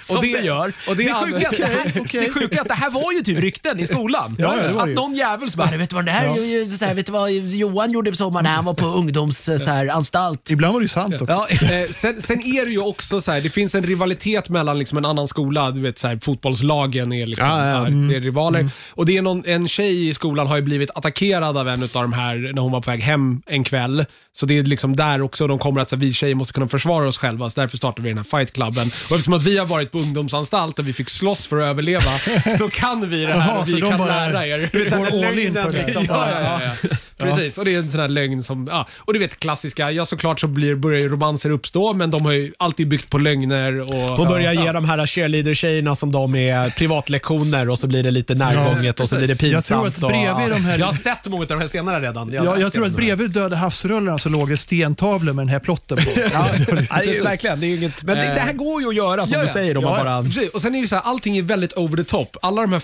Speaker 1: Som det, gör.
Speaker 3: och det
Speaker 1: det,
Speaker 3: är-
Speaker 1: sjuka är att det, här, det är sjuka är att det här var ju typ rykten i skolan.
Speaker 2: Ja, ja, det var det
Speaker 1: att
Speaker 2: ju.
Speaker 1: någon jävel så bara, vet du vad, den här, så här, vet du vad Johan gjorde på sommaren när han var på eh, ungdomsanstalt?
Speaker 2: Ibland var det ju sant också.
Speaker 3: Ja, eh, sen, sen är det ju också så här, det finns en rivalitet mellan liksom en annan skola, du vet så här, fotbollslagen är liksom,
Speaker 1: Ja, ja,
Speaker 3: ja, det
Speaker 2: Mm.
Speaker 3: är rivaler. Och det är någon, en tjej i skolan har ju blivit attackerad av en av de här när hon var på väg hem en kväll. Så det är liksom där också de kommer att så här, vi tjejer måste kunna försvara oss själva, så därför startar vi den här fightklubben. Och eftersom att vi har varit på ungdomsanstalt där vi fick slåss för att överleva, så kan vi det här
Speaker 2: Jaha,
Speaker 3: och
Speaker 2: så
Speaker 3: vi
Speaker 2: de
Speaker 3: kan
Speaker 2: bara-
Speaker 3: lära er.
Speaker 2: Du vet, så här, Går all in
Speaker 1: lögnen
Speaker 2: på det.
Speaker 1: liksom
Speaker 2: Ja,
Speaker 1: bara.
Speaker 3: Ja, ja, ja. Precis, och det är en sån här lögn som, ja. och du vet klassiska, ja såklart så blir, börjar ju romanser uppstå men de har ju alltid byggt på lögner och...
Speaker 1: Hon börjar
Speaker 3: ja.
Speaker 1: ge de här cheerleader-tjejerna som de är privatlektioner och så blir det lite närgånget och så blir det
Speaker 2: precis. Jag
Speaker 1: pinsamt.
Speaker 2: tror att bredvid
Speaker 1: och,
Speaker 2: de här-
Speaker 1: Jag har sett många av de här senare redan.
Speaker 2: Jag, jag tror att bredvid Döda havsrullarna så låg det stentavlor med den här plotten på.
Speaker 1: Ja, nej, det är verkligen, det är ju inget, men det, det här går ju att göra som
Speaker 3: Ja,
Speaker 1: du
Speaker 3: ja.
Speaker 1: säger. Om man bara,
Speaker 3: Precis, Och sen är det så här, allting är väldigt over the top. Alla de här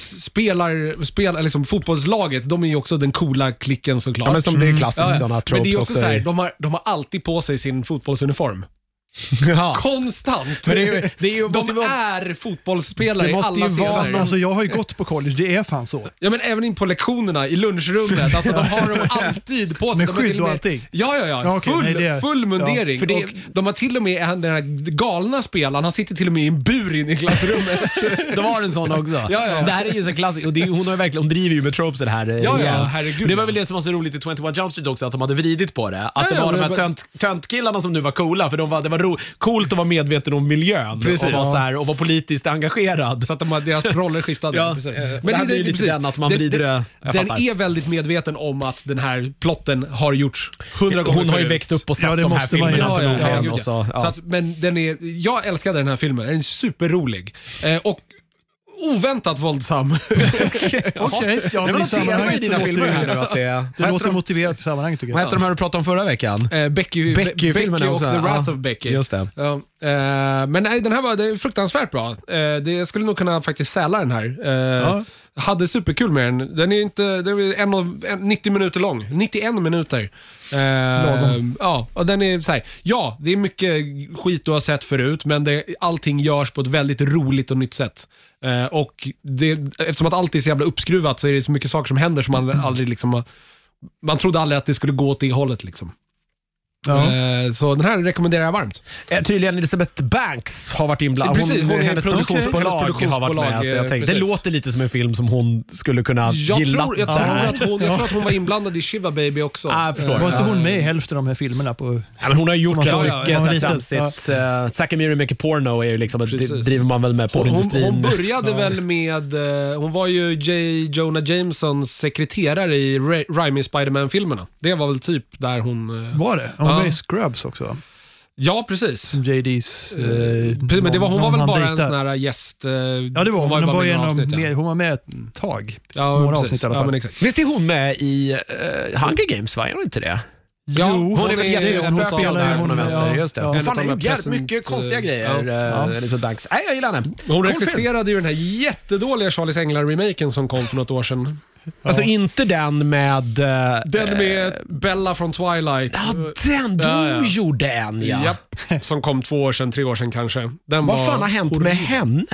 Speaker 3: fotbollsspelar, spel, eller liksom fotbollslaget, de är ju också den coola klicken såklart. Mm.
Speaker 1: ja, men som det är klassiskt
Speaker 3: Ja, ja.
Speaker 1: sådana
Speaker 3: Men det
Speaker 1: tropes
Speaker 3: är ju också så här,
Speaker 1: i-
Speaker 3: de har, de har alltid på sig sin fotbollsuniform.
Speaker 1: Ja.
Speaker 3: Konstant!
Speaker 1: Men det är ju- det är ju- måste
Speaker 3: de
Speaker 1: ju vara-
Speaker 3: är fotbollsspelare
Speaker 1: Det
Speaker 3: i
Speaker 1: måste ju
Speaker 3: alla
Speaker 1: vara
Speaker 3: serier.
Speaker 2: Fast alltså, jag har ju gått på college, det är fan så.
Speaker 3: Ja men även in på lektionerna, i lunchrummet. Alltså de har dem alltid på sig.
Speaker 2: Med
Speaker 3: De har
Speaker 2: skydd
Speaker 3: till
Speaker 2: och
Speaker 3: med-
Speaker 2: allting?
Speaker 3: Ja, ja, ja.
Speaker 2: Ja, okej,
Speaker 3: full,
Speaker 2: nej, det-
Speaker 3: full
Speaker 2: ja.
Speaker 3: mundering.
Speaker 1: För det-
Speaker 3: och de har till och med en- den här galna spelaren, han sitter till och med i en bur inne i klassrummet.
Speaker 1: Det var en sån också.
Speaker 3: ja, ja.
Speaker 1: Det här är ju så klassiskt. Och det är, ju- hon, har ju verkligen, hon driver ju med tropesen här. eh,
Speaker 3: ja,
Speaker 1: rejält.
Speaker 3: herregud.
Speaker 1: Och Det var väl det som var så roligt i 21 Jump Street också, att de hade vridit på det. Att det
Speaker 3: ja,
Speaker 1: var de
Speaker 3: men
Speaker 1: här
Speaker 3: det var-
Speaker 1: tönt, töntkillarna som nu var coola, för de var, det var ro, coolt att vara medveten om miljön
Speaker 3: Precis.
Speaker 1: och, vara så här, och vara politiskt engagerad.
Speaker 3: Så att de har, deras roller skiftade.
Speaker 1: Ja,
Speaker 3: precis.
Speaker 1: eh, och det här blir ju lite
Speaker 3: precis.
Speaker 1: den att man vrider det- jag
Speaker 3: Den
Speaker 1: fattar.
Speaker 3: är väldigt medveten om att den här plotten har gjorts hundra gånger
Speaker 1: Hon har ju
Speaker 3: förut.
Speaker 1: växt upp och sett
Speaker 2: Ja, det
Speaker 1: de här
Speaker 2: måste man ju-
Speaker 1: filmerna
Speaker 2: Ja,
Speaker 1: förmodligen.
Speaker 3: gud,
Speaker 1: och så, ja.
Speaker 3: Så att, men den är, jag älskade den här filmen. Den är superrolig. Eh, och oväntat våldsam.
Speaker 2: Okej, ja,
Speaker 1: det var
Speaker 2: men i
Speaker 1: något tema i
Speaker 2: sammanhanget så
Speaker 1: dina
Speaker 2: låter
Speaker 1: filmer här nu.
Speaker 2: det,
Speaker 1: Att det,
Speaker 2: det
Speaker 1: vad,
Speaker 2: låter
Speaker 1: heter de,
Speaker 2: motiverat i sammanhanget tycker
Speaker 1: vad
Speaker 2: jag.
Speaker 1: heter de här du pratade om förra veckan?
Speaker 3: Eh, Becky,
Speaker 1: Becky-filmen
Speaker 3: Becky och
Speaker 1: också.
Speaker 3: The Wrath
Speaker 1: Ja,
Speaker 3: of Becky.
Speaker 1: just det.
Speaker 3: Ja, eh, men nej, den här var det är fruktansvärt bra. Eh, det, jag skulle nog kunna faktiskt säla den här. Eh, Hade superkul med den. Den är inte, den är en och, en, 90 minuter lång. 91 minuter. Eh,
Speaker 2: Lagom.
Speaker 3: Ja, och den är så här, ja, det är mycket skit du har sett förut, men det, allting görs på ett väldigt roligt och nytt sätt. Eh, och det, eftersom att allt är så jävla uppskruvat så är det så mycket saker som händer som man aldrig liksom har- man trodde aldrig att det skulle gå åt det hållet. Liksom.
Speaker 2: Ja.
Speaker 3: Eh, Så den här rekommenderar jag varmt.
Speaker 1: Eh, Tydligen Elisabeth Banks har varit inblandad.
Speaker 3: Precis, hon är
Speaker 1: hennes
Speaker 3: produ-
Speaker 1: produktionsbolag
Speaker 3: hennes
Speaker 1: har varit med.
Speaker 3: produktionsbolag,
Speaker 1: Så jag
Speaker 3: eh,
Speaker 1: tänkte, det
Speaker 3: precis.
Speaker 1: låter lite som en film som hon skulle kunna
Speaker 3: Jag,
Speaker 1: gilla.
Speaker 3: tror, jag,
Speaker 1: det
Speaker 3: tror
Speaker 1: här.
Speaker 3: att hon, jag tror att hon var inblandad i Shiva Baby också.
Speaker 1: Ah, jag förstår.
Speaker 2: Var inte
Speaker 3: Eh,
Speaker 2: hon med i hälften av de här filmerna? På,
Speaker 1: Ja, men hon har ju gjort
Speaker 2: Som
Speaker 1: så
Speaker 2: man
Speaker 3: såg,
Speaker 1: mycket
Speaker 2: ja,
Speaker 1: så här
Speaker 2: lite,
Speaker 1: tramsigt. Ja. Sakamiri Make Porno är ju liksom, det
Speaker 3: Precis.
Speaker 1: driver man väl med
Speaker 3: hon, hon,
Speaker 1: porrindustrin.
Speaker 3: hon började väl med, eh, hon var ju J. Jonah Jamesons sekreterare i Ra- Raimi Spiderman-filmerna. Det var väl typ där hon... eh,
Speaker 2: var det? Hon var
Speaker 3: Ja.
Speaker 2: med i Scrubs också.
Speaker 3: Ja, precis.
Speaker 2: JD's... Eh,
Speaker 3: precis men det var,
Speaker 2: någon
Speaker 3: hon var väl
Speaker 2: han
Speaker 3: bara en
Speaker 2: dejtar.
Speaker 3: sån här gäst. eh,
Speaker 2: Ja, det var hon.
Speaker 3: ju
Speaker 2: Hon
Speaker 3: bara
Speaker 2: var,
Speaker 3: med i
Speaker 2: en
Speaker 3: några
Speaker 2: av-
Speaker 3: avsnitt, ja.
Speaker 2: med, hon var med ett tag.
Speaker 3: Ja,
Speaker 2: några
Speaker 3: precis.
Speaker 2: avsnitt i alla
Speaker 3: Ja,
Speaker 2: fall.
Speaker 3: men exakt.
Speaker 1: Visst är hon med i eh, Hunger Games? Va? Är hon inte det?
Speaker 3: Ja, hon
Speaker 1: Hon är väl
Speaker 3: är-
Speaker 1: jätterolig
Speaker 3: hon
Speaker 1: hon
Speaker 3: spelar
Speaker 1: spelar
Speaker 3: ju
Speaker 1: där på
Speaker 2: hon-
Speaker 1: någon vänster.
Speaker 2: ja,
Speaker 1: Just det.
Speaker 2: ja.
Speaker 1: Hon
Speaker 3: En
Speaker 1: fan, har
Speaker 3: av de
Speaker 1: gjort jävligt
Speaker 3: present-
Speaker 1: mycket konstiga
Speaker 3: eh,
Speaker 1: grejer,
Speaker 3: ja.
Speaker 1: ja. Elisabeth Banks. Nej, jag gillar henne.
Speaker 3: Hon
Speaker 1: Cool film.
Speaker 3: regisserade ju den här jättedåliga Charlies Änglar-remaken som kom för något år sedan.
Speaker 1: Alltså inte den med... eh,
Speaker 3: Den med Bella från Twilight.
Speaker 1: Ja, den! Du
Speaker 3: Ja, ja.
Speaker 1: gjorde en ja.
Speaker 3: Japp, som kom två år sedan, tre år sedan kanske. Den
Speaker 1: Vad
Speaker 3: var
Speaker 1: fan har hänt med henne?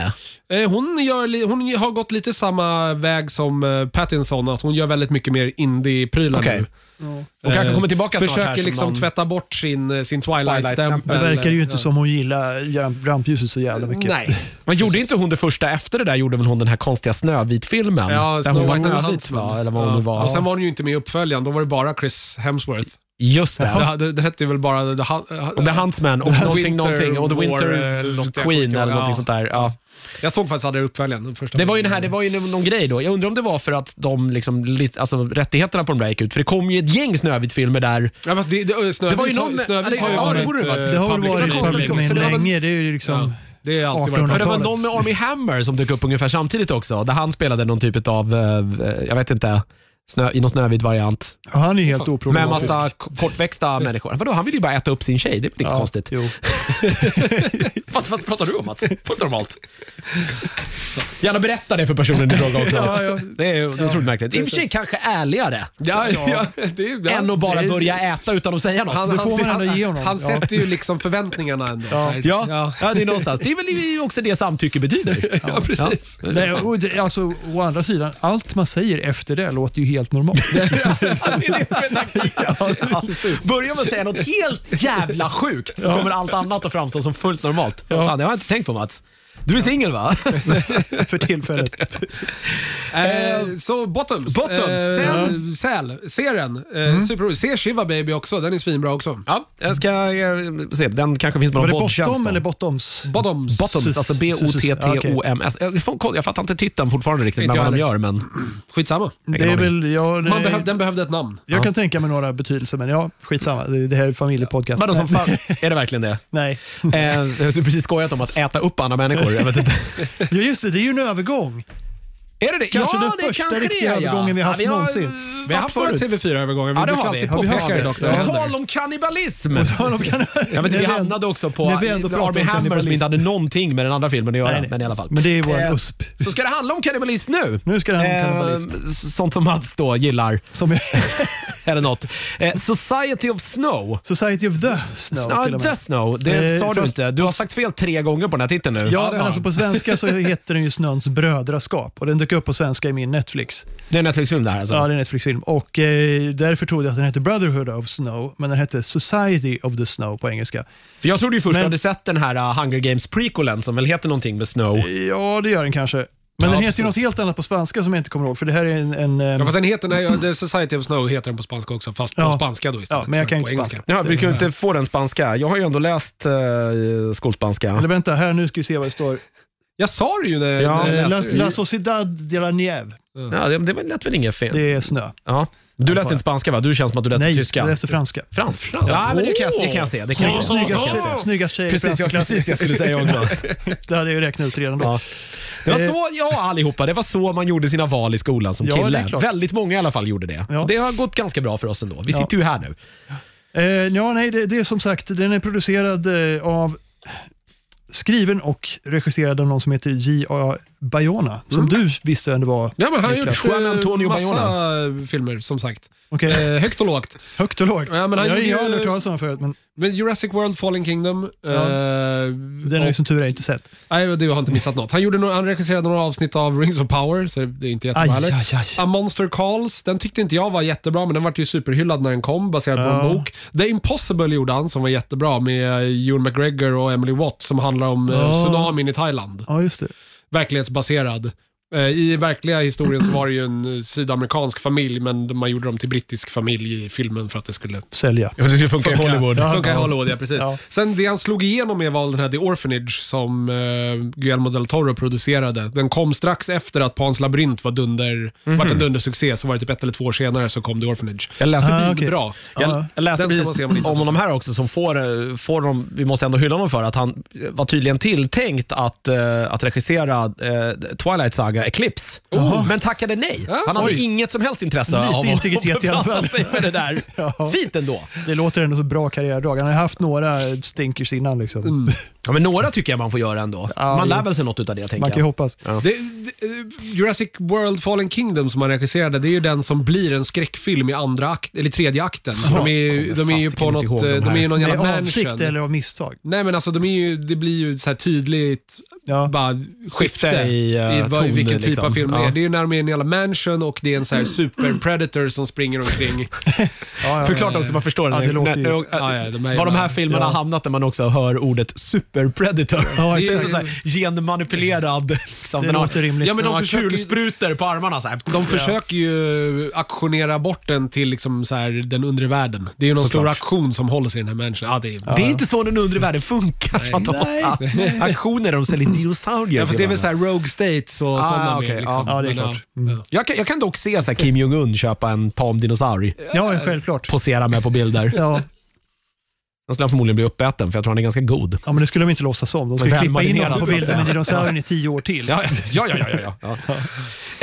Speaker 3: Eh, Hon, gör, li- hon har gått lite samma väg som eh, Pattinson, att hon gör väldigt mycket mer indie-prylar
Speaker 1: Okej.
Speaker 3: nu.
Speaker 1: Hon kanske
Speaker 3: Eh,
Speaker 1: kommer tillbaka snart här
Speaker 3: Försöker
Speaker 1: som
Speaker 3: liksom
Speaker 1: någon-
Speaker 3: tvätta bort sin, eh, sin
Speaker 1: Twilight-stämpel.
Speaker 3: Twilight-stämpel.
Speaker 2: Det verkar ju inte som hon gillar ramp- rampljuset så jävla mycket.
Speaker 3: Nej.
Speaker 1: Men gjorde inte hon det första efter det där gjorde väl hon den här konstiga Snövit-filmen?
Speaker 3: Ja,
Speaker 1: där hon var
Speaker 3: Snow
Speaker 1: Snövit
Speaker 3: Hansen.
Speaker 1: va? Eller vad hon
Speaker 3: Ja.
Speaker 1: nu var.
Speaker 3: Och sen var hon ju inte med i uppföljaren, då var det bara Chris Hemsworth.
Speaker 1: Just det.
Speaker 3: Det, hade- det hette väl bara The, Hu-
Speaker 1: Och The Huntsman och någonting,
Speaker 3: Winter
Speaker 1: någonting. Och The
Speaker 3: War
Speaker 1: Winter
Speaker 3: eller något, jag kommer
Speaker 1: Queen
Speaker 3: inte ihåg.
Speaker 1: eller någonting
Speaker 3: Ja.
Speaker 1: sånt där. Ja.
Speaker 3: Jag såg faktiskt aldrig uppföljaren. den första.
Speaker 1: Det var ju, den här, det var ju någon grej då. Jag undrar om det var för att de liksom, lit- alltså, rättigheterna på de där gick ut. För det kom ju ett gäng Snövit-filmer där.
Speaker 3: Ja, fast det, det, Snövit,
Speaker 1: Det var ju
Speaker 3: har-
Speaker 1: någon-
Speaker 3: Snövit
Speaker 1: eller-
Speaker 3: har ju
Speaker 1: ja, det
Speaker 3: varit...
Speaker 1: borde det varit.
Speaker 3: eh,
Speaker 2: Det har väl
Speaker 3: public
Speaker 2: varit
Speaker 1: Public domain
Speaker 2: public domain
Speaker 1: för det var väl-
Speaker 2: länge. Det är ju liksom...
Speaker 3: Ja, det har alltid varit
Speaker 2: 1800-talet.
Speaker 1: För det var
Speaker 2: Talet.
Speaker 1: någon med Army Hammer som dök upp ungefär samtidigt också. Där han spelade någon typ av, eh, jag vet inte, snö, i någon Snövit-variant.
Speaker 2: Han är helt
Speaker 1: Med
Speaker 2: oproblematisk.
Speaker 1: massa k- kortväxta människor. Vadå, han vill ju bara äta upp sin tjej. Det är väl inte
Speaker 2: Ja,
Speaker 1: konstigt?
Speaker 2: Jo.
Speaker 1: Vad, vad pratar du om Mats? Fullt normalt. Gärna berätta det för personen du frågar också.
Speaker 2: Ja, ja.
Speaker 1: Det är ju otroligt märkligt. I och för sig kanske ärligare
Speaker 3: Ja, ja, det är, ja.
Speaker 1: än att bara
Speaker 2: det är-
Speaker 1: börja äta utan att säga något.
Speaker 2: Det får man ändå ge honom.
Speaker 3: Han
Speaker 2: Ja.
Speaker 3: sätter ju liksom förväntningarna ändå. så här.
Speaker 1: ja, ja. det är någonstans. Det är väl också det samtycke betyder.
Speaker 3: ja, precis.
Speaker 2: Nej, och det, alltså, å andra sidan, allt man säger efter det låter ju helt normalt.
Speaker 1: Det är det som är taktiken. Ja. Börjar man säga något helt jävla sjukt så kommer allt annat att framstå som fullt normalt. Fan, det har jag inte tänkt på Mats. Du är singel va?
Speaker 2: för tillfället.
Speaker 3: Eh, så Bottoms.
Speaker 1: Bottoms,
Speaker 3: Eh, säl. Serien. Eh,
Speaker 2: Mm.
Speaker 3: Superrolig. Se Shiva Baby också. Den är svinbra också.
Speaker 1: Ja, jag ska eh, se. Den kanske finns på
Speaker 2: Var
Speaker 1: någon
Speaker 2: det
Speaker 1: poddtjänst
Speaker 2: bottom
Speaker 1: då.
Speaker 2: eller bottoms?
Speaker 3: Bottoms.
Speaker 1: Bottoms, alltså B-O-T-T-O-M-S. Jag, får- kolla, jag fattar inte titeln fortfarande riktigt
Speaker 3: Inte
Speaker 1: med
Speaker 3: jag
Speaker 1: vad de gör, men
Speaker 3: Skitsamma.
Speaker 1: Ingen
Speaker 2: Det är
Speaker 1: aning.
Speaker 2: väl, ja, det,
Speaker 3: Man behöv, den behövde ett namn.
Speaker 2: jag kan tänka mig några betydelser, men ja, skitsamma. Det, det här är familjepodcast.
Speaker 1: vadå som fan? Är det verkligen det?
Speaker 2: Nej.
Speaker 1: Eh, jag har precis skojat om att äta upp andra människor. Jag vet inte.
Speaker 2: Ja, just det. Det är ju en övergång.
Speaker 1: Är det det?
Speaker 2: Kanske
Speaker 1: ja,
Speaker 2: den
Speaker 1: det
Speaker 2: första
Speaker 1: kanske det
Speaker 2: riktiga
Speaker 1: är, ja.
Speaker 2: övergången vi haft
Speaker 1: ja,
Speaker 2: någonsin.
Speaker 1: Vi
Speaker 3: Vi har haft våra TV4-övergångar. Vi
Speaker 1: Ja, det
Speaker 3: brukar
Speaker 1: har vi.
Speaker 3: alltid
Speaker 2: Har vi haft
Speaker 3: påpeka det
Speaker 2: det?
Speaker 3: dock. när det
Speaker 1: På
Speaker 3: händer.
Speaker 1: tal om kannibalism.
Speaker 2: Ja, de kan-
Speaker 1: Jag vet inte, vi
Speaker 2: När vi
Speaker 1: hamnade också på
Speaker 2: när vi ändå pratar om
Speaker 1: Army Hammer som
Speaker 2: kannibalism.
Speaker 1: inte hade någonting med den andra filmen att göra.
Speaker 2: Nej, nej.
Speaker 1: Men i alla fall.
Speaker 2: Men det är vår
Speaker 1: Eh,
Speaker 2: USP.
Speaker 1: Så ska det handla om kannibalism nu.
Speaker 2: Nu ska det handla om kannibalism.
Speaker 1: Eh, sånt som Mats då gillar,
Speaker 2: Som jag,
Speaker 1: eller något. Eh, Society of Snow.
Speaker 2: Society of the Snow
Speaker 1: Ja,
Speaker 2: till och med.
Speaker 1: The Snow, det
Speaker 2: Eh,
Speaker 1: sa du
Speaker 2: fast-
Speaker 1: inte. Du har sagt fel tre gånger på den här titeln nu.
Speaker 2: Ja,
Speaker 1: det,
Speaker 2: men
Speaker 1: har
Speaker 2: alltså
Speaker 1: han.
Speaker 2: på svenska så heter den ju Snöns brödraskap och den dök upp på svenska i min Netflix.
Speaker 1: det är en Netflix-film det här alltså.
Speaker 2: Ja, det är en Netflix-film. Och eh, därför trodde jag att den hette Brotherhood of Snow, men den hette Society of the Snow på engelska.
Speaker 1: För jag trodde ju först
Speaker 2: Men-
Speaker 1: du hade sett den här uh, Hunger Games prequelen som väl heter någonting med
Speaker 2: Eh,
Speaker 1: Snow.
Speaker 2: Ja, det gör den kanske. Men
Speaker 1: Ja,
Speaker 2: den heter
Speaker 1: precis.
Speaker 2: ju något helt annat på spanska som jag inte kommer ihåg, för det här är en... en
Speaker 3: Ja,
Speaker 2: ehm,
Speaker 3: fast den heter, nej, The Society of Snow heter den på spanska också, fast på
Speaker 2: Ja.
Speaker 3: spanska då istället.
Speaker 2: Ja, men jag
Speaker 3: för
Speaker 2: kan
Speaker 3: på
Speaker 2: inte
Speaker 3: engelska.
Speaker 2: spanska.
Speaker 1: Ja, vi kan ju inte få den spanska. Jag har ju ändå läst uh, skolspanska.
Speaker 2: eller vänta, här nu ska vi se vad det står.
Speaker 3: Jag sa det ju när
Speaker 1: Ja,
Speaker 3: när
Speaker 2: Eh,
Speaker 3: jag
Speaker 2: La,
Speaker 3: läste det.
Speaker 2: La Sociedad de la Nieve.
Speaker 1: Ja, det, det lät väl inget fel?
Speaker 2: Det är snö.
Speaker 1: Ja. Du läste inte spanska va? Du känns som att du läste
Speaker 2: Nej,
Speaker 1: tyska.
Speaker 2: jag läste franska.
Speaker 1: Frans? Frans. Ja, men det kan, jag, det kan jag se. Det kan jag se.
Speaker 2: Snyggast
Speaker 1: Det kan
Speaker 2: tjej,
Speaker 1: jag se.
Speaker 2: snyggast tjej i
Speaker 1: Precis,
Speaker 2: franska
Speaker 1: jag,
Speaker 2: klassen.
Speaker 1: precis det jag skulle säga också.
Speaker 2: Det hade jag ju räknat ut redan då.
Speaker 1: Ja. Det var så, ja allihopa, det var så man gjorde sina val i skolan som
Speaker 2: Ja, det är
Speaker 1: kille.
Speaker 2: klart.
Speaker 1: Väldigt många i alla fall gjorde det.
Speaker 2: Ja.
Speaker 1: Det har gått ganska bra för oss ändå. Vi sitter ju här nu.
Speaker 2: Eh, ja, nej, det, det är som sagt, den är producerad eh, av, skriven och regisserad av någon som heter J.A. Bayona,
Speaker 1: Mm.
Speaker 2: som du visste ändå var
Speaker 3: Ja, men han har gjort
Speaker 1: Juan
Speaker 3: eh,
Speaker 1: Antonio
Speaker 3: massa
Speaker 1: Bayona.
Speaker 3: filmer, som sagt.
Speaker 2: Okej.
Speaker 3: Eh, Högt och lågt.
Speaker 2: högt och lågt.
Speaker 3: Ja, men han
Speaker 2: jag,
Speaker 3: gjorde
Speaker 2: jag har
Speaker 3: ju-
Speaker 2: aldrig hört talas om honom förut, men
Speaker 3: Men Jurassic World, Fallen Kingdom. eh,
Speaker 2: den har
Speaker 3: och-
Speaker 2: ju som tur är inte sett.
Speaker 3: Nej, det har inte missat något. Han, gjorde några, han regisserade några avsnitt av Rings of Power, så det är inte jättebra
Speaker 2: Aj,
Speaker 3: heller.
Speaker 2: aj, aj.
Speaker 3: A Monster Calls, den tyckte inte jag var jättebra, men den vart ju superhyllad när den kom, baserad på en bok. The Impossible gjorde han, som var jättebra, med eh, Ewan McGregor och Emily Watt, som handlar om eh,
Speaker 2: Ja.
Speaker 3: tsunamin i Thailand.
Speaker 2: Ja, just det.
Speaker 3: Verklighetsbaserad. Eh, I verkliga historien så var det ju en eh, sydamerikansk familj, men man gjorde dem till brittisk familj i filmen för att det skulle
Speaker 2: Sälja.
Speaker 1: Det skulle funka i
Speaker 2: Ja.
Speaker 3: Funkar i Hollywood, ja precis.
Speaker 2: Ja.
Speaker 3: Sen det han slog igenom med var den här The Orphanage som eh, Guillermo del Toro producerade. Den kom strax efter att Pans labyrint var dunder, vart en dundersuccé, så var det typ ett eller två år senare så kom The Orphanage.
Speaker 1: Mhm. Jag läste-
Speaker 2: Ah, okej.
Speaker 3: Bra.
Speaker 1: Jag,
Speaker 2: Ja.
Speaker 1: jag läste
Speaker 3: Den ska
Speaker 1: precis
Speaker 3: man se om man
Speaker 1: om
Speaker 3: inte har sett.
Speaker 1: honom här också, som får, eh, får dem, vi måste ändå hylla honom för, att han eh, var tydligen tilltänkt att, eh, att regissera eh, Twilight Saga eh, Eclipse, men tackade nej. Han hade
Speaker 2: Oj.
Speaker 1: inget som helst intresse
Speaker 2: Lite
Speaker 1: av
Speaker 2: integritet i alla fall.
Speaker 1: befatta sig med det där. Fint ändå.
Speaker 2: Det låter ändå så bra karriärdrag. Han har haft några stinkers innan. Liksom.
Speaker 1: Mm. Ja, men några tycker jag man får göra ändå.
Speaker 2: Ja,
Speaker 1: Man
Speaker 2: jo.
Speaker 1: lär väl sig något utav det, tänker
Speaker 2: Man kan ju
Speaker 1: jag.
Speaker 2: hoppas.
Speaker 3: Det, det, eh, Jurassic World Fallen Kingdom som han regisserade, det är ju den som blir en skräckfilm i andra akt, eller tredje akten. De är ju, de är ju
Speaker 1: fasiken
Speaker 3: på
Speaker 1: inte
Speaker 3: något,
Speaker 1: ihåg de
Speaker 3: eh, de är ju
Speaker 1: här.
Speaker 3: någon
Speaker 2: Med
Speaker 3: jävla
Speaker 2: avsikt
Speaker 3: mansion.
Speaker 2: eller av misstag.
Speaker 3: Nej men alltså de är ju, det blir ju så här tydligt
Speaker 2: Ja.
Speaker 3: bara skifte
Speaker 1: i, eh,
Speaker 3: vad,
Speaker 1: ton,
Speaker 3: vilken typ
Speaker 1: liksom.
Speaker 3: av film det är.
Speaker 1: Ja.
Speaker 3: Det är ju när de är i en jävla mansion och det är en så här super predator som springer omkring.
Speaker 2: Ja, ja,
Speaker 1: Förklart också, man förstår
Speaker 2: Ja,
Speaker 1: när-
Speaker 2: det låter ju-
Speaker 1: när-
Speaker 3: Ja, ja, de är ju
Speaker 1: var de här
Speaker 3: bara-
Speaker 1: filmerna
Speaker 2: ja.
Speaker 1: har hamnat när man också hör ordet super predator.
Speaker 2: Ja,
Speaker 1: det är
Speaker 3: exakt.
Speaker 1: så här genmanipulerad. Liksom.
Speaker 2: Det
Speaker 1: Den har-
Speaker 2: låter rimligt.
Speaker 1: Ja, men de
Speaker 3: De
Speaker 1: har
Speaker 3: försöker-
Speaker 1: kulsprutor på armarna. Så här.
Speaker 3: De försöker ju aktionera bort den till liksom så här, den undre världen. Det är ju någon stor aktion som hålls i den här mansionen. Ja, det är, ja.
Speaker 1: Det är inte så den undre världen funkar. så att de har så här Aktioner där de säljer dinosaurier.
Speaker 3: fast det är väl
Speaker 1: till
Speaker 3: så här rogue states och
Speaker 1: Ah,
Speaker 3: sådana
Speaker 1: okej,
Speaker 3: mer. Liksom.
Speaker 2: ja. Ja, det är
Speaker 3: Men,
Speaker 2: klart.
Speaker 3: ja.
Speaker 1: Jag kan, jag kan dock se så här Kim Jong-Un köpa en tam dinosaurie,
Speaker 2: ja, självklart.
Speaker 1: posera med på bilder.
Speaker 2: Ja.
Speaker 1: Då skulle han förmodligen bli uppäten, för jag tror han är ganska god.
Speaker 2: ja, men det skulle de inte låtsas om. De skulle klippa in
Speaker 1: Välmarinerad,
Speaker 2: honom på
Speaker 1: så att
Speaker 2: bilden med
Speaker 1: säga.
Speaker 2: dinosaurien i tio år till.
Speaker 1: Ja, ja, ja. ja, ja, ja.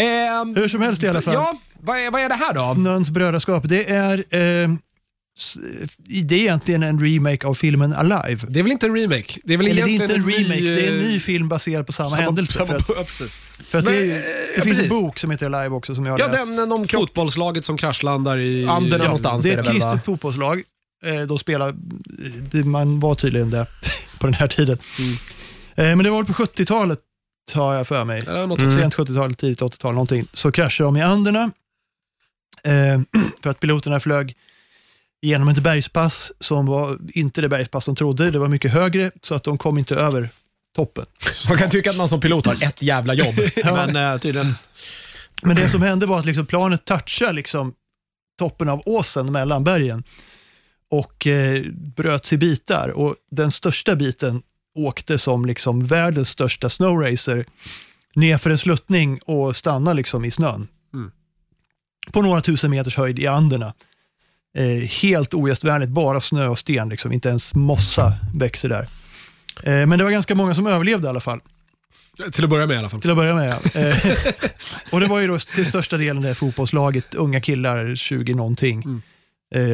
Speaker 1: Ehm,
Speaker 2: Hur som helst i alla fall.
Speaker 1: ja vad, är, vad är det här då?
Speaker 2: Snöns brödraskap. Det är, eh, s- det är egentligen en remake av filmen Alive.
Speaker 3: Det är väl inte en remake? Det är väl
Speaker 2: Eller det är inte en
Speaker 3: egentligen
Speaker 2: remake,
Speaker 3: ny,
Speaker 2: det är en
Speaker 3: eh,
Speaker 2: ny film baserad på samma,
Speaker 3: samma-
Speaker 2: händelse.
Speaker 3: samma-
Speaker 2: För att,
Speaker 3: ja, precis.
Speaker 2: för att det är, ju-
Speaker 1: Men, eh,
Speaker 2: det finns en
Speaker 1: precis.
Speaker 2: bok som heter Alive också som jag har
Speaker 1: Ja,
Speaker 2: läst.
Speaker 1: den, de kropp...
Speaker 3: Fotbollslaget som kraschlandar i...
Speaker 1: Anderna någonstans
Speaker 2: det
Speaker 1: är
Speaker 2: är
Speaker 1: det
Speaker 2: ett
Speaker 1: väl, va?
Speaker 2: kristet fotbollslag. Eh, De spelar, det- man var tydligen det på den här tiden.
Speaker 1: Mm.
Speaker 2: Eh, Men det var väl på 70-talet, har jag för mig.
Speaker 3: Är det något
Speaker 1: Mm.
Speaker 2: Sent 70-tal, tidigt 80-tal någonting. Så kraschar de i Anderna. Eh, För att piloterna flög genom ett bergspass som var inte det bergspass de trodde. Det var mycket högre, så att de kom inte över toppen.
Speaker 1: Man kan tycka att man som pilot har ett jävla jobb, men eh, tydligen...
Speaker 2: Men det som hände var att liksom planet touchade liksom toppen av åsen mellan bergen och eh, bröts i bitar. Och den största biten åkte som liksom världens största snowracer nerför en sluttning och stannade liksom i snön.
Speaker 3: Mm.
Speaker 2: På några tusen meters höjd i Anderna. Eh, helt ogästvänligt, bara snö och sten. Liksom. Inte ens mossa växer där. Eh, men det var ganska många som överlevde i alla fall.
Speaker 3: Till att börja med i alla fall.
Speaker 2: Till att börja med, ja. Eh, Och det var ju då till största delen det här fotbollslaget, unga killar, 20 någonting.
Speaker 3: Mm.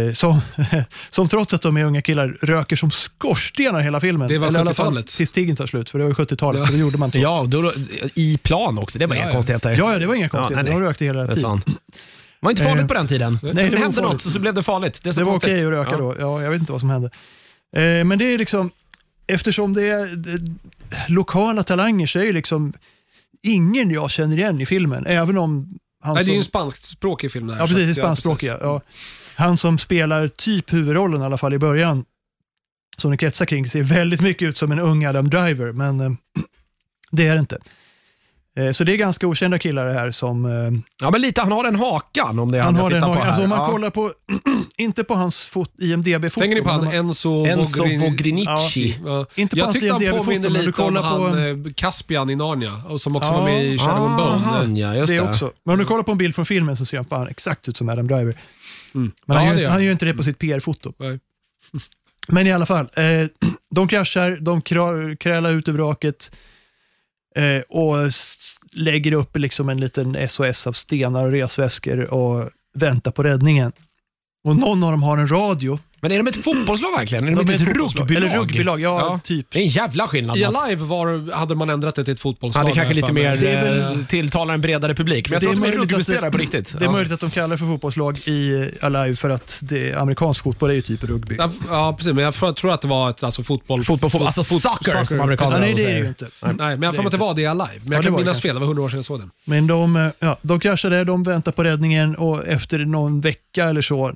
Speaker 2: Eh, som, som trots att de är unga killar röker som skorstenar hela filmen.
Speaker 3: Det var
Speaker 2: Eller i alla fall
Speaker 3: 70-talet.
Speaker 2: Tills Stiggen tar slut, för det var ju 70-talet, så det gjorde man inte. Ja.
Speaker 1: Ja, då, i plan också. Det var
Speaker 3: Ja,
Speaker 1: inga
Speaker 3: ja.
Speaker 1: konstigheter.
Speaker 2: ja, det var inga konstigheter.
Speaker 1: nej, nej.
Speaker 2: De rökte hela
Speaker 1: Fy
Speaker 2: tiden.
Speaker 1: fan. Det var inte farligt
Speaker 2: Eh,
Speaker 1: på den tiden.
Speaker 2: det
Speaker 1: det
Speaker 2: var
Speaker 1: hände något
Speaker 2: ofarligt.
Speaker 1: så, så blev det farligt. Det, är så
Speaker 2: Det var
Speaker 1: konstigt.
Speaker 2: okej att röka
Speaker 1: ja.
Speaker 2: då. Ja, jag vet inte vad som hände. Eh, men det är liksom, eftersom det är det, lokala talanger så är ju liksom ingen jag känner igen i filmen. Även om han
Speaker 3: Nej, det är ju
Speaker 2: som-
Speaker 3: en spanskspråkig film det här.
Speaker 2: Alltså- Ja,
Speaker 3: så
Speaker 2: precis.
Speaker 3: att-
Speaker 2: Spanskspråkiga.
Speaker 3: precis. Mm.
Speaker 2: Ja. Han som spelar typ huvudrollen i alla fall i början, som det kretsar kring, ser väldigt mycket ut som en ung Adam Driver, men eh, det är det inte. Eh, Så det är ganska okända killar det här som eh,
Speaker 1: Ja, men lite. Han har den hakan om det
Speaker 2: han
Speaker 1: jag
Speaker 2: har den
Speaker 1: tittar på här.
Speaker 2: Alltså om man
Speaker 1: ja.
Speaker 2: kollar på, inte på hans fot, IMDB-foto.
Speaker 3: Tänker ni på
Speaker 2: men
Speaker 3: han
Speaker 2: om man-
Speaker 3: Enzo,
Speaker 1: Enzo
Speaker 3: Vogrin-
Speaker 1: Vogrinici.
Speaker 3: Ja.
Speaker 2: Inte på
Speaker 3: Jag
Speaker 2: hans
Speaker 3: tyckte han
Speaker 2: IMDb-foto,
Speaker 3: påminner
Speaker 2: men du
Speaker 3: lite om
Speaker 2: kollar på,
Speaker 3: han eh, Caspian i Narnia, och som också
Speaker 2: Ja.
Speaker 3: var med i Shadow and
Speaker 1: Ah,
Speaker 3: Bone.
Speaker 1: han, ja, just
Speaker 2: det
Speaker 1: det.
Speaker 2: också. Men om du kollar på en bild från filmen så ser han fan exakt ut som Adam Driver. Men
Speaker 3: Ja,
Speaker 2: han,
Speaker 3: det
Speaker 2: gör,
Speaker 3: gör
Speaker 2: inte-
Speaker 3: han.
Speaker 2: han gör inte det på sitt PR-foto.
Speaker 3: Nej.
Speaker 2: Men i alla fall, eh, de kraschar, de kra- krälar ut ur vraket eh, och s- lägger upp liksom en liten SOS av stenar och resväskor och väntar på räddningen. Och någon av dem har en radio.
Speaker 1: Men är de ett fotbollslag verkligen? Är de,
Speaker 2: De
Speaker 1: inte
Speaker 2: är
Speaker 1: ett
Speaker 2: ett fotbollslag.
Speaker 1: rugbylag?
Speaker 2: Eller rugbylag, ja, typ.
Speaker 1: Det är en jävla skillnad
Speaker 3: I
Speaker 1: Mats.
Speaker 3: Alive var, hade man ändrat det till ett fotbollslag.
Speaker 1: Ja, det är kanske
Speaker 3: här
Speaker 1: lite
Speaker 3: för mig.
Speaker 1: mer
Speaker 2: Det är väl-
Speaker 1: väl... tilltalar en bredare publik. Men jag
Speaker 2: Det
Speaker 1: tror
Speaker 2: är
Speaker 1: att de är
Speaker 2: möjligt att det-
Speaker 1: rugbyspelare på riktigt.
Speaker 2: Det är
Speaker 1: Ja.
Speaker 2: möjligt att de kallar det för fotbollslag i Alive för att det amerikansk fotboll är ju typ rugby.
Speaker 3: Ja, f- Ja, precis. Men jag f- tror att det var ett alltså, fotboll...
Speaker 1: Fotboll, fotboll, alltså
Speaker 3: fot-
Speaker 1: soccer, som
Speaker 2: Ja,
Speaker 1: amerikanerna
Speaker 2: nej, det är
Speaker 1: säger.
Speaker 2: det ju inte.
Speaker 3: Nej, men jag har för mig att det var det i Alive.
Speaker 2: Ja,
Speaker 3: Men jag
Speaker 2: alltså. det
Speaker 3: kan
Speaker 2: var det
Speaker 3: minnas
Speaker 2: kanske.
Speaker 3: fel. Det var hundra år sedan jag såg den.
Speaker 2: Men de, eh, ja, de kraschade, de väntar på räddningen och efter någon vecka eller så,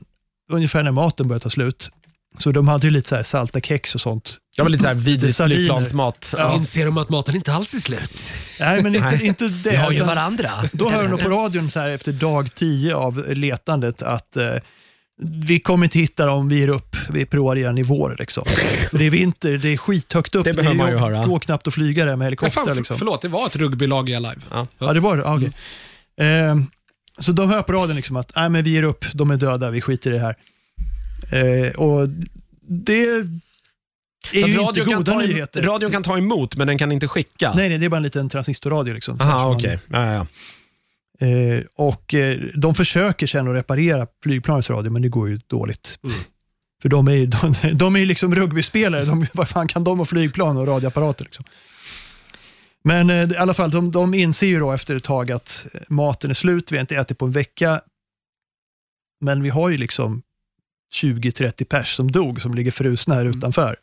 Speaker 2: ungefär när maten börjar ta slut, så de hade ju lite så här salta kex och sånt.
Speaker 1: Ja, men lite såhär vidrig
Speaker 2: Sardiner.
Speaker 1: flygplansmat.
Speaker 2: Ja.
Speaker 3: Inser de att maten inte alls är slut?
Speaker 2: Nej, men inte, inte det. utan
Speaker 1: varandra.
Speaker 2: då hör de på radion så här efter dag 10 av letandet att eh, vi kommer inte hitta dem, vi ger upp, vi provar igen i vår. Liksom. För det är vinter, det är skithögt upp,
Speaker 1: Det behöver man ju
Speaker 2: jobb-
Speaker 1: höra.
Speaker 2: går knappt att flyga där med
Speaker 3: Nej,
Speaker 2: helikopter.
Speaker 3: fan, f-
Speaker 2: liksom.
Speaker 3: förlåt, det var ett rugbylag i Alive.
Speaker 2: Ja, det var det. Ah, okej.
Speaker 1: Mm.
Speaker 2: Ehm, så de hör på radion liksom att Nej, men vi ger upp, de Ehm, är döda, vi skiter i det här. Eh, och det är ju inte
Speaker 1: kan
Speaker 2: goda
Speaker 1: ta, em-
Speaker 2: nyheter.
Speaker 1: radion kan ta emot, men den kan inte skicka?
Speaker 2: Nej, nej, det är bara en liten transistorradio. Liksom, så här
Speaker 1: Aha,
Speaker 2: som man-
Speaker 1: okej. Ja, ja.
Speaker 2: Eh, och eh, de försöker sen att reparera flygplanets radio, men det går ju dåligt. För de är ju de, de är ju liksom rugbyspelare. De, vad fan kan de ha flygplan och radioapparater? Liksom? Men eh, i alla fall, de, de inser ju då efter ett tag att eh, maten är slut. Vi har inte ätit på en vecka. Men vi har ju liksom 20-30 pers som dog, som ligger frusna här utanför.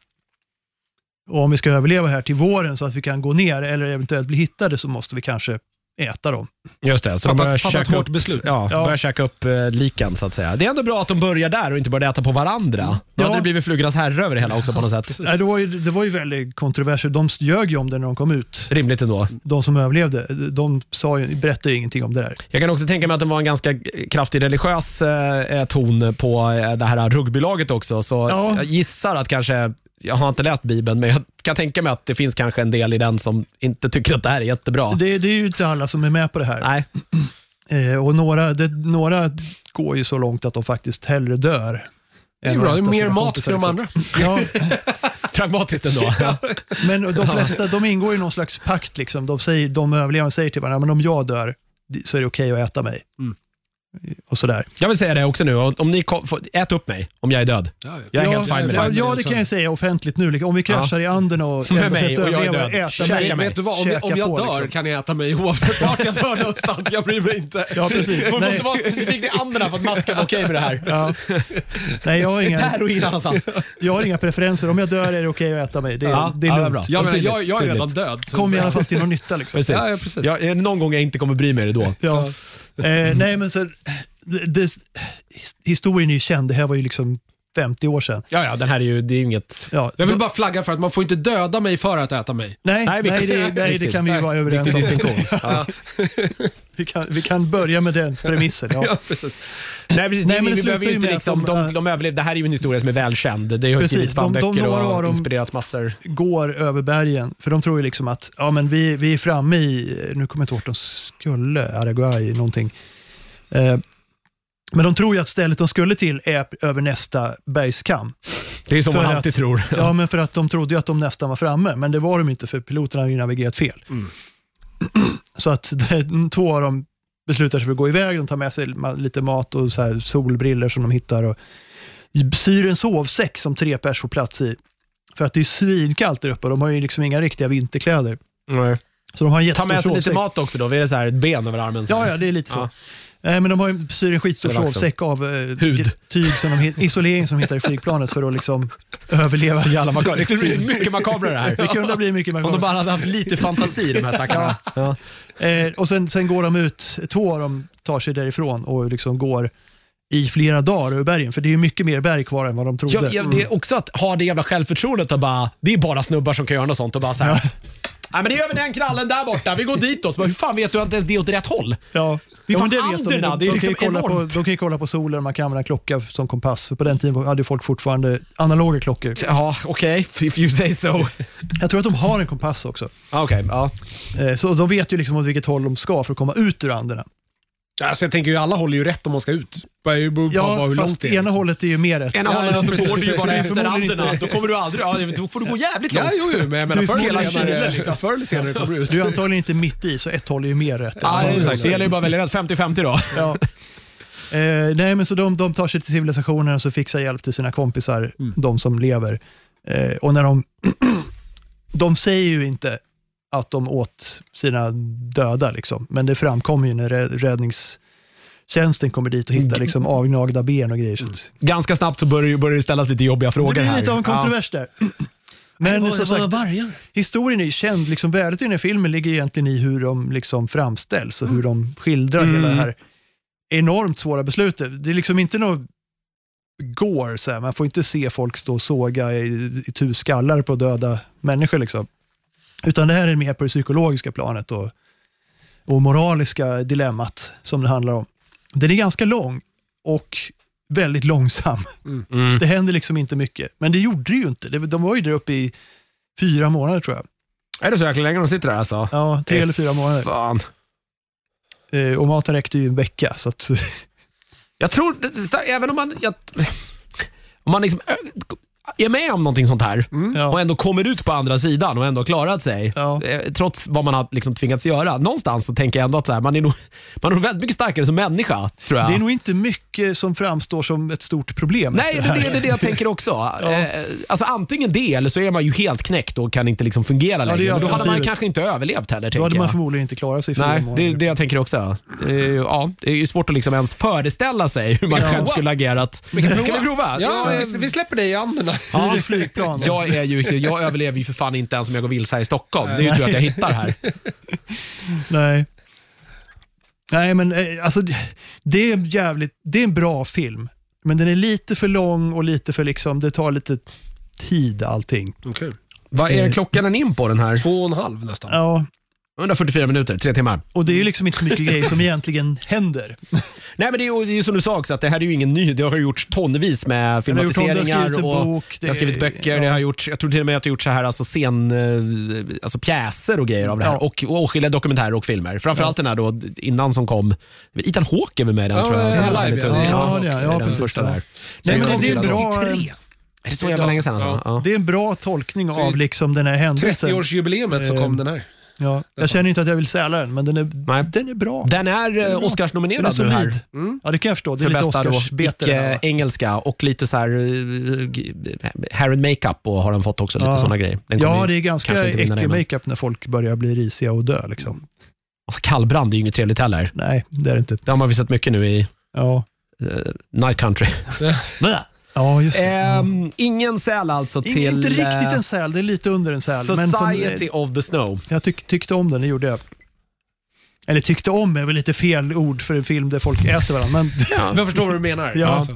Speaker 2: Och om vi ska överleva här till våren så att vi kan gå ner eller eventuellt bli hittade så måste vi kanske äta dem.
Speaker 1: Just det, så de
Speaker 3: Fattat-
Speaker 1: börjar
Speaker 3: fattat
Speaker 1: käka
Speaker 3: hårt
Speaker 1: upp,
Speaker 3: beslut.
Speaker 1: Ja,
Speaker 2: Ja.
Speaker 1: Börjar käka upp eh, liken så att säga. Det är ändå bra att de börjar där och inte börjar äta på varandra. Då
Speaker 2: Ja.
Speaker 1: hade det blivit flugornas herre över det hela också på något sätt.
Speaker 2: Nej, det, var ju, det var ju väldigt kontroverser. De ljög ju om det när de kom ut.
Speaker 1: Rimligt ändå.
Speaker 2: De som överlevde, de sa ju, berättade ju ingenting om det där.
Speaker 1: Jag kan också tänka mig att det var en ganska kraftig religiös eh, ton på eh, det här rugbylaget också. Så
Speaker 2: Ja.
Speaker 1: jag gissar att kanske, jag har inte läst Bibeln, men jag kan tänka mig att det finns kanske en del i den som inte tycker att det här är jättebra.
Speaker 2: Det, det är ju inte alla som är med på det här.
Speaker 1: Nej,
Speaker 2: Eh, och några, det, några går ju så långt att de faktiskt hellre dör.
Speaker 3: Det är
Speaker 2: än
Speaker 3: bra,
Speaker 2: att
Speaker 3: det är
Speaker 2: äta
Speaker 3: mer
Speaker 2: sina
Speaker 3: mat
Speaker 2: kompisar,
Speaker 3: till de
Speaker 2: liksom.
Speaker 3: andra.
Speaker 2: Ja,
Speaker 1: pragmatiskt ändå. Ja.
Speaker 2: men de flesta de ingår i någon slags pakt. Liksom. De, säger, de överlevande säger till varandra, men om jag dör så är det okej att äta mig.
Speaker 3: Mm.
Speaker 2: Och sådär.
Speaker 1: Jag vill säga det också nu, om om ni kom, får- ät upp mig om jag är död.
Speaker 3: Ja,
Speaker 1: Jag är
Speaker 2: ja,
Speaker 1: helt fine med
Speaker 2: ja,
Speaker 1: det.
Speaker 2: Ja, det kan jag säga offentligt nu. Liksom, Om vi kraschar i anden och
Speaker 1: Med
Speaker 2: ändå
Speaker 1: mig
Speaker 2: försöker
Speaker 1: och jag är
Speaker 2: överleva,
Speaker 1: död.
Speaker 2: äta
Speaker 1: Käka
Speaker 2: mig.
Speaker 1: mig.
Speaker 3: Vet du vad, om, jag- om
Speaker 2: Käka
Speaker 3: jag
Speaker 2: på,
Speaker 3: dör
Speaker 2: liksom.
Speaker 3: kan jag äta mig oavsett vart jag dör någonstans. Jag bryr mig inte.
Speaker 2: Ja, precis.
Speaker 1: Man
Speaker 2: Nej.
Speaker 1: måste vara specifik i andra för att Mats ska vara okej med det här.
Speaker 2: Ja. Nej, jag har, inga,
Speaker 1: Där och ingen annanstans.
Speaker 2: jag har inga preferenser. Om jag dör är det okej att äta mig. Det är,
Speaker 1: Ja,
Speaker 2: det
Speaker 1: ja,
Speaker 2: är
Speaker 1: det är
Speaker 2: lugnt.
Speaker 1: bra.
Speaker 3: Jag, menar,
Speaker 1: Tydligt,
Speaker 3: jag, jag är redan
Speaker 1: tydligt.
Speaker 3: död. så-
Speaker 2: Kom i alla fall till någon nytta. Liksom.
Speaker 1: Precis.
Speaker 3: Ja, ja, precis.
Speaker 1: Ja, är det någon gång jag inte kommer bry mig är det då.
Speaker 2: Ja. Eh, nej, men så, det, det, historien är ju känd. Det här var ju liksom 50 år sedan.
Speaker 1: Ja, ja, den här är ju, det är ju inget...
Speaker 2: Ja,
Speaker 3: Jag vill
Speaker 2: då-
Speaker 3: bara flagga för att man får inte döda mig för att äta mig.
Speaker 2: nej,
Speaker 1: Nej,
Speaker 2: nej,
Speaker 1: vi-
Speaker 2: det, nej, det
Speaker 1: Riktigt.
Speaker 2: kan vi ju
Speaker 3: Nej,
Speaker 2: vara överens om.
Speaker 1: distinktion.
Speaker 2: Vi kan, vi kan börja med den premissen. Ja.
Speaker 3: Ja, precis.
Speaker 1: Nej, precis,
Speaker 2: Nej,
Speaker 1: vi,
Speaker 2: men det
Speaker 1: vi behöver
Speaker 2: slutar
Speaker 1: ju
Speaker 2: ju
Speaker 1: inte
Speaker 2: med
Speaker 1: liksom,
Speaker 2: att de,
Speaker 1: de,
Speaker 2: äh,
Speaker 1: de överlevde. Det här är ju en historia som är välskändd. Det har ju
Speaker 2: Precis,
Speaker 1: skrivits
Speaker 2: de- de
Speaker 1: bandböcker
Speaker 2: några
Speaker 1: och
Speaker 2: av dem-
Speaker 1: inspirerat massor.
Speaker 2: går över bergen. För de tror ju liksom att ja, men vi, vi är framme i, nu kommer jag inte ihåg vart de skulle, Araguay någonting. Eh, men de tror ju att stället de skulle till är över nästa bergskam.
Speaker 1: Det är som
Speaker 2: För
Speaker 1: man
Speaker 2: att-
Speaker 1: alltid tror.
Speaker 2: Ja, men för att de trodde ju att de nästan var framme, men det var de inte för piloterna hade ju navigerat fel.
Speaker 1: Mm.
Speaker 2: Så att det- två av dem beslutar sig för att gå iväg. De tar med sig ma- lite mat och så här solbriller som de hittar. Och syr en sovsäck som tre pers får plats i. För att det är svinkallt där uppe och de har ju liksom inga riktiga vinterkläder. Så de har
Speaker 1: Ta
Speaker 2: en jättestor
Speaker 1: med sig lite
Speaker 2: sovsäck.
Speaker 1: mat också då. Vi är det så här ett ben över armen. så här.
Speaker 2: Ja, ja, det är lite så. Eh, Men de har ju syr en skitstor
Speaker 1: Det var axeln.
Speaker 2: sovsäck av eh,
Speaker 1: Hud.
Speaker 2: tyg, som de, hit- isolering som de hittar i flygplanet för att liksom överleva.
Speaker 1: Jävla makabert. Det skulle bli mycket makabrare det här.
Speaker 2: Det kunde ha blivit mycket
Speaker 1: Om de
Speaker 2: mer.
Speaker 1: bara hade haft lite fantasi de här stackarna. Ja.
Speaker 2: Eh, och sen, sen går de ut, två av dem tar sig därifrån och liksom går i flera dagar ur bergen, för det är ju mycket mer berg kvar än vad de trodde.
Speaker 1: Jag, jag, det är också att ha det jävla självförtroendet att bara, det är bara snubbar som kan göra något sånt och bara så här. Nej men det gör vi den krallen där borta, vi går ditåt. Så bara, Hur fan vet du att det ens det är åt rätt håll?
Speaker 2: Ja. Jo, men
Speaker 1: Fan, Anderna,
Speaker 2: de,
Speaker 1: det är
Speaker 2: de, kan ju
Speaker 1: liksom
Speaker 2: kolla på,
Speaker 1: enormt.
Speaker 2: de kan ju kolla på solen, man kan använda en klocka som kompass, för på den tiden hade ju folk fortfarande analoga klockor.
Speaker 1: Ja, okej. If you say so.
Speaker 2: Jag tror att de har en kompass också.
Speaker 1: Ja, Okej, ja.
Speaker 2: Eh, Så de vet ju liksom åt vilket håll de ska för att komma ut ur Anderna.
Speaker 3: Alltså, jag tänker ju alla håller ju rätt om man ska ut. Bara ju beror på
Speaker 2: Ja,
Speaker 3: hur långt
Speaker 2: fast
Speaker 3: det är.
Speaker 2: ena hållet är ju mer rätt.
Speaker 1: Ena
Speaker 3: Ja,
Speaker 1: hållet så
Speaker 3: precis.
Speaker 1: går du ju bara
Speaker 2: Det är
Speaker 1: efter
Speaker 2: förmodligen
Speaker 1: andra.
Speaker 2: inte-
Speaker 1: Då kommer du aldrig, ja, då får du gå jävligt långt.
Speaker 3: Ja, jo, jo, men jag menar
Speaker 2: Du
Speaker 3: förr
Speaker 2: får
Speaker 3: eller
Speaker 2: hela
Speaker 3: senare,
Speaker 1: Chile, liksom.
Speaker 3: förr eller senare kommer du ut.
Speaker 2: Du är antagligen inte mitt i, så ett håll är ju mer rätt.
Speaker 1: Ja, det är sagt. Det gäller ju bara att välja rätt. 50-50 då.
Speaker 2: Ja. Eh, nej, men så de, de tar sig till civilisationen och så fixar hjälp till sina kompisar, de som lever. Eh, och när de... de säger ju inte att de åt sina döda, liksom. men det framkommer ju när rä- räddningstjänsten kommer dit och hittar liksom, avgnagda ben och grejer. Så att-
Speaker 1: Ganska snabbt så börjar, ju- börjar det ställas lite jobbiga
Speaker 2: Det
Speaker 1: frågor
Speaker 2: blir
Speaker 1: här.
Speaker 2: lite av en kontrovers där. Men eh, som sagt,
Speaker 3: vargar.
Speaker 2: historien är ju känd. Liksom, värdet i den här filmen ligger ju egentligen i hur de liksom framställs och hur de skildrar hela det här enormt svåra beslutet. Det är liksom inte något går, så här. man får inte se folk stå och såga i, i tu skallar på döda människor. Liksom. Utan det här är mer på det psykologiska planet och, och moraliska dilemmat som det handlar om. Den är ganska lång och väldigt långsam.
Speaker 1: Ja. Mm.
Speaker 2: Det händer liksom inte mycket. Men det gjorde det ju inte. Det- De var ju där uppe i fyra månader tror jag.
Speaker 1: Är det så jäkla länge de sitter där alltså?
Speaker 2: Ja, tre
Speaker 1: Eh,
Speaker 2: eller fyra månader.
Speaker 1: Fan.
Speaker 2: Eh, och maten räckte ju en vecka. Så att,
Speaker 1: Jag tror, även om man... Jag, om man liksom, är med om någonting sånt här
Speaker 2: Ja.
Speaker 1: Mm. och ändå kommer ut på andra sidan och ändå har klarat sig.
Speaker 2: Mm. Ja.
Speaker 1: Eh, Trots vad man har liksom tvingats göra. Någonstans så tänker jag ändå att så här, man, är nog, man är nog väldigt mycket starkare som människa, tror jag.
Speaker 2: Det är nog inte mycket som framstår som ett stort problem.
Speaker 1: Nej,
Speaker 2: efter
Speaker 1: det,
Speaker 2: här.
Speaker 1: det, det är det jag tänker också. Eh, Alltså Antingen det, eller så är man ju helt knäckt och kan inte liksom fungera
Speaker 2: det är
Speaker 1: längre. Men Då hade man
Speaker 2: alternativet.
Speaker 1: kanske inte överlevt heller.
Speaker 2: Då hade
Speaker 1: tänker
Speaker 2: man
Speaker 1: jag.
Speaker 2: förmodligen inte klarat sig i fyra
Speaker 1: Nej, det är
Speaker 2: månader.
Speaker 1: det jag tänker också. Det är, ju- ja, det är ju svårt att liksom ens föreställa sig hur man själv skulle agerat. Ska vi prova?
Speaker 3: Ja, vi, vi släpper dig i anden.
Speaker 2: Hur är flygplan?
Speaker 1: Jag, är ju, jag överlever ju för fan inte ens om jag går vilse här i Stockholm. Det är ju tur att jag hittar här.
Speaker 2: Nej. Nej, men eh, alltså, det är, jävligt, det är en bra film, men den är lite för lång och lite för liksom, det tar lite tid allting.
Speaker 3: Okay.
Speaker 1: Vad är klockan den in på den här?
Speaker 3: Två och en halv nästan.
Speaker 2: Ja,
Speaker 1: 144 minuter, tre timmar.
Speaker 2: och det är ju liksom inte så mycket grejer som egentligen händer.
Speaker 1: Nej men det är ju det är ju som du sa också, att det här är ju ingen ny. Det har ju gjorts tonvis med
Speaker 2: har gjort om, det har
Speaker 1: filmatiseringar.
Speaker 2: skrivits en
Speaker 1: och
Speaker 2: bok,
Speaker 1: det
Speaker 2: det
Speaker 1: har skrivits
Speaker 2: är-
Speaker 1: böcker.
Speaker 2: ja.
Speaker 1: Det har gjorts, jag tror till och med att det har gjorts så här, alltså scen, eh, alltså pjäser och grejer av det här.
Speaker 2: Ja.
Speaker 1: Och, och åtskilliga dokumentärer och filmer. Framförallt den här då, innan som kom. Ethan Hawke är väl med i den
Speaker 3: Ja,
Speaker 1: tror jag.
Speaker 3: eh,
Speaker 1: som
Speaker 3: Alive,
Speaker 1: är lite-
Speaker 3: ja.
Speaker 2: Ja, det är-
Speaker 1: Hawke är
Speaker 2: ja,
Speaker 1: den
Speaker 2: precis,
Speaker 1: första
Speaker 2: ja.
Speaker 1: där.
Speaker 2: Nej,
Speaker 1: Sen
Speaker 2: men
Speaker 1: kom
Speaker 2: det är en
Speaker 1: till-
Speaker 2: bra,
Speaker 3: 83.
Speaker 1: Är det så jävla länge sedan alltså? Ja.
Speaker 2: det är en bra tolkning
Speaker 3: Så i
Speaker 2: av liksom den här händelsen.
Speaker 3: 30-årsjubileumet så
Speaker 2: Eh,
Speaker 3: kom den här.
Speaker 2: Ja, jag känner inte att jag vill säla den, men den är,
Speaker 1: Nej.
Speaker 2: den är bra.
Speaker 1: Den är eh,
Speaker 2: bra. Den är
Speaker 1: Oscarsnominerad nu här.
Speaker 2: solid.
Speaker 3: Mm.
Speaker 2: Ja, det kan jag förstå. Det är
Speaker 1: för
Speaker 2: lite
Speaker 1: bästa då,
Speaker 2: Oscarsbete. det här, va?
Speaker 1: icke-engelska och lite så här eh, g- hair and makeup och har den fått också, lite
Speaker 2: Ja.
Speaker 1: sådana grejer. Den kommer
Speaker 2: Ja,
Speaker 1: ju
Speaker 2: det är ganska
Speaker 1: kanske inte vinna
Speaker 2: äcklig
Speaker 1: det, men-
Speaker 2: makeup när folk börjar bli risiga och dö. Liksom.
Speaker 1: Alltså kallbrand är ju inget trevligt heller.
Speaker 2: Nej, det är det inte.
Speaker 1: Det har man väl sett mycket nu i
Speaker 2: Ja,
Speaker 1: eh, night country.
Speaker 2: ja just det. Ja.
Speaker 1: Ehm, ingen säl alltså
Speaker 2: In-
Speaker 1: till
Speaker 2: inte riktigt
Speaker 1: eh,
Speaker 2: en säl, det är lite under en säl. Men som,
Speaker 1: Society
Speaker 2: eh,
Speaker 1: of the Snow.
Speaker 2: jag tyck, tyckte om den, det gjorde jag. Eller tyckte om är väl lite fel ord för en film där folk äter varandra. Men,
Speaker 3: Men jag förstår vad du menar.
Speaker 2: Ja.
Speaker 3: Alltså.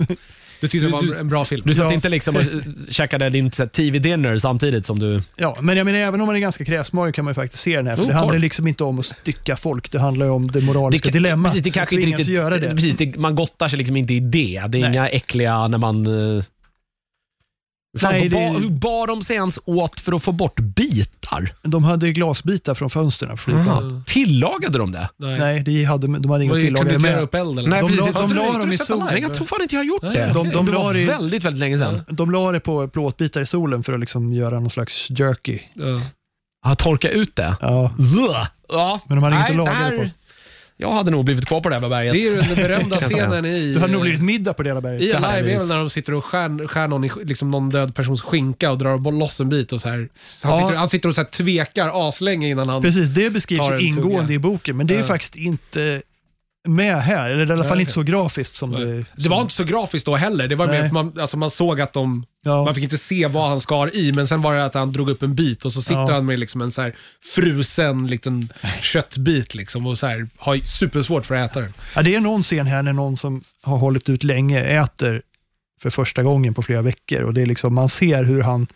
Speaker 3: Du tyckte det var en bra film.
Speaker 1: Du satt
Speaker 2: ja.
Speaker 1: inte liksom och eh, käkade din så här, TV-dinner samtidigt som du...
Speaker 2: ja, men jag menar, även om man är ganska kräsmager kan man ju faktiskt se den här. För
Speaker 1: Oh,
Speaker 2: det handlar
Speaker 1: korv.
Speaker 2: liksom inte om att stycka folk, det handlar ju om det moraliska dilemmat.
Speaker 1: precis, det
Speaker 2: som
Speaker 1: kanske inte
Speaker 2: tvingas
Speaker 1: riktigt,
Speaker 2: göra det.
Speaker 1: Precis, det, man gottar sig liksom inte i det. Det är
Speaker 2: Nej.
Speaker 1: inga äckliga när man... eh, hur Fan,
Speaker 2: Nej,
Speaker 1: Nej,
Speaker 2: det-
Speaker 1: Hur bar de sig ens åt för att få bort bitar?
Speaker 2: De hade ju glasbitar från fönstren på flygplanet.
Speaker 1: Tillagade de det?
Speaker 3: Nej.
Speaker 2: Nej, de hade, de hade inga
Speaker 3: Var det- Kunde
Speaker 2: tillagare
Speaker 3: inte göra
Speaker 2: med.
Speaker 3: upp eld eller?
Speaker 2: De la- de
Speaker 1: jag tror-
Speaker 2: la
Speaker 1: jag tror
Speaker 2: dem i
Speaker 1: jag sett
Speaker 2: sol.
Speaker 1: här. Nej, jag tror fan inte jag har gjort
Speaker 3: Nej,
Speaker 1: det.
Speaker 2: de- de
Speaker 1: det var
Speaker 2: la det i-
Speaker 1: väldigt, väldigt länge sedan.
Speaker 2: De la det på plåtbitar i solen för att liksom göra någon slags jerky.
Speaker 3: Ja.
Speaker 1: Ja, torka ut det.
Speaker 2: Ja.
Speaker 1: Ugh. Ja.
Speaker 2: Men de hade inte lagat det
Speaker 1: här-
Speaker 2: på.
Speaker 1: Jag hade nog blivit kvar på det här berget.
Speaker 3: Det är ju den berömda
Speaker 1: Kan jag säga.
Speaker 3: scenen i...
Speaker 2: Du hade nog blivit middag på det hela berget.
Speaker 3: I
Speaker 1: Kan
Speaker 3: Alive
Speaker 1: det
Speaker 3: är
Speaker 1: bli.
Speaker 3: väl när de sitter och skär, skär någon, i, sk- liksom någon död persons skinka och drar bo- loss en bit och så här. Han,
Speaker 2: Ja.
Speaker 3: sitter, han sitter och så här tvekar aslänge innan han...
Speaker 2: Precis, det beskrivs
Speaker 3: Tar
Speaker 2: ju
Speaker 3: en
Speaker 2: ingående
Speaker 3: tugga.
Speaker 2: i boken, men det är ju
Speaker 3: Ja.
Speaker 2: faktiskt inte med här. Eller i alla fall
Speaker 3: Nej.
Speaker 2: inte så grafiskt som det... Som,
Speaker 3: Det var inte så grafiskt då heller. Det var mer
Speaker 2: Nej.
Speaker 3: för man, alltså man såg att de...
Speaker 2: Ja.
Speaker 3: Man fick inte se vad han skar i, men sen var det att han drog upp en bit och så sitter
Speaker 2: Ja.
Speaker 3: han med liksom en så här frusen liten köttbit liksom och så här, har supersvårt för att äta den.
Speaker 2: ja, det är någon scen här när någon som har hållit ut länge äter för första gången på flera veckor och det är liksom, man ser hur han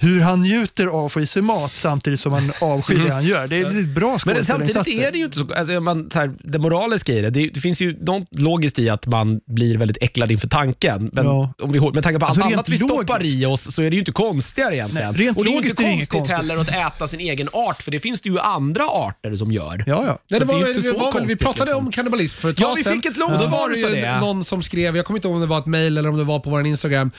Speaker 2: hur han njuter av att få i sig mat samtidigt som han avskyr det han gör. Det är ett bra
Speaker 1: Mm. Men
Speaker 2: skådespelarinsatser.
Speaker 1: samtidigt är det ju inte så, alltså man, så här, det moraliska i det, det, det finns ju något logiskt i att man blir väldigt äcklad inför tanken. Men
Speaker 2: Ja.
Speaker 1: om vi, med tanke på
Speaker 2: Alltså,
Speaker 1: allt
Speaker 2: rent
Speaker 1: annat vi stoppar
Speaker 2: logiskt.
Speaker 1: i oss så är det ju inte konstigare egentligen.
Speaker 2: Nej, rent
Speaker 1: och det är ju inte
Speaker 2: logiskt är det inget
Speaker 1: konstigt,
Speaker 2: konstigt.
Speaker 1: heller att äta sin egen art, för det finns det ju andra arter som gör.
Speaker 2: Ja, ja.
Speaker 3: Nej, det
Speaker 1: Så
Speaker 3: var,
Speaker 1: det är
Speaker 3: väl-
Speaker 1: inte så
Speaker 3: det var, väl- vi
Speaker 1: konstigt,
Speaker 3: pratade
Speaker 1: liksom.
Speaker 3: om kannibalism för ett
Speaker 1: Ja,
Speaker 3: tag
Speaker 1: vi
Speaker 3: sedan.
Speaker 1: fick ett långt
Speaker 3: Då
Speaker 1: svar
Speaker 3: var det
Speaker 1: utav
Speaker 3: ju
Speaker 1: det.
Speaker 3: någon som skrev, jag kommer inte ihåg om det var ett mail eller om det var på vår Instagram,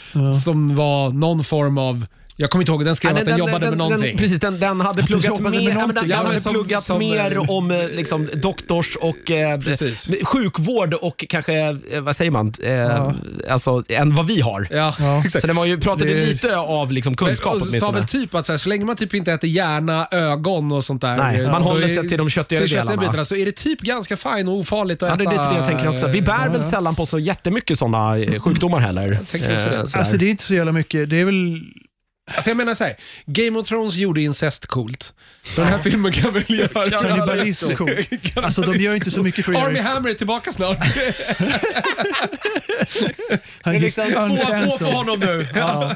Speaker 3: som var någon form av, jag kommer inte ihåg, den skrev
Speaker 1: Ja,
Speaker 3: att den, jobbade med någonting.
Speaker 1: Den, precis, den, den hade pluggat,
Speaker 2: jobbade
Speaker 1: mer,
Speaker 2: med
Speaker 1: ja, men den,
Speaker 2: någonting.
Speaker 1: den
Speaker 2: Ja,
Speaker 1: hade
Speaker 3: men som-
Speaker 1: pluggat
Speaker 3: som,
Speaker 1: mer
Speaker 3: eh,
Speaker 1: om eh, liksom, doktors och eh,
Speaker 3: Precis.
Speaker 1: sjukvård och kanske, eh, vad säger man, eh, alltså, än vad vi har.
Speaker 3: ja,
Speaker 2: Ja.
Speaker 3: exakt.
Speaker 1: Så den var ju, pratade
Speaker 2: Det-
Speaker 1: lite av liksom, kunskap
Speaker 3: Och sa
Speaker 1: åtminstone.
Speaker 3: väl typ att så, här, så länge man typ inte äter hjärna, ögon och sånt där.
Speaker 1: Nej, man
Speaker 3: så
Speaker 1: håller
Speaker 3: är-
Speaker 1: sig till de köttigare
Speaker 3: till
Speaker 1: delarna.
Speaker 3: bitarna, Så är det typ ganska fine och ofarligt att
Speaker 1: Ja,
Speaker 3: äta. eh,
Speaker 1: det är lite det jag tänker också. Vi bär väl sällan på så jättemycket sådana eh, sjukdomar heller.
Speaker 3: tänker också det.
Speaker 1: Eh, sådär.
Speaker 2: Alltså det är inte så jävla mycket. Det är väl...
Speaker 3: Alltså jag menar så här, Game of Thrones gjorde incest coolt. Så den här filmen kan väl göra...
Speaker 2: Kannibalism är coolt. Alltså de gör inte så mycket för att göra
Speaker 3: Army
Speaker 2: det.
Speaker 3: Hammer är tillbaka snart.
Speaker 2: Han
Speaker 1: Det är liksom
Speaker 2: just-
Speaker 1: två av två
Speaker 2: uncancelled.
Speaker 1: för honom nu.
Speaker 2: Ja.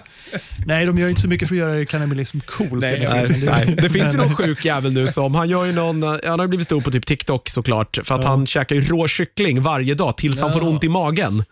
Speaker 2: Nej, de gör inte så mycket för att göra kannibalism coolt.
Speaker 3: Nej,
Speaker 2: Det är
Speaker 1: Nej,
Speaker 2: definitivt-
Speaker 1: nej. Det finns ju
Speaker 2: Men-
Speaker 1: någon sjuk jävel nu som, han gör ju någon, eh, han har ju blivit stor på typ TikTok såklart, för att han käkar ju rå kyckling varje dag tills han får ont i magen.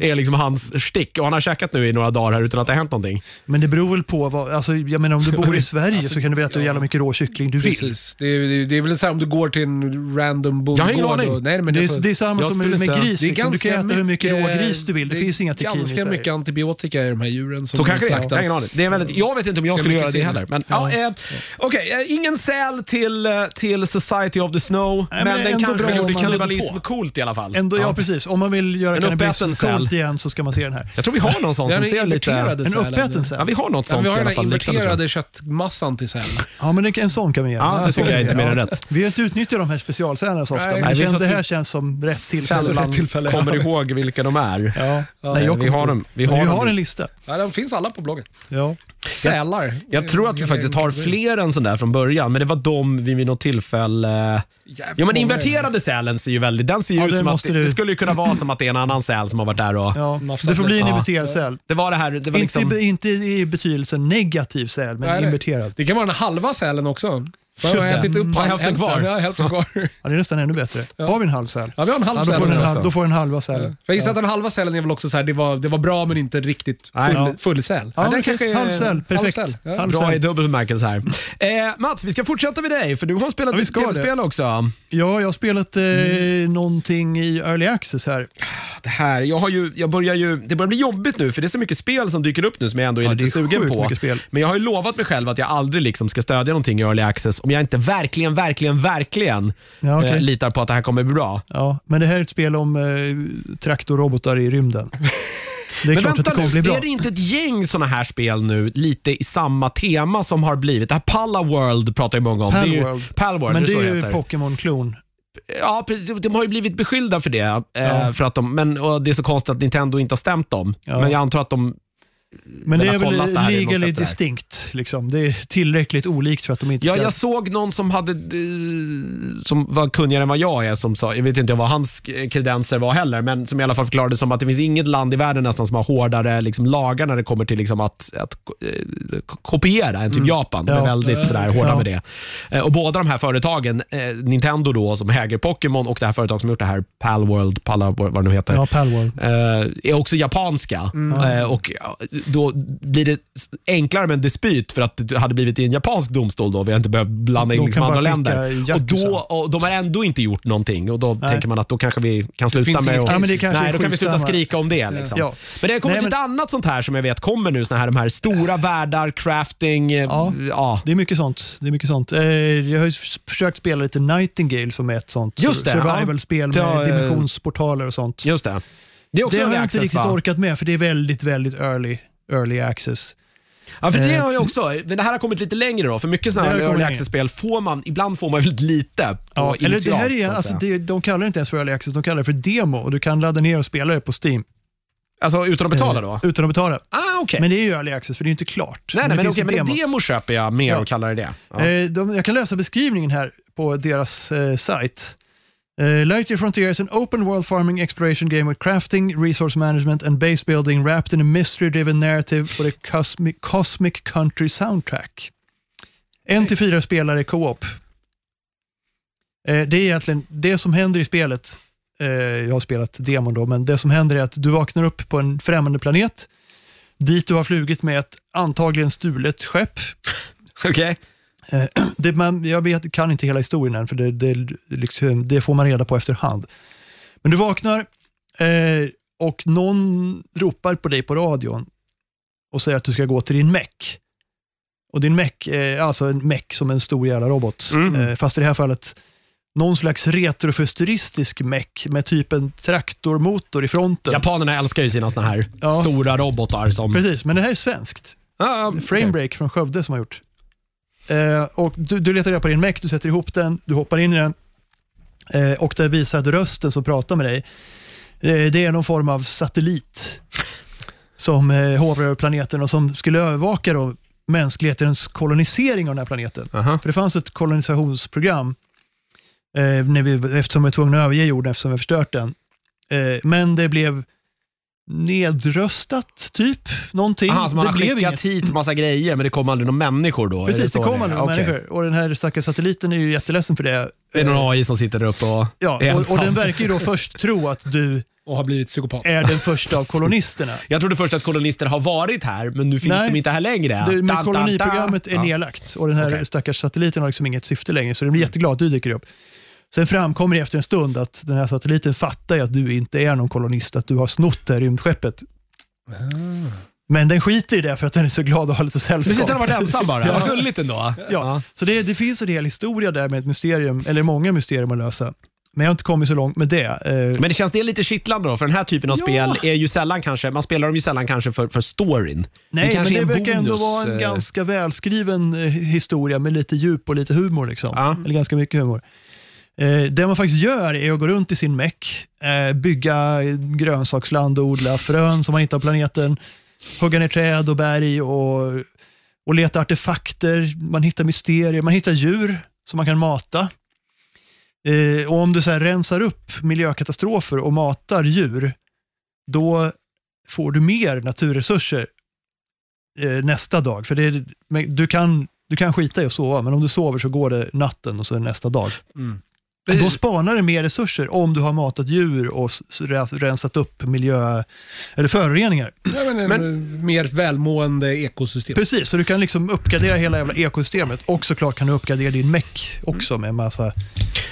Speaker 1: är liksom hans stick och han har käkat nu i några dagar här utan att det har hänt någonting.
Speaker 2: Men det beror väl på rå... vad- Alltså, jag menar, om du bor i Sverige så kan du väl äta hur jävla mycket rå kyckling du vill.
Speaker 3: Precis. Det är, det är- det är väl så här om du går till en random bondgård.
Speaker 1: Jag har ingen aning.
Speaker 3: och- Nej, men
Speaker 2: Det är-
Speaker 3: får-
Speaker 2: det är samma
Speaker 3: Alltså, jag
Speaker 2: som med-
Speaker 3: skulle
Speaker 2: med
Speaker 3: inte-
Speaker 2: gris,
Speaker 3: det är
Speaker 2: liksom. Du kan
Speaker 3: ganska
Speaker 2: äta hur mycket
Speaker 3: mycket-
Speaker 2: rågris du vill. Det finns inga tequila i
Speaker 3: ganska
Speaker 2: Sverige.
Speaker 3: mycket antibiotika i de här djuren som
Speaker 1: Så kanske det är.
Speaker 3: slaktas.
Speaker 1: Jag, har ingen aning. det är väldigt, jag vet inte om jag
Speaker 3: Ska
Speaker 1: skulle
Speaker 3: mycket
Speaker 1: göra det
Speaker 3: till.
Speaker 1: heller. Men, ja. eh, Okej, eh, ingen säl till, eh, till Society of the Snow,
Speaker 2: men
Speaker 1: men,
Speaker 2: det är
Speaker 1: den
Speaker 2: ändå bra
Speaker 1: kanske
Speaker 2: om
Speaker 1: gjorde
Speaker 2: man håller
Speaker 1: kannibalism
Speaker 2: på.
Speaker 1: coolt i alla fall.
Speaker 2: Ändå, ja. precis. Om man vill göra
Speaker 1: En
Speaker 2: kannibalism
Speaker 1: uppäten säl.
Speaker 2: coolt igen så ska man se den här.
Speaker 1: Jag tror vi har någon sån
Speaker 3: Det är
Speaker 1: som
Speaker 3: den
Speaker 1: ser lite...
Speaker 3: importerade
Speaker 2: En
Speaker 3: sälen.
Speaker 2: uppäten
Speaker 1: Ja,
Speaker 2: säl.
Speaker 1: vi har något
Speaker 3: Ja,
Speaker 1: sånt
Speaker 3: vi
Speaker 1: i
Speaker 3: har den
Speaker 1: alla
Speaker 3: här
Speaker 1: fall. liknande, tror jag.
Speaker 3: inverterade köttmassan till sälen.
Speaker 2: Ja, men en sån kan vi göra.
Speaker 1: Ja, det tycker
Speaker 2: En sån
Speaker 1: jag
Speaker 2: kan
Speaker 1: är inte
Speaker 2: vi
Speaker 1: mer än
Speaker 2: göra.
Speaker 1: rätt.
Speaker 2: Vi har inte utnyttjat de här specialsälarna så ofta,
Speaker 3: Nej.
Speaker 2: men
Speaker 1: Nej,
Speaker 2: det,
Speaker 1: vi
Speaker 2: känns,
Speaker 1: får
Speaker 2: det här
Speaker 1: till-
Speaker 2: känns som rätt tillfälle.
Speaker 1: Sällan kommer ihåg vilka de är.
Speaker 2: Ja.
Speaker 1: Nej,
Speaker 2: Nej, jag
Speaker 1: vi har dem. Vi
Speaker 2: Vi har,
Speaker 1: har
Speaker 2: vi
Speaker 1: dem.
Speaker 2: har en lista.
Speaker 3: Ja, de finns alla på bloggen.
Speaker 2: Ja.
Speaker 3: Sälar.
Speaker 1: Jag tror att vi faktiskt har fler än sån där från början, men det var de vi vid något tillfälle...
Speaker 3: Jävligt
Speaker 1: Ja men
Speaker 3: många.
Speaker 1: inverterade sälen ser ju väldigt... Den ser ju
Speaker 2: Ja,
Speaker 1: ut
Speaker 2: det
Speaker 1: som att...
Speaker 2: måste
Speaker 1: Det
Speaker 2: du-
Speaker 1: skulle ju kunna vara som att det är en annan säl som har varit där och...
Speaker 2: Ja.
Speaker 3: Nafsat
Speaker 2: Det får bli en
Speaker 1: lite.
Speaker 2: inverterad säl.
Speaker 1: Det var det här... Det var
Speaker 2: Inte,
Speaker 1: liksom...
Speaker 2: i- inte i betydelsen negativ säl, men
Speaker 3: Nej, nej.
Speaker 2: inverterad.
Speaker 3: Det kan vara den halva sälen också. För jag har
Speaker 1: Just det.
Speaker 3: ätit upp
Speaker 1: Bara hälften kvar.
Speaker 3: Ja, hälften kvar.
Speaker 2: Ja, det är nästan ännu bättre. Har vi en halv säl?
Speaker 3: Ja, vi har en halv
Speaker 2: Ja, då,
Speaker 3: säl
Speaker 2: får den,
Speaker 3: också.
Speaker 2: halv- då får den halva sälen.
Speaker 3: För jag gissar att den halva sälen är väl också så här, det var, det var bra men inte riktigt full,
Speaker 1: Nej, ja.
Speaker 3: full säl.
Speaker 2: Ja,
Speaker 1: den
Speaker 2: men
Speaker 1: kanske är-
Speaker 2: Halv säl, perfekt.
Speaker 3: halv säl, ja.
Speaker 2: Halv
Speaker 1: Bra i
Speaker 2: säl.
Speaker 1: dubbel bemärkelse här. Eh, Mats, vi ska fortsätta med dig, för du har spelat
Speaker 2: Ja, vi
Speaker 1: ett
Speaker 2: ska det.
Speaker 1: spelspel också.
Speaker 2: Ja, jag har spelat eh,
Speaker 3: Mm.
Speaker 2: någonting i early access här.
Speaker 1: Det här, jag har ju, jag börjar ju, det börjar bli jobbigt nu, för det är så mycket spel som dyker upp nu som jag ändå är
Speaker 2: Ja, det
Speaker 1: lite
Speaker 2: är
Speaker 1: sugen
Speaker 2: sjukt
Speaker 1: på.
Speaker 2: mycket spel.
Speaker 1: Men jag har ju lovat mig själv att jag aldrig liksom ska stödja någonting i early access om jag inte verkligen, verkligen, verkligen
Speaker 2: Ja, okej.
Speaker 1: eh, litar på att det här kommer bli bra.
Speaker 2: Ja, men det här är ett spel om eh, traktorrobotar i rymden. Det är
Speaker 1: Men
Speaker 2: klart att
Speaker 1: vänta
Speaker 2: det kommer bli
Speaker 1: nu,
Speaker 2: bra.
Speaker 1: är det inte ett gäng sådana här spel nu, lite i samma tema som har blivit? Det här Palaworld pratar ju många om. Det är ju-
Speaker 2: Palworld.
Speaker 1: Palworld,
Speaker 2: Men
Speaker 1: är
Speaker 2: det
Speaker 1: så
Speaker 2: är ju
Speaker 1: heter?
Speaker 2: Pokémon-klon.
Speaker 1: Ja, precis. De har ju blivit beskyllda för det. Eh,
Speaker 2: Ja.
Speaker 1: för att de, men, och det är så konstigt att Nintendo inte har stämt dem.
Speaker 2: Ja.
Speaker 1: Men jag antar att de...
Speaker 2: Men det
Speaker 1: har
Speaker 2: är väl
Speaker 1: kollat det här i något
Speaker 2: legally
Speaker 1: sätt där.
Speaker 2: distinct. Liksom. Det är tillräckligt olikt för att de inte
Speaker 1: Ja,
Speaker 2: ska...
Speaker 1: jag såg någon som hade eh, som var kunnigare än vad jag är som sa, jag vet inte vad hans kredenser var heller, men som i alla fall förklarade som att det finns inget land i världen nästan som har hårdare liksom, lagar när det kommer till liksom, att, att eh, k- kopiera än typ Japan. De är
Speaker 2: Mm. Ja.
Speaker 1: väldigt sådär, hårda
Speaker 2: Ja.
Speaker 1: med det. Eh, och båda de här företagen, eh, Nintendo då som äger Pokémon och det här företaget som gjort det här Palworld, Pala, vad det nu heter.
Speaker 2: Ja, Palworld.
Speaker 1: eh, är också japanska.
Speaker 2: Mm.
Speaker 1: Eh, och ja, Då blir det s- enklare med en dispyt för att det hade blivit i en japansk domstol. Då. Vi har inte behövt blanda in
Speaker 2: De
Speaker 1: liksom
Speaker 2: kan
Speaker 1: andra
Speaker 2: bara skicka liksom.
Speaker 1: länder. Och då,
Speaker 2: Yakuza.
Speaker 1: och de har ändå inte gjort någonting och då tänker man att då kanske vi kan sluta
Speaker 3: finns
Speaker 1: med
Speaker 3: inget
Speaker 1: att...
Speaker 2: Ja, men det kanske
Speaker 1: nej,
Speaker 2: är
Speaker 1: då kan vi sluta
Speaker 2: skitsamma.
Speaker 1: skrika om det. Liksom.
Speaker 2: Ja.
Speaker 1: Men det har kommit
Speaker 2: Nej, men-
Speaker 1: lite annat sånt här som jag vet kommer nu. Såna här, de här stora världar, crafting. eh,
Speaker 2: Ja.
Speaker 1: Ja.
Speaker 2: Det är mycket sånt. Det är mycket sånt. Eh, jag har ju s- försökt spela lite Nightingale som är ett sånt
Speaker 1: Just det,
Speaker 2: survival-spel
Speaker 1: ja. Ja,
Speaker 2: med
Speaker 1: eh,
Speaker 2: dimensionsportaler och sånt.
Speaker 1: Just det. Det är också
Speaker 2: det har
Speaker 1: early
Speaker 2: jag inte
Speaker 1: access,
Speaker 2: riktigt
Speaker 1: va?
Speaker 2: orkat med för det är väldigt, väldigt early, early access.
Speaker 1: Ja, för det
Speaker 2: Eh.
Speaker 1: har jag också. Men det här har kommit lite längre då. För mycket sådana
Speaker 2: Det
Speaker 1: här
Speaker 2: har kommit
Speaker 1: early
Speaker 2: längre.
Speaker 1: access-spel får man, ibland får man väldigt lite. På
Speaker 2: Ja, eller det
Speaker 1: initialt,
Speaker 2: här
Speaker 1: så
Speaker 2: är,
Speaker 1: att
Speaker 2: alltså,
Speaker 1: säga.
Speaker 2: det, de kallar det inte ens för early access, de kallar det för demo och du kan ladda ner och spela det på Steam.
Speaker 1: Alltså utan att betala då?
Speaker 2: Eh, Utan att betala.
Speaker 1: Ah, okej.
Speaker 2: Men det är ju early access för det är ju inte klart.
Speaker 1: Nej, nej, men,
Speaker 2: finns
Speaker 1: okej,
Speaker 2: en
Speaker 1: men demo.
Speaker 2: demo.
Speaker 1: demo köper jag mer
Speaker 2: Ja.
Speaker 1: och kallar det det. Ja.
Speaker 2: Eh, de, jag kan läsa beskrivningen här på deras eh, sajt. Eh, Lightyear Frontier is an open world farming exploration game with crafting, resource management and base building wrapped in a mystery driven narrative with a cosmic, cosmic country soundtrack. En till fyra spelare co-op. Eh, det är egentligen det som händer i spelet. Eh, jag har spelat demon då, men det som händer är att du vaknar upp på en främmande planet dit du har flugit med ett antagligen stulet skepp
Speaker 1: Okej.
Speaker 2: det, man, jag vet, kan inte hela historien än, för det, det, liksom, det får man reda på efterhand. Men du vaknar eh, och någon ropar på dig på radion och säger att du ska gå till din meck. Och din meck är alltså en meck som en stor jävla robot.
Speaker 1: Mm.
Speaker 2: Eh, fast i det här fallet någon slags retrofuturistisk meck med typ en traktormotor i fronten.
Speaker 1: Japanerna älskar ju sina såna här
Speaker 2: Ja.
Speaker 1: stora robotar som...
Speaker 2: Precis, men det här är svenskt.
Speaker 1: Ah,
Speaker 2: Det
Speaker 1: okej.
Speaker 2: är Framebreak från Skövde som har gjort. Eh, och du, du letar reda på din Mac, du sätter ihop den, du hoppar in i den eh, och det visar att rösten som pratar med dig, eh, det är någon form av satellit som eh, hovrar över planeten och som skulle övervaka då mänsklighetens kolonisering av den här planeten.
Speaker 1: Aha.
Speaker 2: För det fanns ett kolonisationsprogram eh, när vi, eftersom vi var tvungna att överge jorden eftersom vi har förstört den. Eh, men det blev nedröstat, typ. Någonting.
Speaker 1: Aha, så man
Speaker 2: det
Speaker 1: har
Speaker 2: blev
Speaker 1: skickat hit massa grejer men det kom aldrig några människor då? Är
Speaker 2: Precis, det
Speaker 1: så
Speaker 2: kom
Speaker 1: är?
Speaker 2: aldrig några
Speaker 1: Okej.
Speaker 2: människor. Eh. Och den här stackars satelliten är ju jätteledsen för det.
Speaker 1: Det är någon AI som sitter där uppe och
Speaker 2: Ja,
Speaker 1: är
Speaker 2: och,
Speaker 1: ensam.
Speaker 2: och den verkar ju då först tro att du
Speaker 3: och har blivit psykopat.
Speaker 2: är den första av kolonisterna.
Speaker 1: Jag trodde först att kolonister har varit här, men nu finns
Speaker 2: Nej.
Speaker 1: de inte här längre.
Speaker 2: Det,
Speaker 1: Dan,
Speaker 2: men
Speaker 1: dan, dan.
Speaker 2: koloniprogrammet är
Speaker 1: Ja.
Speaker 2: nedlagt och den här
Speaker 1: Okej.
Speaker 2: stackars satelliten har liksom inget syfte längre, så den blir jätteglad att du dyker upp. Sen framkommer det efter en stund att den här satelliten fattar ju att du inte är någon kolonist, att du har snott det här rymdskeppet.
Speaker 1: Ah.
Speaker 2: Men den skiter i det för att den är så glad att ha lite
Speaker 1: Precis,
Speaker 2: sällskap.
Speaker 1: den har varit ensam bara. Vad gulligt ändå.
Speaker 2: Ja, så det, det finns en hel historia där med ett mysterium, eller många mysterium att lösa. Men jag har inte kommit så långt med det. Eh,
Speaker 1: Men det känns det lite kittlande då? För den här typen av
Speaker 2: Ja.
Speaker 1: spel är ju sällan kanske, man spelar dem ju sällan kanske för, för storyn.
Speaker 2: Nej, men
Speaker 1: kanske
Speaker 2: det
Speaker 1: är en
Speaker 2: verkar ändå
Speaker 1: bonus,
Speaker 2: vara en
Speaker 1: eh,
Speaker 2: ganska välskriven eh, historia med lite djup och lite humor. Liksom.
Speaker 1: Ja.
Speaker 2: Eller ganska mycket humor. Eh, det man faktiskt gör är att gå runt i sin meck, eh, bygga grönsaksland och odla frön som man hittar på planeten, hugga ner träd och berg och, och leta artefakter. Man hittar mysterier, man hittar djur som man kan mata. Eh, och om du så här rensar upp miljökatastrofer och matar djur, då får du mer naturresurser eh, nästa dag. För det är, men du, kan, du kan skita i att sova, men om du sover så går det natten och så är det nästa dag.
Speaker 3: Mm.
Speaker 2: Och då spanar det mer resurser om du har matat djur och s- s- rens- rensat upp miljö eller föroreningar.
Speaker 3: Jag menar, mer välmående ekosystem.
Speaker 2: Precis, så du kan liksom uppgradera hela jävla ekosystemet och såklart kan du uppgradera din meck också med massa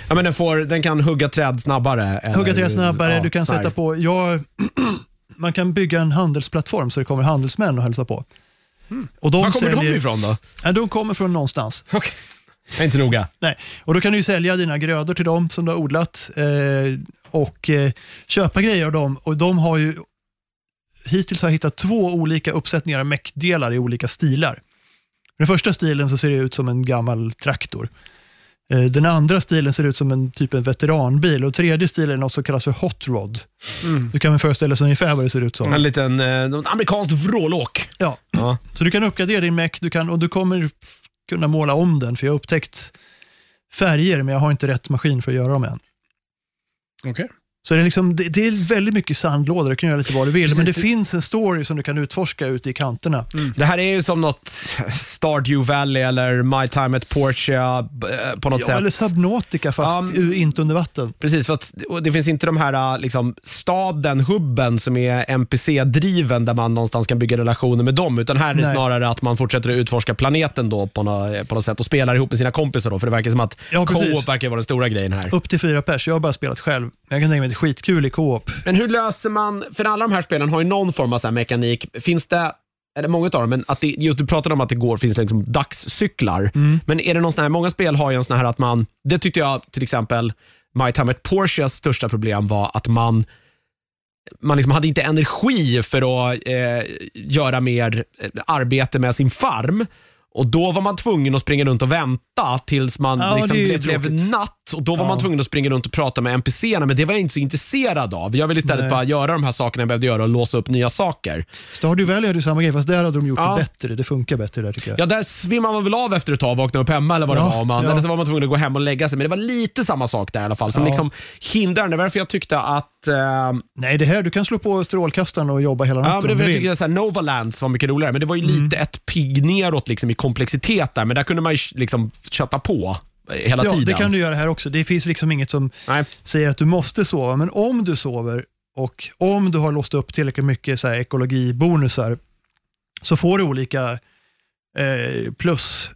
Speaker 1: Ja, men den, får, den kan hugga träd snabbare. eller-
Speaker 2: Hugga träd snabbare,
Speaker 1: ja,
Speaker 2: du kan
Speaker 1: så här.
Speaker 2: sätta på... Ja, man kan bygga en handelsplattform så det kommer handelsmän och hälsa på. Och de
Speaker 1: Hmm. Var kommer de
Speaker 2: säljer-
Speaker 1: ifrån då?
Speaker 2: Ja, de kommer från någonstans.
Speaker 1: Okay. är inte noga.
Speaker 2: Nej. Och Då kan du ju sälja dina grödor till dem som du har odlat eh, och eh, köpa grejer av dem. Och de har ju Hittills har jag hittat två olika uppsättningar av meckdelar i olika stilar. Den första stilen så ser det ut som en gammal traktor. Eh, Den andra stilen ser ut som en typ en veteranbil och tredje stilen är något som kallas för hot rod. Du kan väl föreställa sig ungefär vad det ser ut som.
Speaker 1: En liten eh, något amerikanskt vrålåk.
Speaker 2: Ja.
Speaker 1: Ja.
Speaker 2: Så du kan uppgradera din Mac du kan, och du kommer f- kunna måla om den för jag har upptäckt färger men jag har inte rätt maskin för att göra dem än.
Speaker 3: Okej.
Speaker 2: Så det är, liksom, det, det är väldigt mycket sandlådor, du kan göra lite vad du vill, men det finns en story som du kan utforska ute i kanterna.
Speaker 1: Det här är ju som något Stardew Valley eller My Time at Portia b- eh, på något
Speaker 2: Ja,
Speaker 1: sätt. mm.
Speaker 2: eller Subnautica fast u- inte under vatten.
Speaker 1: Precis, för att och det finns inte de här liksom, staden, hubben som är NPC-driven där man någonstans kan bygga relationer med dem. Utan här är det
Speaker 2: Nej.
Speaker 1: snarare att man fortsätter att utforska planeten då på, nå, på något sätt och spelar ihop med sina kompisar. Då, för det verkar som att
Speaker 2: Ja, precis.
Speaker 1: co-op verkar vara den stora grejen här.
Speaker 2: Upp till fyra pers, jag har bara spelat själv. Men jag kan tänka mig att det är skitkul i co-op.
Speaker 1: Men hur löser man, för alla de här spelen har ju någon form av så här mekanik. Finns det, eller många av dem, men att det, just du pratade om att det går, finns det liksom dagscyklar.
Speaker 2: Mm.
Speaker 1: Men är det någon sån här, många spel har ju en sån här att man, det tyckte jag till exempel, My Time at Porsches största problem var att man man liksom hade inte energi för att eh, göra mer eh, arbete med sin farm. Och Då var man tvungen att springa runt och vänta tills man
Speaker 2: Ja,
Speaker 1: liksom
Speaker 2: det är ju
Speaker 1: blev, blev
Speaker 2: tråkigt.
Speaker 1: natt. Och Då var
Speaker 2: Ja.
Speaker 1: man tvungen att springa runt och prata med NPCerna, men det var jag inte så intresserad av. Jag ville istället
Speaker 2: Nej.
Speaker 1: bara göra de här sakerna jag behövde göra och låsa upp nya saker.
Speaker 2: Stardew Valley hade ju samma grej, fast där hade de gjort
Speaker 1: Ja.
Speaker 2: det bättre. Det funkar bättre där tycker jag.
Speaker 1: Ja, där svimmar man väl av efter ett tag, vaknar upp hemma eller vad det
Speaker 2: Ja,
Speaker 1: var. Man,
Speaker 2: ja.
Speaker 1: Eller så var man tvungen att gå hem och lägga sig. Men det var lite samma sak där i alla fall, som
Speaker 2: Ja.
Speaker 1: liksom hindrar. Det var därför jag tyckte att eh,
Speaker 2: Nej, det här, du kan slå på strålkastaren och jobba hela natten
Speaker 1: Ja, men det
Speaker 2: om
Speaker 1: var,
Speaker 2: du
Speaker 1: jag
Speaker 2: vill.
Speaker 1: tycker jag så här, Novalands var mycket roligare, men det var ju lite
Speaker 2: Mm.
Speaker 1: ett pigg neråt liksom, i komplexitet där, men där kunde man ju liksom kötta på eh, hela
Speaker 2: Ja,
Speaker 1: tiden.
Speaker 2: det kan du göra här också. Det finns liksom inget som
Speaker 1: Nej.
Speaker 2: säger att du måste sova, men om du sover och om du har låst upp tillräckligt mycket så här ekologibonusar så får du olika eh, plus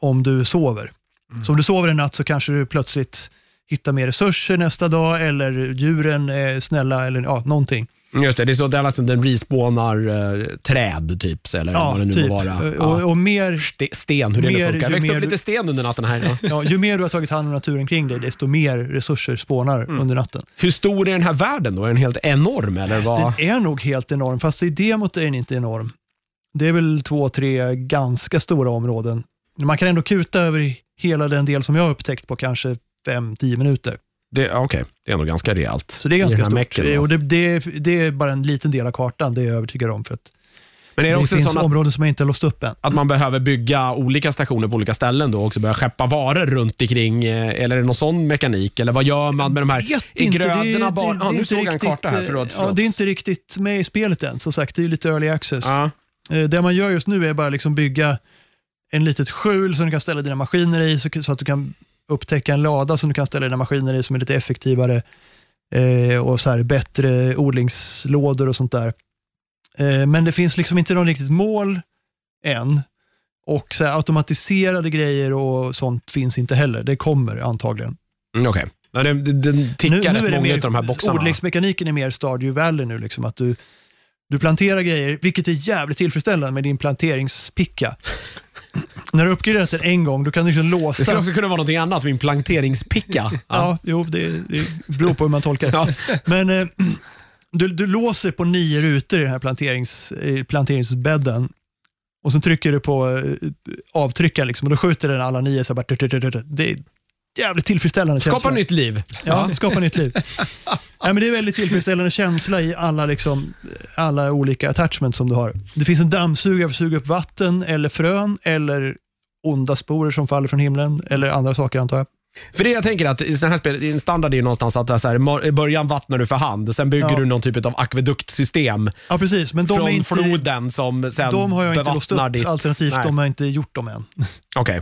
Speaker 2: om du sover.
Speaker 1: Mm.
Speaker 2: Så om du sover en natt så kanske du plötsligt hittar mer resurser nästa dag eller djuren är snälla eller ja, någonting.
Speaker 1: Just det, det är så Dallas den respawnar eh, träd typ, så, eller
Speaker 2: Ja,
Speaker 1: vad det nu
Speaker 2: typ.
Speaker 1: må vara.
Speaker 2: Och,
Speaker 1: Ja.
Speaker 2: och mer,
Speaker 1: Ste- Sten, hur det nu
Speaker 2: Mer,
Speaker 1: funkar. Jag
Speaker 2: ju
Speaker 1: växte upp
Speaker 2: mer-
Speaker 1: lite sten under natten här. Ja.
Speaker 2: ja, ju mer du har tagit hand om naturen kring dig, desto mer resurser spånar
Speaker 1: Mm.
Speaker 2: under natten.
Speaker 1: Hur stor är den här världen då? Är den helt enorm eller vad?
Speaker 2: Den är nog helt enorm, fast i demot är den inte enorm. Det är väl två, tre ganska stora områden. Men Man kan ändå kuta över hela den del som jag har upptäckt på kanske fem, tio minuter.
Speaker 1: Det, ja, Okej, det är ändå ganska rejält.
Speaker 2: Så det är
Speaker 1: i
Speaker 2: ganska
Speaker 1: den här
Speaker 2: stort.
Speaker 1: mecken då.
Speaker 2: Och det, det, det är bara en liten del av kartan, det är jag övertygad om. För att
Speaker 1: Men är
Speaker 2: det
Speaker 1: det också
Speaker 2: finns
Speaker 1: sådana
Speaker 2: områden som jag inte har låst upp än.
Speaker 1: att man behöver bygga olika stationer på olika ställen då och också börja skeppa varor runt omkring eh, eller är det någon sån mekanik? Eller vad gör man med de här?
Speaker 2: vet
Speaker 1: Är
Speaker 2: inte, det-
Speaker 1: grödorna
Speaker 2: det-
Speaker 1: bara... ah,
Speaker 2: det- det är
Speaker 1: nu
Speaker 2: inte
Speaker 1: såg jag en
Speaker 2: riktigt,
Speaker 1: karta här.
Speaker 2: eh,
Speaker 1: Förlåt.
Speaker 2: Ja,
Speaker 1: förlåt.
Speaker 2: det är inte riktigt med i spelet än, som sagt. Det är ju lite early access.
Speaker 1: Ja.
Speaker 2: Eh, Det man gör just nu är bara liksom bygga en litet skjul som du kan ställa dina maskiner i så, så att du kan upptäcka en lada som du kan ställa dina maskiner i som är lite effektivare. eh, och så här, bättre odlingslådor och sånt där. Eh, men det finns liksom inte något riktigt mål än. Och så här, automatiserade grejer och sånt finns inte heller. Det kommer antagligen.
Speaker 1: Mm, Okej. Ja, Den, den- den tickar
Speaker 2: Nu- nu är
Speaker 1: rätt
Speaker 2: det
Speaker 1: många
Speaker 2: mer-
Speaker 1: av de här boxarna. va?
Speaker 2: Odlingsmekaniken är mer Stardew Valley nu, liksom, att du, du planterar grejer, vilket är jävligt tillfredsställande med din planteringspicka. När du har uppgraderat den en gång, då kan du liksom
Speaker 1: Det skulle
Speaker 2: låsa.
Speaker 1: också kunna vara något annat, min planteringspicka.
Speaker 2: Ja, jo, det, det beror på hur man tolkar det.
Speaker 1: Ja.
Speaker 2: Men eh, du, du låser på nio rutor i den här planterings, eh, planteringsbädden och sen trycker du på eh, avtryckaren liksom, och då skjuter den alla nio. Så här, bara, tut, tut, tut, tut. det är jävligt tillfredsställande
Speaker 1: Skapa
Speaker 2: känsla.
Speaker 1: nytt liv.
Speaker 2: Ja, skapa nytt liv. Nej, men det är väldigt tillfredsställande känsla i alla, liksom, alla olika attachments som du har. Det finns en dammsugare för att suga upp vatten eller frön eller onda sporer som faller från himlen eller andra saker antar jag.
Speaker 1: För det jag tänker att i sådana här spel, i en standard är ju någonstans att det är så här, mar- i början vattnar du för hand, sen bygger
Speaker 2: Ja.
Speaker 1: du någon typ av akveduktsystem
Speaker 2: Ja, precis. Men de,
Speaker 1: från
Speaker 2: är inte,
Speaker 1: floden som sen
Speaker 2: de har jag inte låst
Speaker 1: bevattnar
Speaker 2: upp,
Speaker 1: ditt...
Speaker 2: alternativt
Speaker 1: Nej.
Speaker 2: de har inte gjort dem än.
Speaker 1: Okej.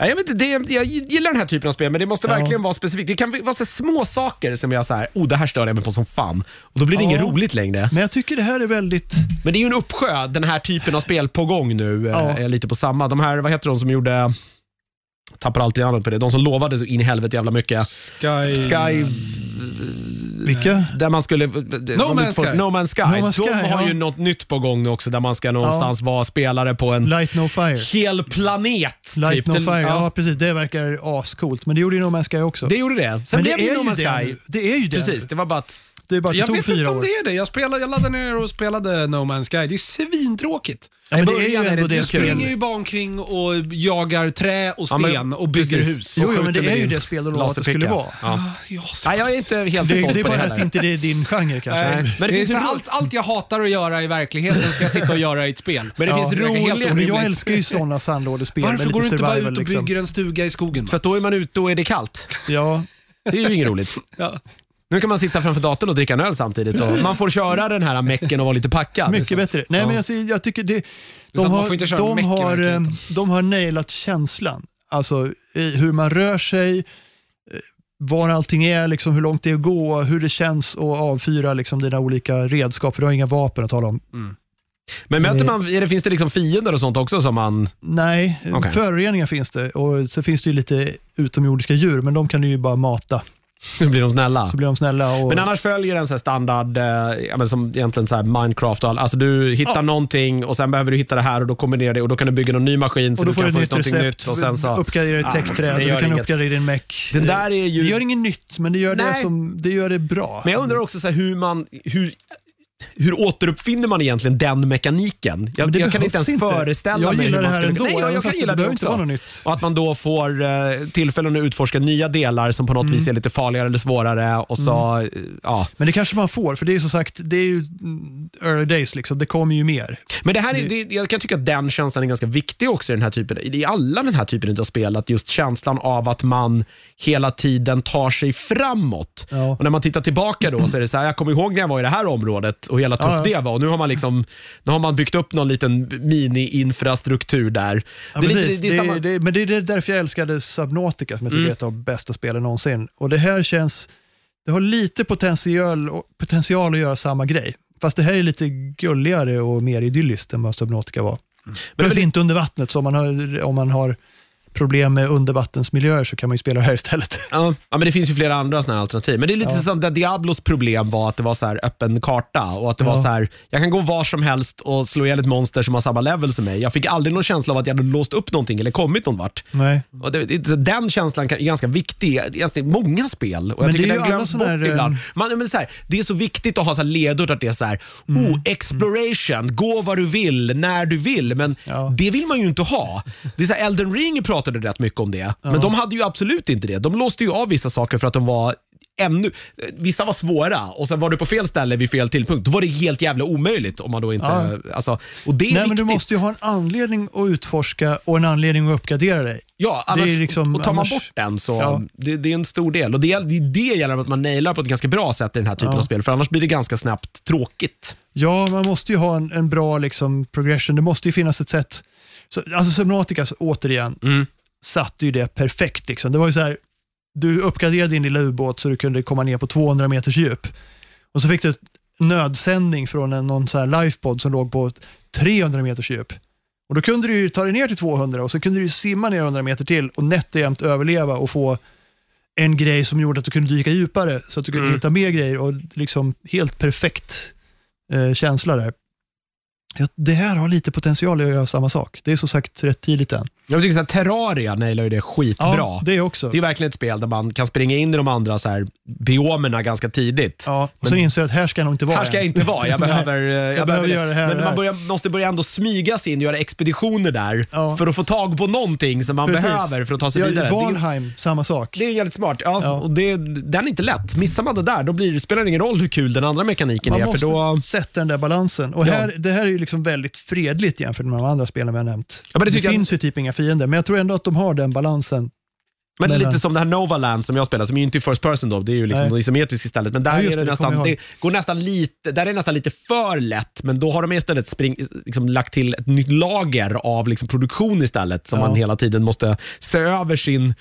Speaker 1: Nej, Jag, vet inte, det, jag gillar den här typen av spel, men det måste
Speaker 2: Ja.
Speaker 1: verkligen vara specifikt. Det kan vara så här små saker som jag så här, oh, det här stör jag mig på som fan. Och då blir det
Speaker 2: Ja.
Speaker 1: inget roligt längre.
Speaker 2: Men jag tycker det här är väldigt...
Speaker 1: Men det är ju en uppsjö, den här typen av spel på gång nu. eh,
Speaker 2: Ja.
Speaker 1: Är lite på samma. De här, vad heter de som gjorde, tappar alltid namnet på det, de som lovade så in i helvete jävla mycket.
Speaker 3: Sky...
Speaker 1: Sky,
Speaker 2: Vilka?
Speaker 1: där man skulle...
Speaker 3: Man's Sky.
Speaker 1: No Man's Sky.
Speaker 2: No Man's Sky,
Speaker 1: de har
Speaker 2: ja.
Speaker 1: ju något nytt på gång nu också där man ska någonstans vara spelare på en
Speaker 2: Light No Fire.
Speaker 1: hel planet.
Speaker 2: Light
Speaker 1: typ.
Speaker 2: No
Speaker 1: Det-
Speaker 2: Fire, ja.
Speaker 1: ja.
Speaker 2: precis. Det verkar ascoolt. Men det gjorde ju No Man's Sky också.
Speaker 1: Det gjorde det. Sen
Speaker 2: men
Speaker 1: blev det ju No Man's
Speaker 2: det
Speaker 1: Sky.
Speaker 2: nu. Det är ju det.
Speaker 1: Precis, det var bara att...
Speaker 2: Det är bara att det
Speaker 3: Jag
Speaker 2: tog
Speaker 3: vet inte
Speaker 2: fyra
Speaker 3: om
Speaker 2: år.
Speaker 3: det är det. Jag, spelade, jag laddade ner och spelade No Man's Sky. Det är svintråkigt.
Speaker 2: Ja, men det är ju
Speaker 1: början är det
Speaker 2: ändå det
Speaker 1: inte
Speaker 3: Du
Speaker 1: kul.
Speaker 2: spelet.
Speaker 3: springer ju bara omkring och jagar trä och
Speaker 1: Ja,
Speaker 3: sten
Speaker 1: men-
Speaker 3: och bygger
Speaker 1: precis.
Speaker 3: hus.
Speaker 2: Jo, jo, men
Speaker 1: skjuter
Speaker 2: det
Speaker 1: med
Speaker 2: är ju
Speaker 1: din
Speaker 2: det spel de lovade att det skulle
Speaker 1: laserpicka.
Speaker 2: vara.
Speaker 1: Ja.
Speaker 3: Ah, jag har så-
Speaker 1: Nej, jag är inte helt
Speaker 2: Det,
Speaker 1: såld
Speaker 2: det är
Speaker 1: på det
Speaker 2: bara att
Speaker 1: heller.
Speaker 2: inte det är din genre kanske.
Speaker 1: Nej, Men det
Speaker 3: Det är
Speaker 1: finns
Speaker 3: så
Speaker 1: ju
Speaker 3: här,
Speaker 1: allt
Speaker 3: allt, allt jag hatar att göra i verkligheten ska jag sitta och göra i ett spel.
Speaker 1: Men det finns
Speaker 3: verkar
Speaker 1: roliga- Men jag
Speaker 3: helt
Speaker 2: Men
Speaker 3: orimligt.
Speaker 2: jag älskar ju sådana sandlådespel. med
Speaker 3: Varför
Speaker 2: lite
Speaker 3: går du inte bara ut
Speaker 2: survival,
Speaker 3: och
Speaker 2: liksom.
Speaker 3: bygger en stuga i skogen?
Speaker 1: För att då är man ute och är det kallt.
Speaker 2: Ja,
Speaker 1: Det är ju inget roligt.
Speaker 3: Ja.
Speaker 1: Nu kan man sitta framför datorn och dricka en öl samtidigt. Och
Speaker 2: Precis.
Speaker 1: man får köra den här mecken och vara lite packad. liksom.
Speaker 2: mycket bättre. Nej,
Speaker 1: Ja.
Speaker 2: men alltså, jag tycker det,
Speaker 3: sant,
Speaker 2: de,
Speaker 3: man
Speaker 2: har,
Speaker 3: får inte köra
Speaker 2: de,
Speaker 3: meck i
Speaker 2: har,
Speaker 3: verkligheten.
Speaker 2: eh, de har nailat känslan. Alltså i hur man rör sig, eh, var allting är, liksom, hur långt det är att gå, hur det känns att avfyra liksom, dina olika redskap, för du har inga vapen att tala om.
Speaker 1: Men
Speaker 2: Mm.
Speaker 1: möter man, är det, finns det liksom fiender och sånt också som man...
Speaker 2: Nej,
Speaker 1: Okej.
Speaker 2: föroreningar finns det och så finns det ju lite utomjordiska djur, men de kan du ju bara mata.
Speaker 1: Nu blir de snälla.
Speaker 2: Så blir de snälla. Och,
Speaker 1: Men annars följer den så här standard, eh, ja, men som egentligen så här Minecraft och all, alltså du hittar någonting och sen behöver du hitta det här och då kombinerar det och då kan du bygga någon ny maskin så
Speaker 2: och då
Speaker 1: du
Speaker 2: får
Speaker 1: kan
Speaker 2: du ett
Speaker 1: få ut någonting
Speaker 2: nytt recept,
Speaker 1: nytt. Och sen så, Ah,
Speaker 2: uppgradera ditt
Speaker 1: det
Speaker 2: täckträd, och
Speaker 1: gör
Speaker 2: du kan
Speaker 1: inget.
Speaker 2: uppgradera din meck.
Speaker 1: den där är ju...
Speaker 2: Det gör inget nytt, men det gör det,
Speaker 1: Nej.
Speaker 2: som, det, gör det bra.
Speaker 1: Men jag undrar också så här, hur man... Hur, hur återuppfinner man egentligen den mekaniken? Jag,
Speaker 2: Men det
Speaker 1: jag kan
Speaker 2: behövs
Speaker 1: inte ens föreställa
Speaker 2: jag
Speaker 1: mig
Speaker 2: gillar
Speaker 1: hur
Speaker 2: det
Speaker 1: man
Speaker 2: här
Speaker 1: skulle...
Speaker 2: ändå,
Speaker 1: Nej, jag,
Speaker 2: även
Speaker 1: jag
Speaker 2: fast
Speaker 1: kan gilla det,
Speaker 2: behöver
Speaker 1: också.
Speaker 2: inte vara något nytt.
Speaker 1: Och att man då får eh, tillfällen att utforska nya delar som på något
Speaker 2: Mm.
Speaker 1: vis är lite farligare eller svårare. Och så, eh, ja.
Speaker 2: Men det kanske man får, för det är som sagt, det är ju mm, early days, liksom. det kommer ju mer.
Speaker 1: Men det här är, det, jag kan tycka att den känslan är ganska viktig också i, den här typen, i alla den här typen av spel. Att just känslan av att man hela tiden tar sig framåt.
Speaker 2: Ja.
Speaker 1: Och När man tittar tillbaka då så är det så här, jag kommer ihåg när jag var i det här området och hela tufft
Speaker 2: Ja, ja.
Speaker 1: det var. Och nu har, man liksom, nu har man byggt upp någon liten mini-infrastruktur där.
Speaker 2: Ja,
Speaker 1: det är
Speaker 2: precis.
Speaker 1: lite, det är samma, Mm.
Speaker 2: det, men det är det- därför jag älskade Subnautica, som jag tycker är ett av de bästa spelen någonsin. Och det här känns, det har lite potential, potential att göra samma grej. Fast det här är lite gulligare och mer idylliskt än vad Subnautica var.
Speaker 1: Mm.
Speaker 2: Plus
Speaker 1: men-
Speaker 2: inte under vattnet, så om man har, om man har problem med undervattensmiljöer så kan man ju spela det här istället.
Speaker 1: Ja, ja, men det finns ju flera andra såna här alternativ. Men det är lite som där Diablos problem var att det var så här öppen karta och att det var
Speaker 2: Ja.
Speaker 1: så här, jag kan gå var som helst och slå ihjäl ett monster som har samma level som mig. Jag fick aldrig någon känsla av att jag hade låst upp någonting eller kommit någon vart.
Speaker 2: Nej.
Speaker 1: Och det, det, så den känslan kan- är ganska viktig i många spel. Och jag tycker
Speaker 2: Men det är ju
Speaker 1: den
Speaker 2: alla
Speaker 1: glöms
Speaker 2: såna här,
Speaker 1: bort ibland.
Speaker 2: eh,
Speaker 1: Man, men så här, det är så viktigt att ha så här ledord att det är så här,
Speaker 2: Mm.
Speaker 1: oh, exploration, gå var du vill, när du vill. Men
Speaker 2: Ja.
Speaker 1: det vill man ju inte ha. Det är så här, Elden Ring pratade rätt mycket om det, men de hade ju absolut inte det. De låste ju av vissa saker för att de var Ännu, vissa var svåra och sen var du på fel ställe vid fel tidpunkt. Då var det helt jävla omöjligt om man då inte... Alltså, och det är
Speaker 2: Nej, men
Speaker 1: viktigt.
Speaker 2: du måste ju ha en anledning att utforska och en anledning att uppgradera dig.
Speaker 1: Ja, annars,
Speaker 2: Det är liksom-
Speaker 1: och tar man
Speaker 2: annars-
Speaker 1: bort den så
Speaker 2: Ja.
Speaker 1: det, det är en stor del. Och det, det, det gäller att man nailar på ett ganska bra sätt i den här typen av spel, för annars blir det ganska snabbt tråkigt.
Speaker 2: Ja, man måste ju ha en, en bra liksom, progression. Det måste ju finnas ett sätt. Så, alltså Subnautica, så, återigen, satte ju det perfekt. Liksom. Det var ju så här, du uppgraderade din lilla ubåt så du kunde komma ner på 200 meters djup. Och så fick du ett nödsändning från en, någon så här lifepod som låg på 300 meters djup. Och då kunde du ju ta dig ner till 200 och så kunde du ju simma ner 100 meter till och nätt och jämnt överleva och få en grej som gjorde att du kunde dyka djupare så att du kunde
Speaker 1: Mm.
Speaker 2: hitta mer grejer och liksom helt perfekt eh, känsla där. Ja, det här har lite potential att göra samma sak. Det är som sagt rätt tidigt än.
Speaker 1: Jag tycker så här, Terraria nailar ju det skitbra.
Speaker 2: det är också.
Speaker 1: Det är ju verkligen ett spel där man kan springa in i de andra så här, biomerna ganska tidigt.
Speaker 2: Ja, och sen inser jag att här ska jag nog inte vara
Speaker 1: Här ska jag
Speaker 2: än.
Speaker 1: inte vara, jag behöver, eh, jag
Speaker 2: behöver göra det här och
Speaker 1: Men
Speaker 2: det
Speaker 1: man
Speaker 2: här.
Speaker 1: börjar, måste börja ändå smyga sig in och göra expeditioner där
Speaker 2: Ja.
Speaker 1: för att få tag på någonting som man
Speaker 2: Precis.
Speaker 1: behöver för att ta sig
Speaker 2: Ja, i
Speaker 1: vidare. Det är-
Speaker 2: Valheim, samma sak.
Speaker 1: Det är jävligt smart. Ja,
Speaker 2: Ja.
Speaker 1: Och det, den är inte lätt. Missar man det där, då blir, spelar det ingen roll hur kul den andra mekaniken
Speaker 2: Man
Speaker 1: är. För
Speaker 2: måste
Speaker 1: då,
Speaker 2: sätta den där balansen. Och
Speaker 1: Ja.
Speaker 2: här, det här är ju liksom väldigt fredligt jämfört med de andra spelen vi har nämnt.
Speaker 1: Ja, men det
Speaker 2: det
Speaker 1: tycker jag-
Speaker 2: finns ju typ inga fiender, men jag tror ändå att de har den balansen.
Speaker 1: men
Speaker 2: Men-
Speaker 1: lite som det här Novaland som jag spelar, som är ju inte i first person då, det är ju liksom
Speaker 2: Nej.
Speaker 1: isometriskt istället. Men där
Speaker 2: Ja, just
Speaker 1: är det,
Speaker 2: det, det
Speaker 1: nästan,
Speaker 2: kommer jag
Speaker 1: det
Speaker 2: ihåg.
Speaker 1: går nästan lite, där är det nästan lite för lätt, men då har de istället spring, liksom lagt till ett nytt lager av liksom produktion istället som
Speaker 2: Ja.
Speaker 1: man hela tiden måste se över sin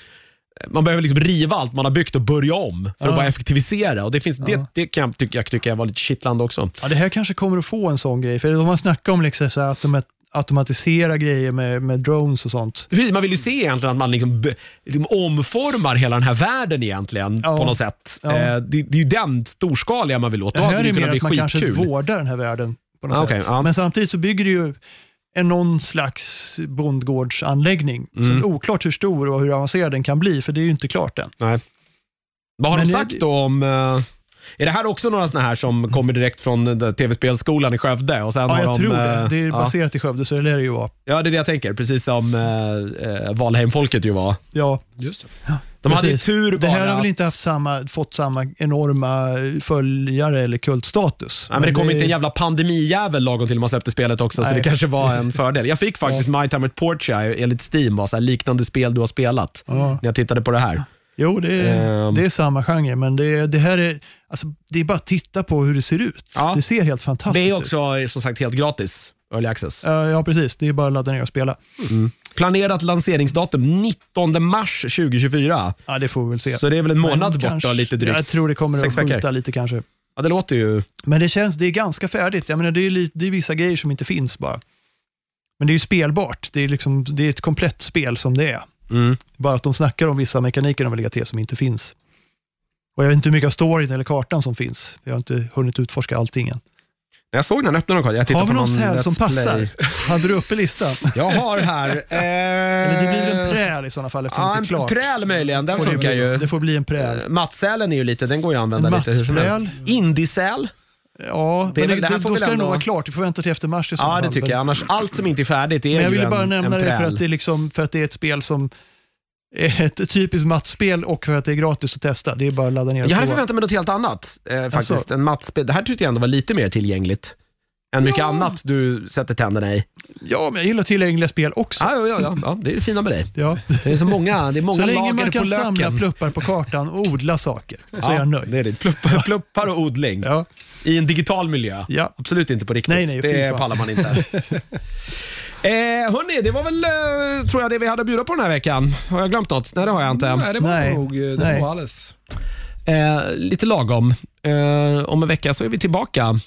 Speaker 1: man behöver liksom riva allt man har byggt och börja om för att
Speaker 2: Ja.
Speaker 1: bara effektivisera. Och det, finns, det, det kan jag tycka, jag tycka var lite kittlande också.
Speaker 2: Ja, det här kanske kommer att få en sån grej, för de har snackat om liksom så här att de automatiserar grejer med, med drones och sånt.
Speaker 1: Precis, man vill ju se egentligen att man liksom, b- liksom omformar hela den här världen egentligen
Speaker 2: Ja.
Speaker 1: på något sätt.
Speaker 2: Ja.
Speaker 1: Eh, det, det är ju den storskaliga man vill åt. Då
Speaker 2: Det
Speaker 1: hade
Speaker 2: här
Speaker 1: det
Speaker 2: är
Speaker 1: ju
Speaker 2: mer
Speaker 1: kunnat bli
Speaker 2: att man kanske
Speaker 1: skitkul.
Speaker 2: vårdar den här världen på något
Speaker 1: Ah, okej,
Speaker 2: sätt.
Speaker 1: ja.
Speaker 2: Men samtidigt så bygger det ju en någon slags bondgårdsanläggning.
Speaker 1: Mm.
Speaker 2: Som är oklart hur stor och hur avancerad den kan bli, för det är ju inte klart än.
Speaker 1: Nej. Vad har
Speaker 2: Men
Speaker 1: de
Speaker 2: jag-
Speaker 1: sagt då om... eh, är det här också några såna här som kommer direkt från eh, tv-spelskolan i Skövde? Och sen
Speaker 2: Mm. Ja,
Speaker 1: har
Speaker 2: jag
Speaker 1: de,
Speaker 2: tror det.
Speaker 1: eh,
Speaker 2: Det är
Speaker 1: ja.
Speaker 2: baserat i Skövde, så det lär det ju vara.
Speaker 1: ja, det är det jag tänker. Precis som eh, eh, Valheimfolket ju var.
Speaker 2: Ja,
Speaker 3: Just det.
Speaker 1: De hade ju
Speaker 2: Precis.
Speaker 1: tur bara
Speaker 2: Det här har
Speaker 1: att-
Speaker 2: väl inte haft samma, fått samma enorma följare eller kultstatus.
Speaker 1: Nej, men det kom inte en
Speaker 2: jävla...
Speaker 1: jävla pandemijävel lagom till man släppte spelet också, så
Speaker 2: Nej.
Speaker 1: det kanske var en fördel. Jag fick faktiskt My Time at Portia enligt Steam, var så här, liknande spel du har spelat, när jag tittade på det här.
Speaker 2: Jo, det är,
Speaker 1: Ehm.
Speaker 2: det är samma genre, men det, det här är... Alltså, det är bara att titta på hur det ser ut.
Speaker 1: Ja.
Speaker 2: Det ser helt fantastiskt
Speaker 1: Det är
Speaker 2: ut.
Speaker 1: också eh, som sagt helt gratis, Early Access.
Speaker 2: Eh, Ja, precis. Det är bara att ladda ner och spela.
Speaker 1: Planerat lanseringsdatum 19 mars 2024,
Speaker 2: Ja, det får vi väl se.
Speaker 1: så det är väl en månad
Speaker 2: Men
Speaker 1: borta
Speaker 2: kanske-
Speaker 1: lite drygt.
Speaker 2: Jag tror det kommer
Speaker 1: Sex
Speaker 2: att
Speaker 1: veckor.
Speaker 2: skjuta lite kanske.
Speaker 1: Ja, det låter ju...
Speaker 2: Men det känns, det är ganska färdigt. Jag menar, det, är lite, det är vissa grejer som inte finns bara. Men det är ju spelbart. Det är, liksom, det är ett komplett spel som det är.
Speaker 1: Mm.
Speaker 2: Bara att de snackar om vissa mekaniker de vill lägga till som inte finns. Och jag vet inte hur mycket av storyn eller kartan som finns. Jag har inte hunnit utforska allting än.
Speaker 1: Jag såg den öppna någon gång. Jag tittade
Speaker 2: Har vi
Speaker 1: på
Speaker 2: någon här
Speaker 1: Let's
Speaker 2: som passar?
Speaker 1: Play.
Speaker 2: Hade du uppe listan?
Speaker 1: Jag har här... eh,
Speaker 2: Eller det blir en präl i sådana fall eftersom
Speaker 1: Ja,
Speaker 2: det inte är
Speaker 1: en
Speaker 2: klart.
Speaker 1: präl möjligen. Den
Speaker 2: Får det
Speaker 1: funkar
Speaker 2: bli.
Speaker 1: ju.
Speaker 2: Det får bli en präl.
Speaker 1: Mattsälen är ju lite, den går ju att använda
Speaker 2: En
Speaker 1: lite hur som
Speaker 2: mattspräl?
Speaker 1: helst. Indisäl?
Speaker 2: Ja,
Speaker 1: Det är
Speaker 2: men det,
Speaker 1: väl- det här
Speaker 2: det,
Speaker 1: får
Speaker 2: då
Speaker 1: väl
Speaker 2: ska det
Speaker 1: ändå-
Speaker 2: nog vara klart. Vi får vänta till efter mars i sådana
Speaker 1: Ja, det
Speaker 2: fall.
Speaker 1: tycker
Speaker 2: Men-
Speaker 1: jag. Annars, allt som inte är färdigt är
Speaker 2: Men jag
Speaker 1: ju
Speaker 2: ville
Speaker 1: en,
Speaker 2: bara nämna
Speaker 1: en
Speaker 2: det för
Speaker 1: präl.
Speaker 2: att det, är liksom, för att det är ett spel som är ett typiskt mattspel och för att det är gratis att testa. Det är bara att ladda ner och
Speaker 1: Jag hade
Speaker 2: prova.
Speaker 1: förväntat mig något helt annat eh, faktiskt.
Speaker 2: Alltså.
Speaker 1: en mattspel. Det här tyckte jag ändå var lite mer tillgängligt. Än mycket annat du sätter tänderna i.
Speaker 2: Ja, men jag gillar tillgängliga spel också.
Speaker 1: Ja, ja, ja, ja, ja, det är det fina med dig.
Speaker 2: Ja.
Speaker 1: Det är så många, det är många
Speaker 2: Så länge
Speaker 1: lager
Speaker 2: man
Speaker 1: på
Speaker 2: kan samla
Speaker 1: löken.
Speaker 2: pluppar på kartan och odla saker så är
Speaker 1: Ja,
Speaker 2: jag nöjd.
Speaker 1: det är det. Pluppar, pluppar och odling
Speaker 2: Ja.
Speaker 1: i en digital miljö.
Speaker 2: Ja.
Speaker 1: Absolut inte på riktigt.
Speaker 2: Nej, nej, fy
Speaker 1: det
Speaker 2: fan.
Speaker 1: pallar man inte. eh, hörni, det var väl eh, tror jag det vi hade att bjuda på den här veckan. Har jag glömt något? Nej, det har jag inte.
Speaker 3: Nej, det var
Speaker 2: Mm, Nej.
Speaker 3: nog eh, det
Speaker 2: Nej.
Speaker 3: var alldeles.
Speaker 1: Eh, lite lagom. Eh, om en vecka så är vi tillbaka.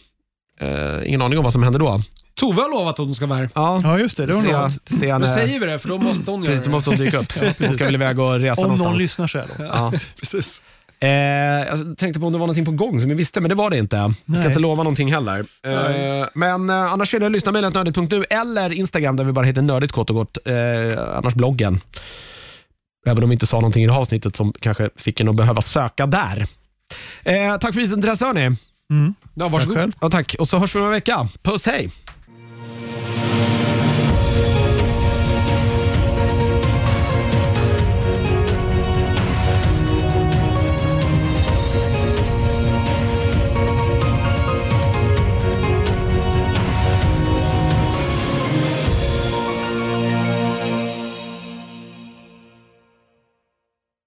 Speaker 1: Eh, ingen aning om vad som händer då.
Speaker 3: Tove har lovat att hon ska vara här.
Speaker 1: Ja,
Speaker 2: Ja, just det. det var
Speaker 1: se,
Speaker 2: något.
Speaker 1: se
Speaker 3: Nu
Speaker 1: när,
Speaker 3: säger vi det, för då måste hon göra
Speaker 1: precis,
Speaker 3: det.
Speaker 1: då måste hon dyka upp. Hon ska väl iväg och resa
Speaker 2: Om någon
Speaker 1: någonstans.
Speaker 2: lyssnar så här då.
Speaker 1: ja.
Speaker 3: Precis.
Speaker 1: eh, jag tänkte på om det var någonting på gång som vi visste, men det var det inte. Jag ska
Speaker 2: Nej.
Speaker 1: inte lova någonting heller. Eh,
Speaker 3: Nej.
Speaker 1: men eh, annars är det lyssnamejlet nördigt.nu eller Instagram där vi bara heter nördigt kort och gott. Eh, annars bloggen. Även om vi inte sa någonting i det här avsnittet som kanske fick en att behöva söka där. Eh, tack för visat intresse hörni.
Speaker 3: Ja,
Speaker 2: Tack
Speaker 3: varsågod.
Speaker 2: själv.
Speaker 1: Ja, tack. Och så hörs vi om en vecka. Puss, hej!